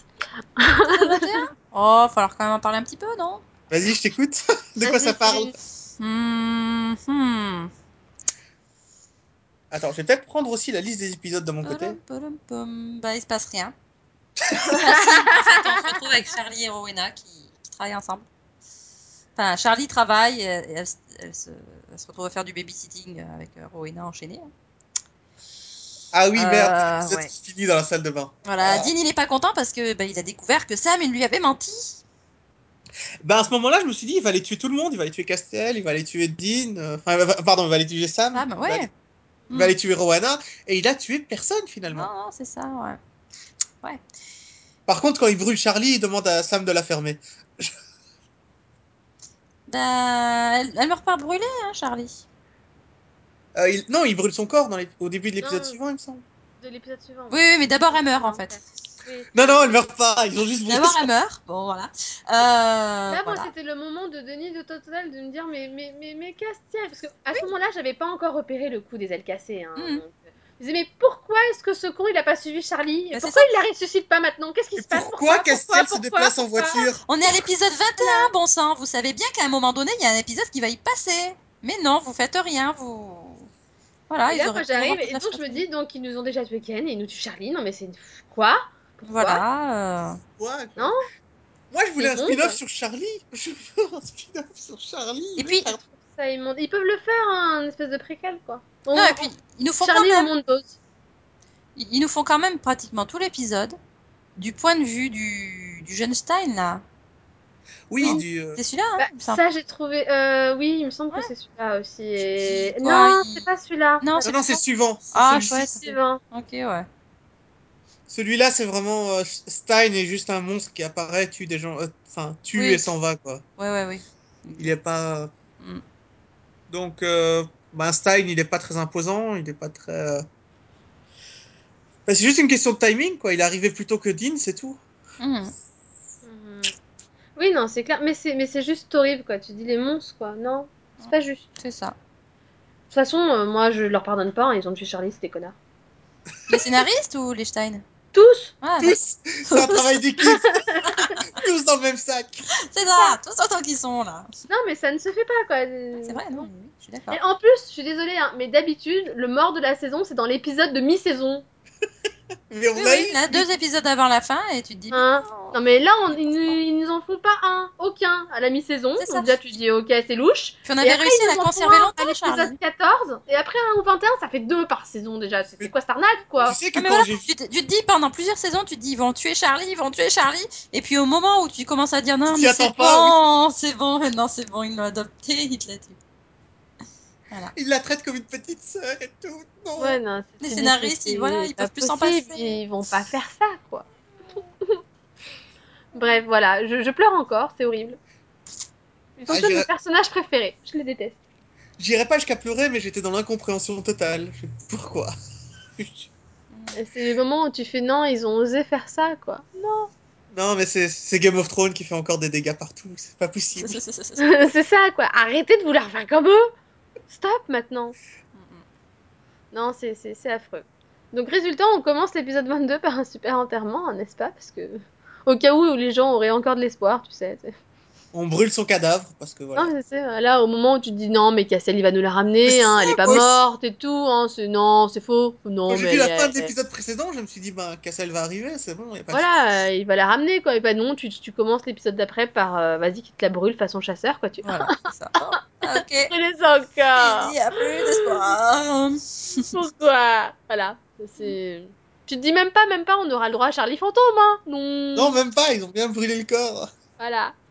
Speaker 1: Ah,
Speaker 2: Ça va
Speaker 1: hein.
Speaker 2: bien oh, falloir quand même en parler un petit peu, non
Speaker 3: Vas-y, je t'écoute. De quoi
Speaker 1: Vas-y,
Speaker 3: ça parle
Speaker 2: Hmm, hmm.
Speaker 3: Attends, je vais peut-être prendre aussi la liste des épisodes de mon côté.
Speaker 2: Podum, podum, pom. Bah, il se passe rien. Ah, si, en fait, on se retrouve avec Charlie et Rowena qui, qui travaillent ensemble. Enfin, Charlie travaille, euh, et elle, s- elle se, elle se retrouve à faire du babysitting euh, avec euh, Rowena enchaînée.
Speaker 3: Ah oui, merde.
Speaker 2: Euh,
Speaker 3: Vous êtes
Speaker 2: ouais.
Speaker 3: fini dans la salle de bain.
Speaker 2: Voilà,
Speaker 3: Ah.
Speaker 2: Dean il est pas content parce que bah, il a découvert que Sam il lui avait menti.
Speaker 3: Bah, à ce moment-là, je me suis dit, il va aller tuer tout le monde. Il va aller tuer Castel, il va aller tuer Dean. euh, Enfin, il va- pardon, il va aller tuer Sam.
Speaker 1: Ah,
Speaker 2: Sam,
Speaker 3: Il va
Speaker 2: ouais.
Speaker 3: aller- Il va aller tuer Rowena. Et il a tué personne finalement.
Speaker 2: Non, non, c'est ça, ouais.
Speaker 3: Par contre, quand il brûle Charlie, il demande à Sam de la fermer.
Speaker 2: Bah, elle, elle meurt par brûlée, hein, Charlie.
Speaker 3: Euh, il- Non, il brûle son corps dans les- au début de l'épisode
Speaker 1: Non.
Speaker 3: suivant, il me semble.
Speaker 1: De l'épisode suivant.
Speaker 2: Oui, oui, mais d'abord elle meurt en fait.
Speaker 1: Oui.
Speaker 3: Non, non, elle meurt pas. Ils ont juste brûlé.
Speaker 2: D'abord elle meurt, bon voilà. Euh,
Speaker 1: Là,
Speaker 2: voilà.
Speaker 1: moi, c'était le moment de Denis de Total de me dire mais mais mais mais Castiel parce que à ce moment-là, j'avais pas encore repéré le coup des ailes cassées. Hein,
Speaker 2: Mhm.
Speaker 1: donc, euh, je me disais mais pourquoi est-ce que ce con il a pas suivi Charlie Et
Speaker 2: Bah, c'est
Speaker 1: Pourquoi il la ressuscite pas maintenant Qu'est-ce qui
Speaker 3: Et
Speaker 1: se passe
Speaker 3: pourquoi Castel se
Speaker 1: Pourquoi
Speaker 3: déplace en
Speaker 1: Pourquoi
Speaker 3: voiture
Speaker 2: On est à l'épisode 21, bon sang. Vous savez bien qu'à un moment donné, il y a un épisode qui va y passer. Mais non, vous faites rien, vous. Voilà,
Speaker 1: Et
Speaker 2: Ah, ils
Speaker 1: là,
Speaker 2: auraient
Speaker 1: moi,
Speaker 2: pu vraiment
Speaker 1: j'arrive
Speaker 2: tout
Speaker 1: et
Speaker 2: faire
Speaker 1: donc je me
Speaker 2: passer.
Speaker 1: dis donc ils nous ont déjà tué Ken et ils nous tuent Charlie. Non mais c'est une... quoi Pourquoi
Speaker 2: Voilà. euh,
Speaker 3: Quoi
Speaker 1: Non
Speaker 3: Moi, je voulais un
Speaker 1: C'est
Speaker 3: spin-off
Speaker 1: bon.
Speaker 3: sur Charlie. Je veux un spin-off sur Charlie.
Speaker 2: Et puis-
Speaker 3: merde.
Speaker 1: Ça est immonde. Ils peuvent le faire hein, un espèce de préquel quoi. On-
Speaker 2: Non, et puis, ils nous font quand
Speaker 1: Charlie au
Speaker 2: même,
Speaker 1: monde d'Oz.
Speaker 2: ils ils nous font quand même pratiquement tout l'épisode du point de vue du, du jeune Stein, là.
Speaker 3: oui,
Speaker 2: Non.
Speaker 3: du. euh,
Speaker 2: C'est celui-là, hein,
Speaker 1: Bah,
Speaker 2: il me semble.
Speaker 1: ça j'ai trouvé. Euh, oui, il me semble que c'est celui-là aussi. et-
Speaker 2: dis, quoi,
Speaker 1: Non,
Speaker 2: il-
Speaker 1: c'est pas celui-là.
Speaker 2: Non,
Speaker 3: Non, non, c'est suivant.
Speaker 2: Ah,
Speaker 3: Celui-ci.
Speaker 2: chouette.
Speaker 1: C'est suivant.
Speaker 2: Ok, ouais.
Speaker 3: Celui-là, c'est vraiment euh, Stein est juste un monstre qui apparaît, tue des gens, euh, enfin tue
Speaker 2: Oui.
Speaker 3: et s'en va quoi.
Speaker 2: Ouais, ouais, oui.
Speaker 3: Il est pas.
Speaker 2: Mm.
Speaker 3: Donc, euh, ben, Stein, il est pas très imposant, il est pas très. euh, ben, c'est juste une question de timing quoi. Il est arrivé plus tôt que Dean, c'est tout.
Speaker 1: Hmm.
Speaker 2: Mhm.
Speaker 1: Mhm. Oui, non, c'est clair. Mais c'est, mais c'est juste horrible, quoi. Tu dis les monstres, quoi. Non, c'est pas juste. De
Speaker 2: C'est ça.
Speaker 1: toute façon, euh, moi, je leur pardonne pas. hein, Ils ont tué Charlie, c'était connards.
Speaker 2: Les scénaristes ou les Stein Ah,
Speaker 1: Tous Tous
Speaker 2: Ouais,
Speaker 3: Tous C'est un travail d'équipe Tous dans le même sac
Speaker 2: c'est ça, tous autant qu'ils sont là.
Speaker 1: Non, mais ça ne se fait pas, quoi.
Speaker 2: Ah, C'est vrai, non oui, Je suis d'accord.
Speaker 1: Et en plus, je suis désolée, hein, mais d'habitude, le mort de la saison, c'est dans l'épisode de mi-saison.
Speaker 3: Mais on
Speaker 2: Oui,
Speaker 3: a
Speaker 2: oui,
Speaker 3: eu-
Speaker 2: là, deux épisodes avant la fin et tu te dis.
Speaker 1: Hein.
Speaker 2: Oh.
Speaker 1: Non, mais là, on- ils, nous, ils nous en font pas un, aucun, à la mi-saison.
Speaker 2: C'est ça.
Speaker 1: Donc déjà, tu dis, ok, c'est louche.
Speaker 2: Puis on avait
Speaker 1: Et après,
Speaker 2: réussi
Speaker 1: ils
Speaker 2: à
Speaker 1: nous
Speaker 2: la
Speaker 1: en font
Speaker 2: conserver
Speaker 1: un
Speaker 2: longtemps,
Speaker 1: à
Speaker 2: Charlie.
Speaker 1: l'épisode 14, et après un au 21, ça fait deux par saison déjà. C'est c'est quoi cette arnaque, quoi
Speaker 3: Tu sais que
Speaker 2: Non, Ah, mais
Speaker 3: quand
Speaker 2: voilà, tu,
Speaker 3: j'ai
Speaker 2: te, tu te dis pendant plusieurs saisons, tu te dis ils vont tuer Charlie, ils vont tuer Charlie, et puis au moment où tu commences à dire non,
Speaker 3: Tu t'y
Speaker 2: mais c'est
Speaker 3: attends pas,
Speaker 2: bon, c'est bon, non, c'est bon, ils l'ont adopté, ils la tuent.
Speaker 3: il la traite comme une petite sœur et tout, non
Speaker 1: Ouais, non, c'est-
Speaker 2: Les
Speaker 1: c'est
Speaker 2: scénaristes,
Speaker 1: des-
Speaker 2: ils- voilà,
Speaker 1: c'est
Speaker 2: ils
Speaker 1: pas
Speaker 2: peuvent plus s'en
Speaker 1: possible,
Speaker 2: passer.
Speaker 1: Ils vont pas faire ça, quoi. Bref, voilà, je, je pleure encore, c'est horrible. Ils sont
Speaker 3: Ah,
Speaker 1: tous
Speaker 3: j'ai-
Speaker 1: mes personnages préférés, je les déteste.
Speaker 3: J'irai pas jusqu'à pleurer, mais j'étais dans l'incompréhension totale. Je- Pourquoi
Speaker 1: Et C'est le moment où tu fais non, ils ont osé faire ça, quoi. Non.
Speaker 3: Non, mais c'est- c'est Game of Thrones qui fait encore des dégâts partout, c'est pas possible.
Speaker 1: c'est ça, quoi. Arrêtez de vouloir faire comme eux. Stop maintenant. Non, c'est- c'est c'est affreux. Donc, résultat, on commence l'épisode 22 par un super enterrement, hein, n'est-ce pas Parce que, au cas où les gens auraient encore de l'espoir, tu sais. c'est-
Speaker 3: On brûle son cadavre, parce que voilà.
Speaker 1: Non, mais c'est euh, là, au moment où tu te dis non, mais Cassel, il va nous la ramener, hein, elle est pas
Speaker 3: moi aussi.
Speaker 1: morte et tout, hein, c'est non, c'est faux. Non,
Speaker 3: Quand j'ai
Speaker 1: mais
Speaker 3: vu la
Speaker 1: elle-
Speaker 3: fin
Speaker 1: elle-
Speaker 3: de l'épisode précédent, je me suis dit, bah, Cassel va arriver, c'est bon, y a pas de-
Speaker 1: Voilà, euh, il va la ramener, quoi. Et bah non, tu, tu commences l'épisode d'après par euh, vas-y, qu'il te la brûle façon chasseur, quoi. Tu
Speaker 2: Voilà, c'est ça. Bon, ok. Il
Speaker 1: brûlez ça
Speaker 3: Ah.
Speaker 1: encore
Speaker 2: n'y a plus d'espoir.
Speaker 1: Pourquoi Voilà, c'est. Tu te dis même pas, même pas, on aura le droit à Charlie Fantôme, hein Non
Speaker 3: Non, même pas, ils ont bien brûlé le corps.
Speaker 1: Voilà.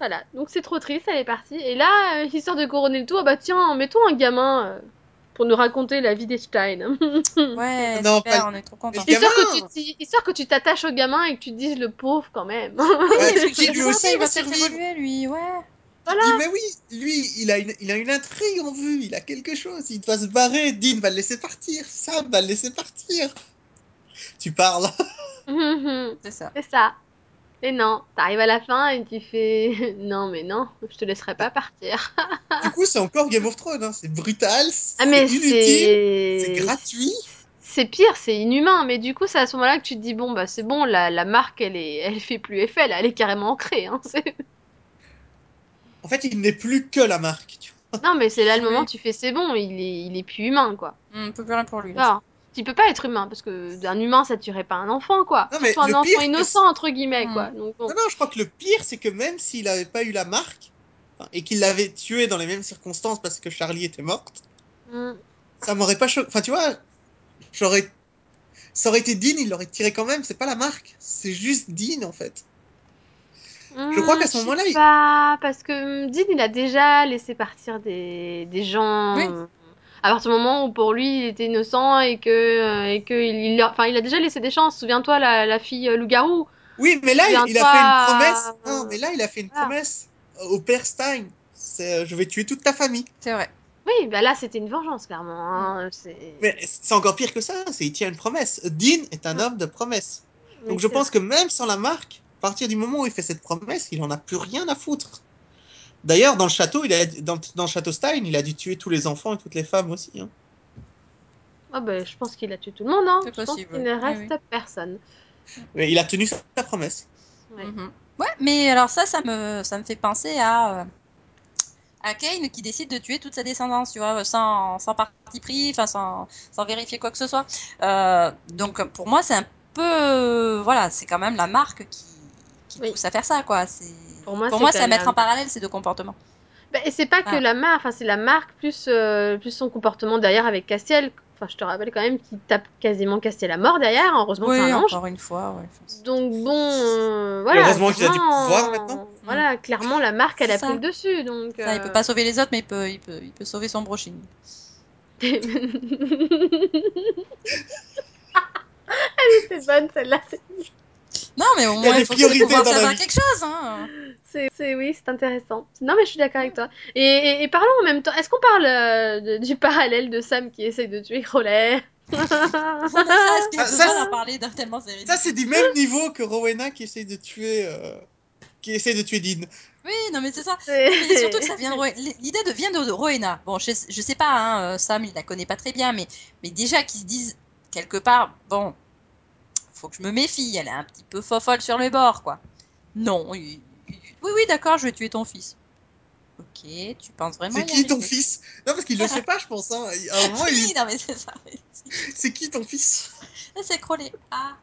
Speaker 1: Voilà, donc c'est trop triste, elle est partie. Et là, euh, histoire de couronner le tout, ah bah tiens, mettons un gamin euh, pour nous raconter la vie d'Einstein. hein.
Speaker 2: Ouais,
Speaker 3: Non,
Speaker 2: super,
Speaker 3: pas-
Speaker 2: on est trop contents.
Speaker 3: Mais-
Speaker 1: Histoire que, tu
Speaker 3: Gamin
Speaker 1: t'y- histoire que tu t'attaches au gamin et que tu te dises le pauvre quand même.
Speaker 3: Ouais,
Speaker 2: parce
Speaker 3: tu dis,
Speaker 2: que
Speaker 3: lui
Speaker 2: ça,
Speaker 3: aussi, il va
Speaker 2: se faire
Speaker 3: survivre.
Speaker 2: évoluer, lui, ouais.
Speaker 1: Voilà.
Speaker 3: Il dit, mais oui, lui, il a, une, il a une intrigue en vue, il a quelque chose, il va se barrer, Dean va le laisser partir, Sam va le laisser partir. Tu parles.
Speaker 2: C'est ça.
Speaker 1: C'est ça. Et non, t'arrives à la fin et tu fais non mais non, je te laisserai pas partir.
Speaker 3: Du coup, c'est encore Game of Thrones, hein, c'est brutal, c'est
Speaker 1: Ah mais
Speaker 3: inutile, c'est
Speaker 1: c'est
Speaker 3: gratuit.
Speaker 1: c'est pire, c'est inhumain. Mais du coup, c'est à ce moment-là que tu te dis bon bah c'est bon, la, la marque elle est elle fait plus effet, là, elle est carrément ancrée. Hein, c'est-
Speaker 3: En fait, il n'est plus que la marque. tu vois.
Speaker 1: non mais c'est là le
Speaker 2: Oui.
Speaker 1: moment où tu fais c'est bon, il est il est plus humain quoi.
Speaker 2: On peut plus rien pour lui.
Speaker 3: Ah.
Speaker 2: là.
Speaker 1: Alors, tu peux pas être humain parce que d'un humain ça tuerait pas un enfant quoi.
Speaker 3: Non, mais
Speaker 1: Surtout un
Speaker 3: le
Speaker 1: enfant
Speaker 3: pire,
Speaker 1: innocent entre guillemets
Speaker 2: Hmm.
Speaker 1: quoi. Donc bon.
Speaker 3: Non, non, je crois que le pire, c'est que même s'il n'avait pas eu la marque, hein, et qu'il l'avait tué dans les mêmes circonstances parce que Charlie était morte,
Speaker 1: Hmm.
Speaker 3: ça m'aurait pas choqué. Enfin, tu vois, j'aurais. Ça aurait été Dean, il l'aurait tiré quand même, c'est pas la marque. C'est juste Dean, en fait. Je crois
Speaker 1: Hmm,
Speaker 3: qu'à ce
Speaker 1: sais
Speaker 3: moment-là, il-
Speaker 1: pas, parce que hum, Dean, il a déjà laissé partir des, des gens.
Speaker 2: Oui.
Speaker 1: euh, À partir du moment où pour lui, il était innocent et que, euh, et que il, il leur- enfin, il a déjà laissé des chances. Souviens-toi, la, la fille euh, loup-garou.
Speaker 3: Oui, mais là, il, il a fait
Speaker 1: Souviens-toi,
Speaker 3: une promesse. Non, mais là, il a fait une
Speaker 1: voilà.
Speaker 3: promesse au père Stein. C'est, euh, je vais tuer toute ta famille.
Speaker 2: C'est vrai.
Speaker 1: Oui, bah là, c'était une vengeance, clairement. hein, c'est-
Speaker 3: Mm. Mais c'est encore pire que ça, c'est il tient une promesse. Dean est un homme de promesse.
Speaker 1: Ah. Oui,
Speaker 3: Donc je
Speaker 1: c'est
Speaker 3: pense que même sans la marque, à partir du moment où il fait cette promesse, il en a plus rien à foutre. D'ailleurs, dans le château, il a, dans, dans le château Stein, il a dû tuer tous les enfants et toutes les femmes aussi. hein.
Speaker 1: Ah bah, je pense qu'il a tué tout le monde. Hein.
Speaker 2: C'est
Speaker 1: Je pense
Speaker 2: possible,
Speaker 1: qu'il ne
Speaker 2: oui,
Speaker 1: reste personne.
Speaker 3: Mais il a tenu sa promesse.
Speaker 1: Ouais.
Speaker 2: Mhm. Ouais, mais alors ça, ça me, ça me fait penser à, euh, à Kane qui décide de tuer toute sa descendance, tu vois, euh, sans, sans parti pris, enfin sans, sans vérifier quoi que ce soit. Euh, donc pour moi, c'est un peu, euh, voilà, c'est quand même la marque qui, qui
Speaker 1: Oui.
Speaker 2: pousse à faire ça, quoi. C'est,
Speaker 1: Pour moi, c'est quand
Speaker 2: c'est à
Speaker 1: même
Speaker 2: mettre
Speaker 1: la
Speaker 2: en parallèle ces deux comportements.
Speaker 1: Bah, et c'est pas que
Speaker 2: Ah.
Speaker 1: la marque, enfin c'est la marque plus, euh, plus son comportement derrière avec Castiel. Enfin, je te rappelle quand même qu'il tape quasiment Castiel à mort derrière. hein. Heureusement, que c'est
Speaker 2: oui,
Speaker 1: un ange.
Speaker 2: encore une fois. ouais.
Speaker 1: Donc bon, euh, voilà.
Speaker 3: heureusement qu'il a du
Speaker 1: clairement, euh,
Speaker 3: pouvoir maintenant.
Speaker 1: Voilà, clairement la marque elle a
Speaker 2: C'est
Speaker 1: pris
Speaker 2: Mm. ça.
Speaker 1: le dessus, donc. euh,
Speaker 2: Ça, il peut pas sauver les autres, mais il peut, il peut, il peut sauver son brushing.
Speaker 1: Elle était bonne celle-là. c'est-
Speaker 2: Non, mais au
Speaker 3: Il y a
Speaker 2: moins
Speaker 3: des
Speaker 2: il faut aussi
Speaker 3: priorités
Speaker 2: pouvoir
Speaker 3: dans la
Speaker 2: servir à
Speaker 3: vie.
Speaker 2: quelque chose. Hein.
Speaker 1: C'est, c'est- oui, c'est intéressant. Non, mais je suis d'accord avec toi. Et, et- et parlons en même temps. Est-ce qu'on parle euh, de- du parallèle de Sam qui essaye de tuer Crowley
Speaker 2: Ça, est-ce qu'il
Speaker 3: Ah,
Speaker 2: a
Speaker 3: ça,
Speaker 2: besoin
Speaker 3: c'est-
Speaker 2: d'en parler d'un tellement série
Speaker 3: Ça, c'est du même niveau que Rowena qui essaie de tuer, euh, qui essaie de tuer Dean.
Speaker 1: Ah,
Speaker 2: Oui, non, mais c'est ça.
Speaker 1: C'est-
Speaker 2: Et surtout que ça vient de Roe- L'idée de vient de de Rowena. Bon, je, je sais pas, hein, euh, Sam, il la connaît pas très bien, mais, mais déjà qu'ils se disent quelque part, bon, faut que je me méfie, elle est un petit peu fofolle sur les bords, quoi. Non, il- il- oui, oui, d'accord, je vais tuer ton fils. Ok, tu penses vraiment.
Speaker 3: C'est
Speaker 2: y
Speaker 3: qui ton
Speaker 2: arriver
Speaker 3: fils Non, parce qu'il le sait pas, je pense. Hein. À un moment, il
Speaker 2: Oui, non, mais c'est ça.
Speaker 3: dit, C'est qui ton fils
Speaker 2: Là, c'est crôlé. Ah,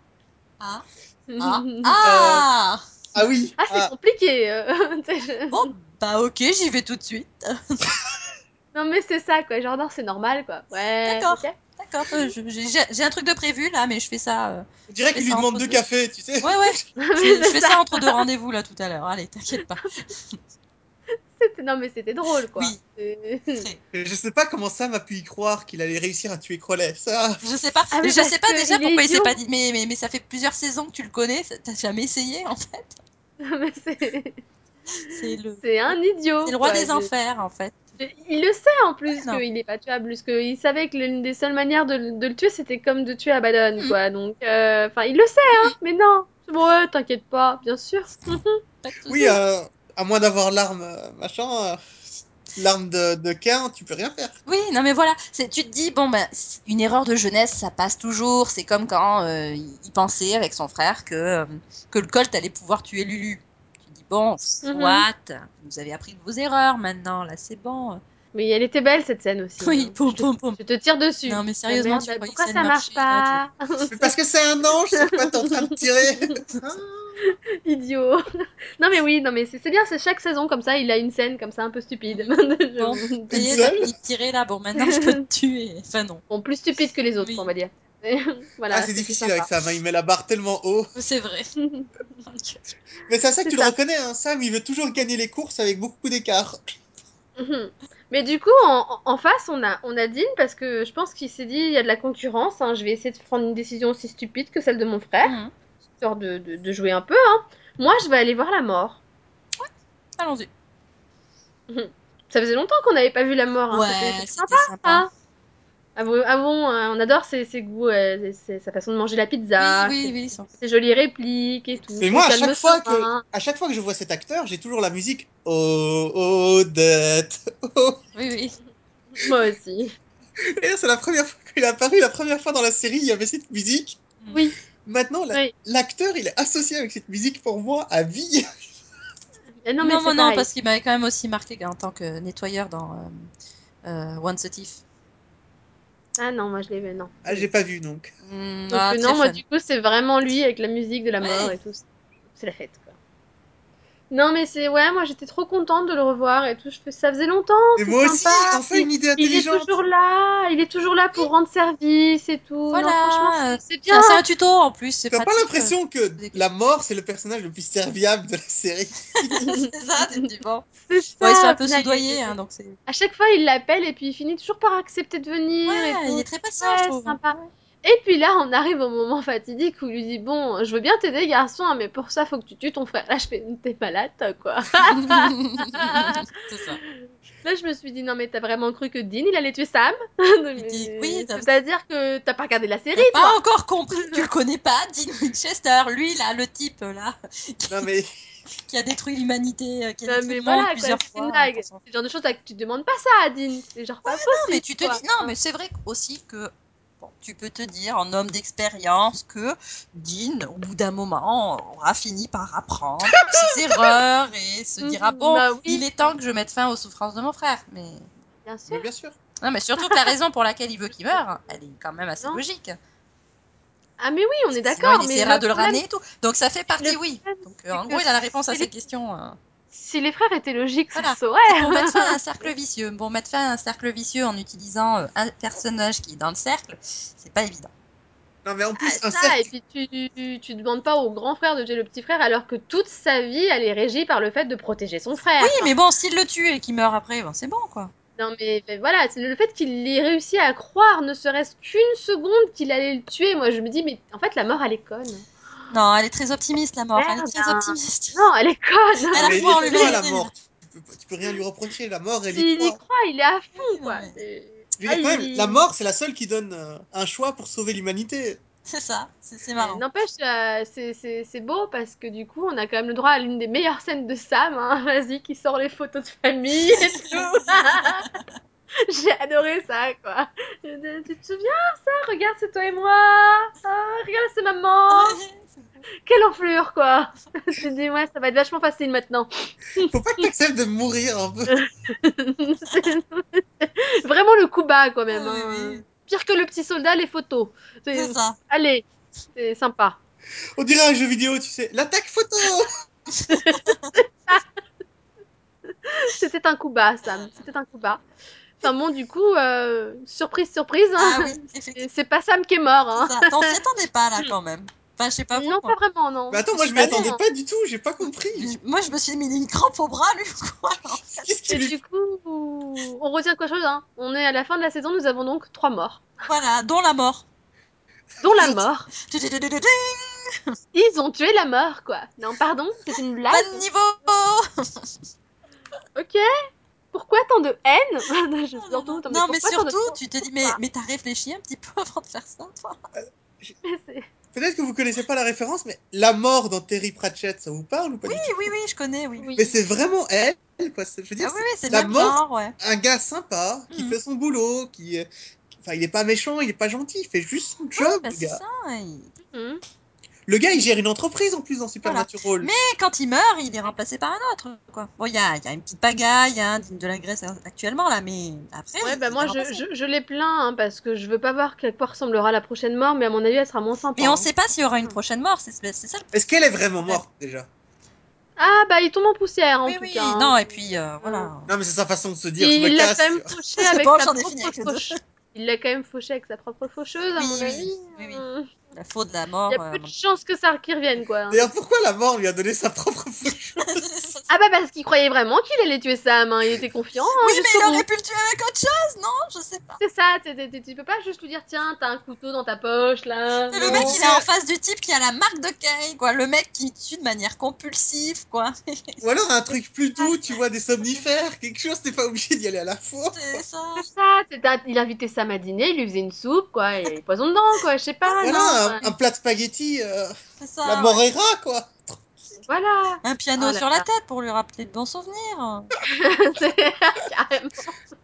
Speaker 2: ah, ah, ah
Speaker 3: Ah oui
Speaker 1: Ah, c'est
Speaker 3: ah,
Speaker 1: compliqué. euh, t'sais, je-
Speaker 2: Bon, bah ok, j'y vais tout de suite.
Speaker 1: Non, mais c'est ça, quoi. Genre, non, c'est normal, quoi. Ouais.
Speaker 2: D'accord.
Speaker 1: ok.
Speaker 2: D'accord, euh, je- j'ai j'ai- j'ai un truc de prévu là, mais je fais ça. euh,
Speaker 3: On dirait
Speaker 2: Mais
Speaker 3: qu'il lui
Speaker 2: c'est
Speaker 3: demande
Speaker 2: entre
Speaker 3: deux
Speaker 2: deux.
Speaker 3: cafés, tu sais.
Speaker 2: Ouais, ouais,
Speaker 1: Mais
Speaker 2: je, je
Speaker 1: c'est
Speaker 2: fais
Speaker 1: ça.
Speaker 2: ça entre deux rendez-vous là tout à l'heure. Allez, t'inquiète pas.
Speaker 1: C'était- Non, mais c'était drôle, quoi.
Speaker 2: Oui.
Speaker 1: C'est-
Speaker 2: Très.
Speaker 3: Je sais pas comment Sam a pu y croire qu'il allait réussir à tuer Crowley. Ça,
Speaker 2: Je sais pas,
Speaker 1: Ah oui,
Speaker 2: je
Speaker 1: parce
Speaker 2: sais pas
Speaker 1: que
Speaker 2: déjà
Speaker 1: il est
Speaker 2: pourquoi il s'est
Speaker 1: idiot.
Speaker 2: pas dit. Mais, mais, mais ça fait plusieurs saisons que tu le connais, ça- t'as jamais essayé en fait.
Speaker 1: Mais c'est-
Speaker 2: C'est le,
Speaker 1: C'est un idiot.
Speaker 2: c'est le roi
Speaker 1: quoi.
Speaker 2: des
Speaker 1: Oh, bah, Je-
Speaker 2: enfers en fait.
Speaker 1: je- Il le sait en plus
Speaker 2: Ouais, non.
Speaker 1: qu'il n'est pas tuable, parce qu'il savait que l'une des seules manières de, le- de le tuer c'était comme de tuer Abaddon,
Speaker 2: Mhm.
Speaker 1: quoi. Donc, euh, enfin, il le sait, hein, mais non. Bon, ouais, t'inquiète pas, bien sûr.
Speaker 2: Pas de soucis.
Speaker 1: Mhm.
Speaker 3: oui, euh, à moins d'avoir l'arme, euh, machin, euh, l'arme de, de Cain, tu peux rien faire.
Speaker 2: Oui, non mais voilà, c'est, tu te dis, bon ben, c'est- une erreur de jeunesse, ça passe toujours, c'est comme quand euh, il il pensait avec son frère que, euh, que le Colt allait pouvoir tuer Lulu. Tu te dis,
Speaker 1: Mhm.
Speaker 2: bon, soit, vous avez appris de vos erreurs maintenant, là c'est bon.
Speaker 1: Mais elle était belle cette scène aussi.
Speaker 2: Oui,
Speaker 1: hein.
Speaker 2: pom,
Speaker 1: je, te,
Speaker 2: pom, pom.
Speaker 1: je te tire dessus.
Speaker 2: Non mais
Speaker 1: Ah,
Speaker 2: sérieusement, tu
Speaker 1: merde,
Speaker 2: croyais que
Speaker 1: pourquoi
Speaker 2: ça
Speaker 1: ça marche
Speaker 2: marchait hein, là,
Speaker 1: pas
Speaker 3: Mais parce que c'est un ange sur quoi t'es en train de tirer.
Speaker 1: Idiot. non mais oui, non mais c'est c'est bien, c'est chaque saison comme ça, il a une scène comme ça un peu stupide.
Speaker 2: Bon.
Speaker 1: Je-
Speaker 2: tu- ça y est,
Speaker 3: Une
Speaker 2: t'as
Speaker 3: seule
Speaker 2: fini de tirer là, bon maintenant je peux te tuer. Enfin non,
Speaker 1: Bon, plus stupide que les autres,
Speaker 2: Oui.
Speaker 1: on va dire. voilà,
Speaker 3: Ah, c'est
Speaker 1: c'était
Speaker 3: difficile avec
Speaker 1: sympa.
Speaker 3: Sam, hein, il met la barre tellement haut.
Speaker 2: c'est vrai.
Speaker 3: Mais c'est à ça
Speaker 1: C'est
Speaker 3: que tu le
Speaker 1: ça.
Speaker 3: reconnais, hein, Sam, il veut toujours gagner les courses avec beaucoup d'écart.
Speaker 1: Mhm. Mais du coup, en, en face, on a, on a Dean parce que je pense qu'il s'est dit il y a de la concurrence, hein, je vais essayer de prendre une décision aussi stupide que celle de mon frère,
Speaker 2: Mhm.
Speaker 1: histoire de, de- de jouer un peu. hein. Moi, je vais aller voir la mort.
Speaker 2: Allons-y.
Speaker 1: Ça faisait longtemps qu'on n'avait pas vu la mort, hein. c'était
Speaker 2: Ouais,
Speaker 1: c'était sympa.
Speaker 2: c'était sympa.
Speaker 1: Ah, avou- avouons, hein, on adore ses, ses goûts, euh, ses- ses- sa façon de manger la pizza,
Speaker 2: Oui, oui,
Speaker 1: ses,
Speaker 2: oui, sans-
Speaker 1: ses jolies répliques et tout.
Speaker 3: Mais
Speaker 1: son
Speaker 3: moi, à
Speaker 1: calme
Speaker 3: chaque fois que,
Speaker 1: serein.
Speaker 3: à chaque fois que je vois cet acteur, j'ai toujours la musique. Oh, oh, dette. Oh.
Speaker 2: oui, oui.
Speaker 1: Moi aussi.
Speaker 3: Et là, c'est la première fois qu'il est apparu, la première fois dans la série, il y avait cette musique.
Speaker 1: Mm. Oui,
Speaker 3: Maintenant, la-
Speaker 1: oui.
Speaker 3: l'acteur, il est associé avec cette musique pour moi à vie.
Speaker 1: Mais Euh, Non,
Speaker 2: Non,
Speaker 1: mais
Speaker 2: non,
Speaker 1: c'est
Speaker 2: non,
Speaker 1: pareil.
Speaker 2: parce qu'il m'avait quand même aussi marqué en tant que nettoyeur dans euh, euh, Once a Thief.
Speaker 1: Ah non, moi je l'ai vu, non.
Speaker 3: Ah, j'ai pas vu donc.
Speaker 2: Mm,
Speaker 1: Donc
Speaker 2: ah,
Speaker 1: euh,
Speaker 2: très
Speaker 1: non, moi
Speaker 2: fun.
Speaker 1: du coup c'est vraiment lui avec la musique de la
Speaker 2: Ouais.
Speaker 1: mort et tout. C'est la fête quoi. Non mais c'est ouais, moi j'étais trop contente de le revoir et tout. Je fais ça faisait longtemps,
Speaker 3: Et
Speaker 1: Oh, c'est
Speaker 3: moi aussi,
Speaker 1: sympa.
Speaker 3: enfin une idée
Speaker 1: Il est
Speaker 3: intelligente.
Speaker 1: toujours là, il est toujours là pour rendre service et tout.
Speaker 2: Voilà.
Speaker 1: Non franchement c'est-
Speaker 2: euh,
Speaker 1: c'est
Speaker 2: C'est un,
Speaker 1: bien.
Speaker 2: c'est un tuto en plus, c'est
Speaker 3: T'as
Speaker 2: pratique.
Speaker 3: pas l'impression que
Speaker 2: des-
Speaker 3: la mort, c'est le personnage le plus serviable de la série
Speaker 2: c'est ça, tu te dis bon.
Speaker 1: C'est
Speaker 2: Bon, il se fait
Speaker 1: ça.
Speaker 2: un peu
Speaker 1: punaise.
Speaker 2: soudoyer, hein, donc c'est.
Speaker 1: À chaque fois il l'appelle et puis il finit toujours par accepter de venir
Speaker 2: Ouais,
Speaker 1: et
Speaker 2: il
Speaker 1: tout.
Speaker 2: est très patient, je
Speaker 1: Ouais,
Speaker 2: trouve.
Speaker 1: sympa. Et puis là, on arrive au moment fatidique où il lui dit Bon, je veux bien t'aider, garçon, hein, mais pour ça, faut que tu tues ton frère. Là, je fais T'es malade, toi, quoi.
Speaker 2: c'est ça.
Speaker 1: Là, je me suis dit, non, mais t'as vraiment cru que Dean, il allait tuer Sam
Speaker 2: Il dit, oui, t'as-
Speaker 1: C'est-à-dire que t'as pas regardé la série,
Speaker 2: T'as pas
Speaker 1: toi
Speaker 2: encore compris, tu le connais pas, Dean Winchester, lui là, le type là,
Speaker 3: Non mais
Speaker 2: qui a détruit l'humanité, euh, qui
Speaker 1: Non,
Speaker 2: a détruit
Speaker 1: mais
Speaker 2: le monde
Speaker 1: voilà, quoi,
Speaker 2: plusieurs
Speaker 1: c'est une
Speaker 2: fois.
Speaker 1: blague.
Speaker 2: pour son-
Speaker 1: C'est le genre de choses à- que tu demandes pas ça à Dean. C'est genre pas
Speaker 2: Non, mais
Speaker 1: possible,
Speaker 2: tu te
Speaker 1: quoi.
Speaker 2: dis, non, mais c'est vrai aussi que bon, tu peux te dire, en homme d'expérience, que Dean, au bout d'un moment, aura fini par apprendre ses erreurs et se dira,
Speaker 1: Mhm,
Speaker 2: bon,
Speaker 1: bah oui.
Speaker 2: il est temps que je mette fin aux souffrances de mon frère. Mais
Speaker 1: Bien
Speaker 3: mais
Speaker 1: sûr.
Speaker 3: bien sûr.
Speaker 2: non, mais surtout que la raison pour laquelle il veut qu'il meure, hein, elle est quand même assez
Speaker 1: Non.
Speaker 2: logique.
Speaker 1: Ah, mais oui, on est
Speaker 2: Sinon,
Speaker 1: d'accord,
Speaker 2: il
Speaker 1: mais
Speaker 2: essaiera
Speaker 1: le
Speaker 2: de le
Speaker 1: problème,
Speaker 2: ramener et tout. Donc ça fait partie,
Speaker 1: le
Speaker 2: oui.
Speaker 1: problème,
Speaker 2: Donc euh,
Speaker 1: c'est
Speaker 2: en
Speaker 1: que
Speaker 2: gros, il a la réponse à
Speaker 1: c'est
Speaker 2: ces
Speaker 1: les-
Speaker 2: questions. euh.
Speaker 1: si les frères étaient logiques, ça
Speaker 2: Voilà.
Speaker 1: se saurait.
Speaker 2: pour mettre fin à un cercle vicieux. Bon, mettre fin à un cercle vicieux en utilisant euh, un personnage qui est dans le cercle, c'est pas évident.
Speaker 3: Non mais en
Speaker 1: Ah,
Speaker 3: plus, un
Speaker 1: ça, et
Speaker 3: cercle.
Speaker 1: puis tu, tu, tu demandes pas au grand frère de tuer le petit frère, alors que toute sa vie, elle est régie par le fait de protéger son frère.
Speaker 2: Oui, mais bon, s'il le tue et qu'il meurt après, ben, c'est bon, quoi.
Speaker 1: Non mais ben, voilà, c'est le fait qu'il ait réussi à croire, ne serait-ce qu'une seconde, qu'il allait le tuer, moi je me dis, mais en fait la mort elle est conne.
Speaker 2: Non, elle est très optimiste, la mort. Elle
Speaker 1: Merde,
Speaker 2: est très
Speaker 1: hein.
Speaker 2: optimiste.
Speaker 1: Non, elle est conne
Speaker 2: Elle
Speaker 3: Non,
Speaker 2: a
Speaker 3: mais il
Speaker 2: foi en
Speaker 3: y croit à la
Speaker 2: l'humanité.
Speaker 3: mort. Tu peux, pas- tu peux rien lui reprocher. La mort, elle y
Speaker 1: Il y
Speaker 3: croit.
Speaker 1: croit, il est à
Speaker 2: Oui,
Speaker 1: fond
Speaker 2: non,
Speaker 1: quoi.
Speaker 2: mais
Speaker 1: C'est-
Speaker 3: Je veux
Speaker 1: Ah,
Speaker 3: dire quand même,
Speaker 1: il-
Speaker 3: la mort, c'est la seule qui donne euh, un choix pour sauver l'humanité.
Speaker 2: C'est ça, c'est c'est
Speaker 1: Euh,
Speaker 2: marrant.
Speaker 1: N'empêche, euh, c'est c'est- c'est beau parce que du coup on a quand même le droit à l'une des meilleures scènes de Sam, hein, vas-y, qui sort les photos de famille et tout. J'ai adoré ça, quoi. Tu tu te souviens, ça Regarde, c'est toi et moi. Ah, regarde, c'est maman. Quelle enflure, quoi. Je me dis, ouais, ça va être vachement facile maintenant.
Speaker 3: Faut pas que t'acceptes de mourir un peu.
Speaker 1: C'est Vraiment le coup bas, quand même.
Speaker 2: Oui,
Speaker 1: hein.
Speaker 2: Ah, oui.
Speaker 1: Pire que le petit soldat, les photos. C'est-
Speaker 2: C'est ça.
Speaker 1: Allez, c'est sympa.
Speaker 3: On dirait un jeu vidéo, tu sais. L'attaque photo
Speaker 1: C'était un coup bas, Sam. C'était un coup bas. Enfin bon, du coup, euh, surprise, surprise. hein.
Speaker 2: Ah oui, effectivement.
Speaker 1: C'est- C'est pas Sam qui est mort. Hein.
Speaker 2: c'est ça. T'en t'y attendais pas là quand même. Enfin, je sais pas
Speaker 1: Non,
Speaker 2: pourquoi.
Speaker 1: pas hein. vraiment, non.
Speaker 3: Mais attends, moi je m'y
Speaker 1: Bah non.
Speaker 3: attendais pas du tout, j'ai pas compris.
Speaker 2: Moi, je me suis mis une crampe au bras, lui, ou quoi. alors
Speaker 3: Qu'est-ce
Speaker 1: Et
Speaker 3: qu'il lui
Speaker 1: du coup, on retient quelque chose, hein. On est à la fin de la saison, nous avons donc trois morts,
Speaker 2: Voilà, dont la mort.
Speaker 1: dont la mort.
Speaker 2: Tududududu,
Speaker 1: Ils ont tué la mort, quoi. Non, pardon, c'est une blague.
Speaker 2: Pas de niveau
Speaker 1: Ok. Pourquoi tant de haine Je- surtout, attends,
Speaker 2: Non, mais
Speaker 1: pourquoi tant de-
Speaker 2: surtout, tu te dis, mais,
Speaker 1: Voilà.
Speaker 2: mais t'as réfléchi un petit peu avant de faire ça, toi
Speaker 1: C'est-
Speaker 3: Peut-être que vous connaissez pas la référence, mais la mort dans Terry Pratchett, ça vous parle ou pas du tout
Speaker 2: Oui, oui, oui, je connais, oui.
Speaker 1: oui.
Speaker 3: Mais c'est vraiment elle, quoi. C'est- Je veux
Speaker 2: Ah
Speaker 3: dire,
Speaker 2: oui, oui, c'est
Speaker 3: la
Speaker 2: le même
Speaker 3: mort-
Speaker 2: genre, ouais.
Speaker 3: c'est un gars sympa, qui
Speaker 2: Mhm.
Speaker 3: fait son boulot, qui. euh, qui- Enfin, il est pas méchant, il est pas gentil, il fait juste son job,
Speaker 2: Bah,
Speaker 3: le
Speaker 2: c'est
Speaker 3: gars.
Speaker 2: ça. il-
Speaker 1: Mhm.
Speaker 3: Le gars, il gère une entreprise en plus dans Supernatural.
Speaker 2: Et quand il meurt, il est remplacé par un autre, quoi. Bon, il y a, il y a une petite bagaille, il y a un digne de la Grèce actuellement, là, mais après.
Speaker 1: Ouais,
Speaker 2: il-
Speaker 1: bah
Speaker 2: il
Speaker 1: moi
Speaker 2: est
Speaker 1: je,
Speaker 2: remplacé.
Speaker 1: je, je les plains hein, parce que je veux pas voir à quoi ressemblera la prochaine mort, mais à mon avis elle sera moins sympa.
Speaker 2: Mais
Speaker 1: hein.
Speaker 2: on sait pas s'il y aura une prochaine mort, c'est c'est ça le
Speaker 3: Est-ce qu'elle est vraiment morte déjà
Speaker 1: Ah bah il tombe en poussière en
Speaker 2: Oui,
Speaker 1: tout
Speaker 2: oui,
Speaker 1: cas. hein.
Speaker 2: non, et puis euh, voilà.
Speaker 3: Non, mais c'est sa façon de se dire, je
Speaker 1: Il
Speaker 3: me
Speaker 1: l'a
Speaker 3: casse.
Speaker 1: quand même fauché
Speaker 2: C'est
Speaker 1: avec
Speaker 2: bon,
Speaker 1: sa
Speaker 2: j'en ai fini
Speaker 1: propre
Speaker 2: avec les deux.
Speaker 1: fauche. Il l'a quand même fauché avec sa propre faucheuse à
Speaker 2: Oui,
Speaker 1: mon
Speaker 2: oui,
Speaker 1: avis.
Speaker 2: oui, oui.
Speaker 1: Euh,
Speaker 2: La faute de la mort. euh,
Speaker 1: Il y a peu de chances que ça qu'il revienne quoi.
Speaker 3: D'ailleurs, pourquoi la mort lui a donné sa propre fouche
Speaker 2: euh,
Speaker 1: Ah bah parce qu'il croyait vraiment qu'il allait tuer Sam, hein. il était confiant. hein,
Speaker 2: Oui, mais
Speaker 1: jusqu'au
Speaker 2: il
Speaker 1: bout.
Speaker 2: aurait pu le tuer avec autre chose, non Je sais pas.
Speaker 1: C'est ça, t'es- t'es- t'es- tu peux pas juste lui dire tiens t'as un couteau dans ta poche là.
Speaker 2: Et le
Speaker 1: non.
Speaker 2: mec, il est en face du type qui a la marque de Kay, quoi. Le mec qui tue de manière compulsive, quoi.
Speaker 3: Ou alors un truc plus doux, tu vois, des somnifères, quelque chose, t'es pas obligé d'y aller à la fois.
Speaker 2: C'est ça.
Speaker 1: C'est ça, c'est un- il invitait Sam à dîner, il lui faisait une soupe quoi, et il poison dedans quoi, je sais pas.
Speaker 3: Voilà,
Speaker 1: non,
Speaker 3: un,
Speaker 1: enfin,
Speaker 3: un plat de spaghettis, euh,
Speaker 2: C'est ça.
Speaker 3: la
Speaker 2: ouais.
Speaker 3: mort est rat, quoi.
Speaker 1: Voilà.
Speaker 2: Un piano
Speaker 1: Oh là
Speaker 2: sur la
Speaker 1: là.
Speaker 2: tête pour lui rappeler de bons souvenirs.
Speaker 1: C'est- carrément.
Speaker 2: Non,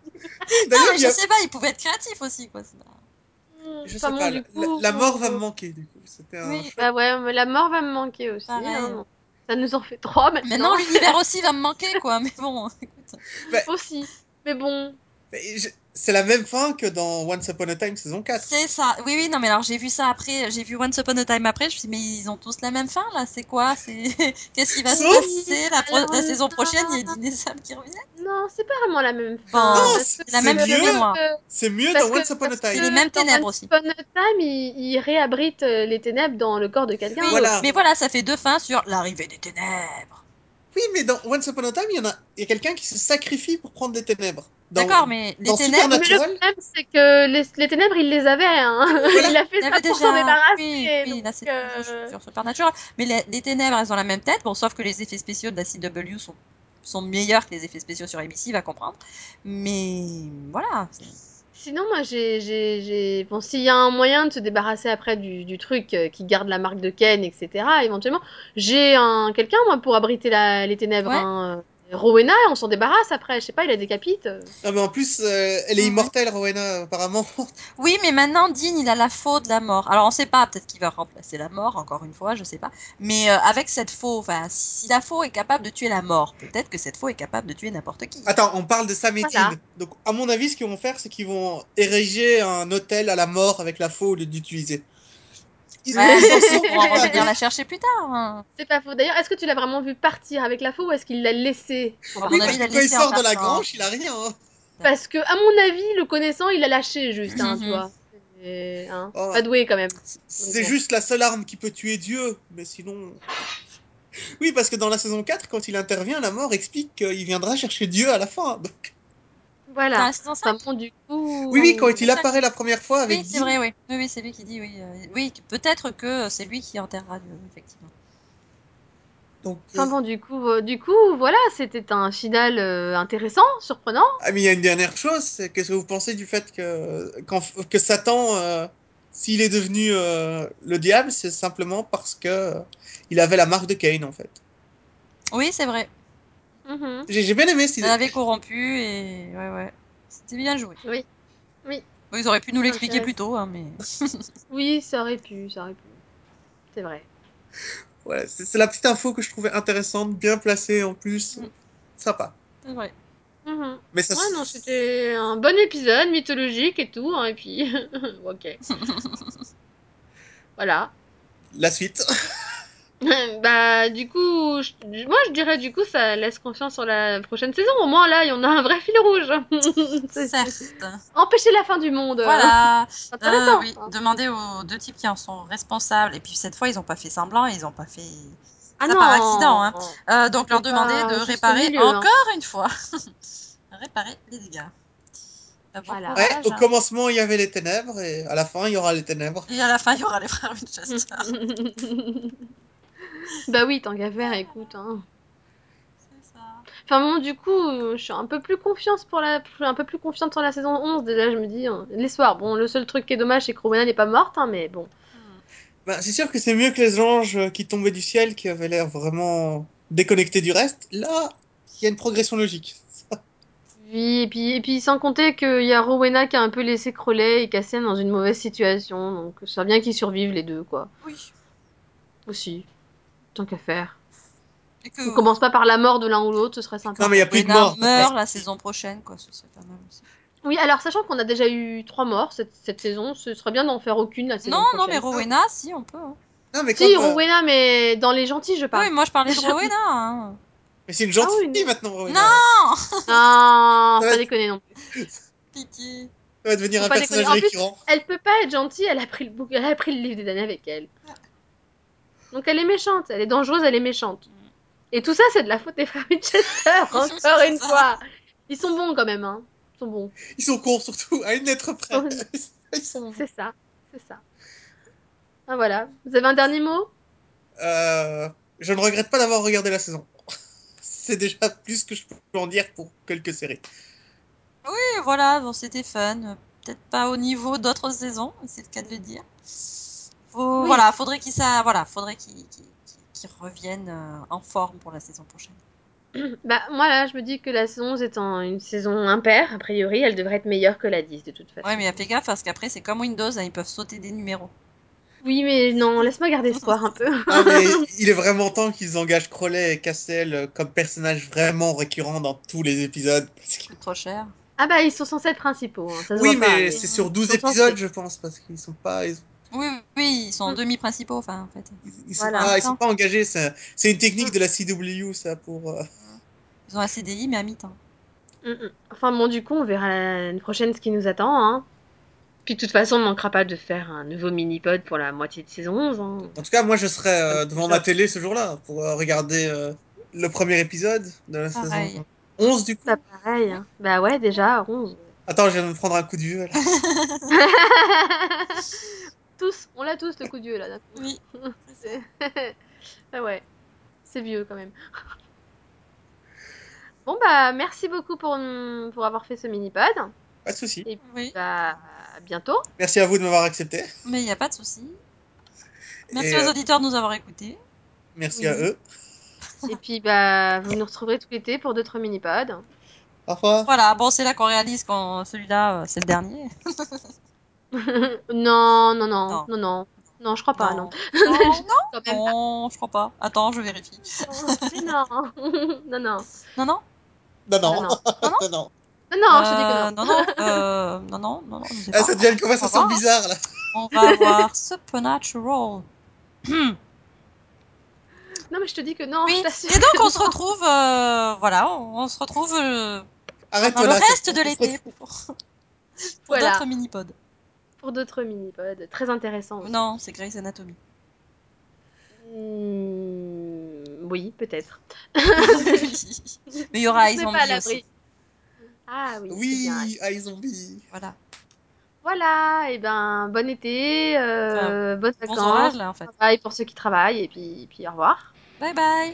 Speaker 3: D'ailleurs,
Speaker 2: mais
Speaker 3: il y
Speaker 2: je
Speaker 3: a-
Speaker 2: sais pas, il pouvait être créatif aussi, quoi. c'est pas-
Speaker 3: je sais
Speaker 1: Enfin, bon,
Speaker 3: pas,
Speaker 1: du
Speaker 3: la, la-
Speaker 1: coup,
Speaker 3: la mort va
Speaker 1: euh,
Speaker 3: me manquer, du coup. C'était un
Speaker 2: Oui.
Speaker 3: choix.
Speaker 1: Bah ouais, mais la mort va me manquer aussi.
Speaker 2: Pareil.
Speaker 1: hein. Ça nous en fait trois maintenant.
Speaker 2: Maintenant, l'univers aussi va me manquer, quoi. Mais bon, écoute.
Speaker 1: aussi. Mais bon,
Speaker 3: Mais je- C'est la même fin que dans Once Upon a Time saison 4.
Speaker 2: C'est ça. Oui, oui, non, mais alors j'ai vu ça après. J'ai vu Once Upon a Time après. Je me suis dit, mais ils ont tous la même fin, là. C'est quoi C'est Qu'est-ce qui va se
Speaker 3: Oui,
Speaker 2: passer la, pro-
Speaker 1: alors
Speaker 2: la
Speaker 1: là.
Speaker 2: saison prochaine Il y a Dean et Sam qui reviennent.
Speaker 1: non, c'est pas vraiment la même
Speaker 2: Bon,
Speaker 1: fin.
Speaker 3: Non,
Speaker 1: parce
Speaker 3: c'est
Speaker 2: c'est la même
Speaker 1: que-
Speaker 3: mieux.
Speaker 2: fumée noire.
Speaker 1: parce que-
Speaker 3: C'est mieux
Speaker 1: parce
Speaker 3: dans
Speaker 1: que-
Speaker 3: Once Upon a
Speaker 1: parce
Speaker 3: Time.
Speaker 2: Et les mêmes
Speaker 1: que dans
Speaker 2: ténèbres
Speaker 1: Once
Speaker 2: aussi.
Speaker 1: Upon a Time, il, il réabrite euh, les ténèbres dans le corps de quelqu'un
Speaker 2: Oui,
Speaker 3: Voilà.
Speaker 2: mais voilà, ça fait deux fins sur l'arrivée des ténèbres.
Speaker 3: Oui, mais dans Once Upon a Time, il y en a, il y a quelqu'un qui se sacrifie pour prendre des ténèbres. Dans-
Speaker 2: D'accord, mais les
Speaker 3: dans
Speaker 2: ténèbres,
Speaker 1: Mais le
Speaker 3: Supernatural,
Speaker 1: problème, c'est que les, les ténèbres, il les avait. hein. il a fait
Speaker 2: il y
Speaker 1: ça pour
Speaker 2: avait déjà.
Speaker 1: s'en débarrasser.
Speaker 2: Oui, oui,
Speaker 1: donc,
Speaker 2: là c'est
Speaker 1: euh,
Speaker 2: sur Supernatural. Mais les, les ténèbres, elles ont la même tête. Bon, sauf que les effets spéciaux de la CW sont, sont meilleurs que les effets spéciaux sur ABC, va comprendre. Mais voilà. c'est-
Speaker 1: Sinon, moi, j'ai, j'ai, j'ai- Bon, s'il y a un moyen de se débarrasser après du, du truc euh, qui garde la marque de Ken, etc., éventuellement, j'ai un quelqu'un, moi, pour abriter la, les ténèbres.
Speaker 2: Ouais.
Speaker 1: hein, euh, Rowena, on s'en débarrasse après. Je sais pas, il la décapite. euh.
Speaker 3: Non, mais en plus, euh, elle est
Speaker 2: Mhm.
Speaker 3: immortelle, Rowena, apparemment.
Speaker 2: Oui, mais maintenant, Dean, il a la faux de la mort. Alors, on sait pas, peut-être qu'il va remplacer la mort, encore une fois, je sais pas. Mais euh, avec cette faux, enfin, si la faux est capable de tuer la mort, peut-être que cette faux est capable de tuer n'importe qui.
Speaker 3: Attends, on parle de Sam et
Speaker 1: Voilà.
Speaker 3: Dean. Donc, à mon avis, ce qu'ils vont faire, c'est qu'ils vont ériger un hôtel à la mort avec la faux au lieu d'utiliser. Ils,
Speaker 2: Ouais,
Speaker 3: ils en
Speaker 2: on va
Speaker 3: sont
Speaker 2: revenir la chercher plus tard. hein.
Speaker 1: C'est pas faux. D'ailleurs, est-ce que tu l'as vraiment vu partir avec la faux ou est-ce qu'il l'a laissée en
Speaker 2: À mon
Speaker 3: Oui,
Speaker 1: partant
Speaker 2: avis, il a
Speaker 3: parce que quand il
Speaker 2: laissé en
Speaker 3: sort de la
Speaker 2: partant.
Speaker 3: grange, il a rien. hein.
Speaker 1: Parce que, à mon avis, le connaissant, il l'a lâché juste, hein,
Speaker 2: Mhm.
Speaker 1: tu vois. C'est- hein,
Speaker 3: Oh.
Speaker 1: Pas doué quand même.
Speaker 3: C'est
Speaker 1: bon.
Speaker 3: juste la seule arme qui peut tuer Dieu, mais sinon. Oui, parce que dans la saison 4, quand il intervient, la mort explique qu'il viendra chercher Dieu à la fin. Donc...
Speaker 2: Dans
Speaker 1: Voilà.
Speaker 2: la saison cinq,
Speaker 1: Enfin, bon, du coup.
Speaker 3: Oui, oui, quand
Speaker 2: c'est
Speaker 3: il
Speaker 2: ça
Speaker 3: apparaît la première fois avec
Speaker 2: Oui, c'est
Speaker 3: Dean,
Speaker 2: vrai, oui. Oui, oui, c'est lui qui dit, oui. euh, oui, que- peut-être que c'est lui qui enterrera Dieu, effectivement.
Speaker 3: Donc,
Speaker 1: Enfin
Speaker 3: euh,
Speaker 1: bon, du coup, euh, du coup, voilà, c'était un final euh, intéressant, surprenant.
Speaker 3: Ah, mais il y a une dernière chose, c'est qu'est-ce que vous pensez du fait que, qu'en- que Satan, euh, s'il est devenu euh, le diable, c'est simplement parce que euh, il avait la marque de Cain, en fait.
Speaker 2: Oui, c'est vrai.
Speaker 1: Mhm.
Speaker 3: J'ai j'ai bien aimé cette
Speaker 2: Il
Speaker 3: idée.
Speaker 1: Ah.
Speaker 2: avait corrompu et. Ouais, ouais. C'était bien joué.
Speaker 1: Oui. Oui.
Speaker 2: Bon, ils auraient pu nous l'expliquer
Speaker 1: Intéressant.
Speaker 2: plus tôt, hein, mais.
Speaker 1: Oui, ça aurait pu, ça aurait pu. C'est vrai.
Speaker 3: Voilà, c'est c'est la petite info que je trouvais intéressante, bien placée en plus.
Speaker 2: Mm.
Speaker 3: Sympa.
Speaker 2: C'est vrai.
Speaker 1: Mhm.
Speaker 3: Mais ça,
Speaker 1: Ouais, non, c'était un bon épisode mythologique et tout, hein, et puis. ok. voilà.
Speaker 3: la suite.
Speaker 1: Ah, bah, du coup, je- moi je dirais, du coup, ça laisse confiance sur la prochaine saison. Au moins, là, il y en a un vrai fil rouge. C'est-
Speaker 2: Certes.
Speaker 1: Empêcher la fin du monde.
Speaker 3: Ah,
Speaker 2: Voilà.
Speaker 1: C'est Intéressant.
Speaker 2: Euh, oui. Demandez aux deux types qui en sont responsables. Et puis cette fois, ils n'ont pas fait semblant, ils n'ont pas fait
Speaker 1: Ah
Speaker 2: ça
Speaker 1: non.
Speaker 2: par accident. hein. Euh, donc
Speaker 1: C'est
Speaker 2: leur demander
Speaker 1: pas
Speaker 2: de
Speaker 1: juste au
Speaker 2: réparer
Speaker 1: milieu, hein.
Speaker 2: encore une fois. réparer les dégâts. Bah, bon
Speaker 1: Voilà.
Speaker 3: Ouais,
Speaker 2: courage,
Speaker 3: au
Speaker 2: hein.
Speaker 3: commencement, il y avait les ténèbres, et à la fin, il y aura les ténèbres.
Speaker 2: Et à la fin, il y aura les frères Winchester.
Speaker 1: hein. bah oui, tant qu'à faire, écoute. hein.
Speaker 2: C'est ça.
Speaker 1: Enfin bon, du coup, euh, je suis un peu plus confiante pour la, plus- un peu plus confiante sur la saison 11. Déjà, je me dis, euh, les soirs. Bon, le seul truc qui est dommage, c'est que Rowena n'est pas morte, hein, mais bon.
Speaker 2: Hmm.
Speaker 3: Ben, c'est sûr que c'est mieux que les anges euh, qui tombaient du ciel, qui avaient l'air vraiment déconnectés du reste. Là, il y a une progression logique.
Speaker 1: Oui, et puis, et puis sans compter qu'il y a Rowena qui a un peu laissé Crowley et Cassian dans une mauvaise situation, donc ça serait bien qu'ils survivent les deux, quoi.
Speaker 2: Oui.
Speaker 1: Aussi, tant qu'à faire.
Speaker 2: Et que
Speaker 1: On commence pas par la mort de l'un ou l'autre, ce serait sympa.
Speaker 3: Non, mais il y a plus de
Speaker 2: Rowena
Speaker 3: morts.
Speaker 2: meurt la saison prochaine, quoi. Ce serait pas mal aussi.
Speaker 1: Oui, alors sachant qu'on a déjà eu trois morts cette, cette saison, ce serait bien d'en faire aucune la saison
Speaker 2: Non, non, mais
Speaker 1: prochaine.
Speaker 2: Rowena, si, on peut. hein.
Speaker 3: Non, mais
Speaker 1: Si,
Speaker 3: comme, euh,
Speaker 1: Rowena, mais dans les gentils, je parle.
Speaker 2: Oui, moi, je parlais de Rowena. hein.
Speaker 3: mais c'est une gentille
Speaker 1: Ah oui,
Speaker 3: fille
Speaker 1: non.
Speaker 3: maintenant, Rowena.
Speaker 2: Non
Speaker 1: Non,
Speaker 3: Ça va
Speaker 1: pas
Speaker 3: être-
Speaker 1: déconner non plus.
Speaker 2: Pitié.
Speaker 3: Ça va devenir
Speaker 1: Faut
Speaker 3: un
Speaker 1: pas
Speaker 3: personnage
Speaker 1: déconner. En plus-
Speaker 3: récurrent.
Speaker 1: Elle peut pas être gentille, elle a pris le, bouc- elle a pris le livre des damnés avec elle. Donc elle est méchante, elle est dangereuse, elle est méchante. Et tout ça, c'est de la faute des frères Winchester, encore une fois. Ils sont bons quand même, hein. Ils sont bons.
Speaker 3: Ils sont courts, surtout, à une lettre près.
Speaker 1: Oui.
Speaker 3: Ils sont...
Speaker 1: C'est ça, c'est ça. Ah voilà. Vous avez un dernier mot
Speaker 3: Euh, je ne regrette pas d'avoir regardé la saison. C'est déjà plus que je peux en dire pour quelques séries.
Speaker 2: Et voilà, bon, c'était fun. Peut-être pas au niveau d'autres saisons, c'est le cas de le dire. Faut-
Speaker 1: Oui.
Speaker 2: Voilà, faudrait qu'ils ça, voilà, faudrait qu'ils qu'ils- qu'ils- qu'ils reviennent euh, en forme pour la saison prochaine.
Speaker 1: Bah moi là, je me dis que la saison 11 étant une saison impaire, a priori, elle devrait être meilleure que la 10 de toute façon.
Speaker 2: Ouais, mais fais gaffe parce qu'après c'est comme Windows, hein, ils peuvent sauter des numéros.
Speaker 1: Oui, mais non, laisse-moi garder espoir un peu.
Speaker 3: Non, Ah, mais il est vraiment temps qu'ils engagent Crowley et Cassel euh, comme personnages vraiment récurrents dans tous les épisodes. Parce que-
Speaker 2: C'est trop cher.
Speaker 1: Ah bah ils sont censés être principaux, hein, ça se
Speaker 3: Oui,
Speaker 1: voit pas.
Speaker 3: mais
Speaker 1: mais-
Speaker 3: c'est sur 12
Speaker 1: Ils sont
Speaker 3: épisodes,
Speaker 1: censés.
Speaker 3: je pense, parce qu'ils sont pas, ils,
Speaker 2: Oui, oui, ils sont
Speaker 1: Mm.
Speaker 2: demi principaux, enfin en fait.
Speaker 3: ils sont,
Speaker 1: Voilà.
Speaker 3: pas, ils sont pas engagés. C'est c'est une technique de la CW, ça, pour. euh,
Speaker 2: Ils ont un CDI mais à mi-temps.
Speaker 1: Mm, mm. Enfin bon, du coup, on verra la l'année prochaine ce qui nous attend. Hein. Puis de toute façon, on ne manquera pas de faire un nouveau mini-pod pour la moitié de saison 11. hein.
Speaker 3: En tout cas, moi, je serais euh, devant
Speaker 1: Ça.
Speaker 3: ma télé ce jour-là pour euh, regarder euh, le premier épisode de la
Speaker 2: Pareil.
Speaker 3: saison 11, du coup.
Speaker 1: Ça, pareil. hein. Bah ouais, déjà, 11.
Speaker 3: Attends, je viens de me prendre un coup de vieux, là.
Speaker 1: tous, on l'a tous le coup de Dieu là. d'un coup.
Speaker 2: Oui.
Speaker 1: C'est- ah ouais, c'est vieux quand même. Bon bah, merci beaucoup pour, pour avoir fait ce mini-pod.
Speaker 3: Pas de souci.
Speaker 2: Oui,
Speaker 1: Bah, à bientôt.
Speaker 3: Merci à vous de m'avoir accepté.
Speaker 2: mais il n'y a pas de souci. Merci
Speaker 3: Et,
Speaker 2: aux
Speaker 3: euh,
Speaker 2: auditeurs de nous avoir écoutés.
Speaker 3: Merci
Speaker 1: Oui.
Speaker 3: à eux.
Speaker 1: Et puis bah, vous nous retrouverez tout l'été pour d'autres mini-pods.
Speaker 3: Au revoir.
Speaker 2: Voilà, bon, c'est là qu'on réalise qu'on celui-là, euh, c'est le dernier.
Speaker 1: non, non, non,
Speaker 2: Non.
Speaker 1: non, non. Non, je crois pas, non.
Speaker 2: non, non.
Speaker 1: Quand même
Speaker 2: Non, je crois pas. Attends, je vérifie.
Speaker 1: pas. Mais non. non, non.
Speaker 2: Non, non.
Speaker 3: Non, non.
Speaker 1: Non, non.
Speaker 3: Non, non.
Speaker 1: Non, non, je te dis que
Speaker 2: Euh,
Speaker 1: non.
Speaker 2: non, non, euh, non, non, non, non, je sais
Speaker 3: Ah,
Speaker 2: pas.
Speaker 3: ça devient une
Speaker 2: On va
Speaker 3: conversation
Speaker 2: voir.
Speaker 3: bizarre, là.
Speaker 2: On va voir Supernatural. Hmm.
Speaker 1: Non, mais je te dis que non,
Speaker 2: Oui.
Speaker 1: Oh, je t'assure.
Speaker 2: Et donc on se retrouve, euh, voilà, on, on se retrouve euh, dans
Speaker 3: Arrête-toi
Speaker 2: le
Speaker 3: là.
Speaker 2: reste de l'été pour, pour
Speaker 1: Voilà.
Speaker 2: d'autres mini-pods.
Speaker 1: Pour d'autres mini-pods, très intéressants. aussi.
Speaker 2: Non, c'est Grey's Anatomy.
Speaker 1: Hmm, oui, peut-être.
Speaker 2: Oui. Mais il y aura
Speaker 1: On n'est
Speaker 2: Eyes on
Speaker 1: pas à
Speaker 2: Me
Speaker 1: l'abri.
Speaker 2: aussi.
Speaker 1: Ah oui. c'est
Speaker 3: Oui,
Speaker 1: bien.
Speaker 3: I zombie.
Speaker 2: Voilà.
Speaker 1: Voilà, et ben bon été, euh, bonnes
Speaker 2: Bon
Speaker 1: vacances,
Speaker 2: orage là en fait.
Speaker 1: travail pour ceux qui travaillent, et puis, puis au revoir.
Speaker 2: Bye bye.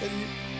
Speaker 3: Salut.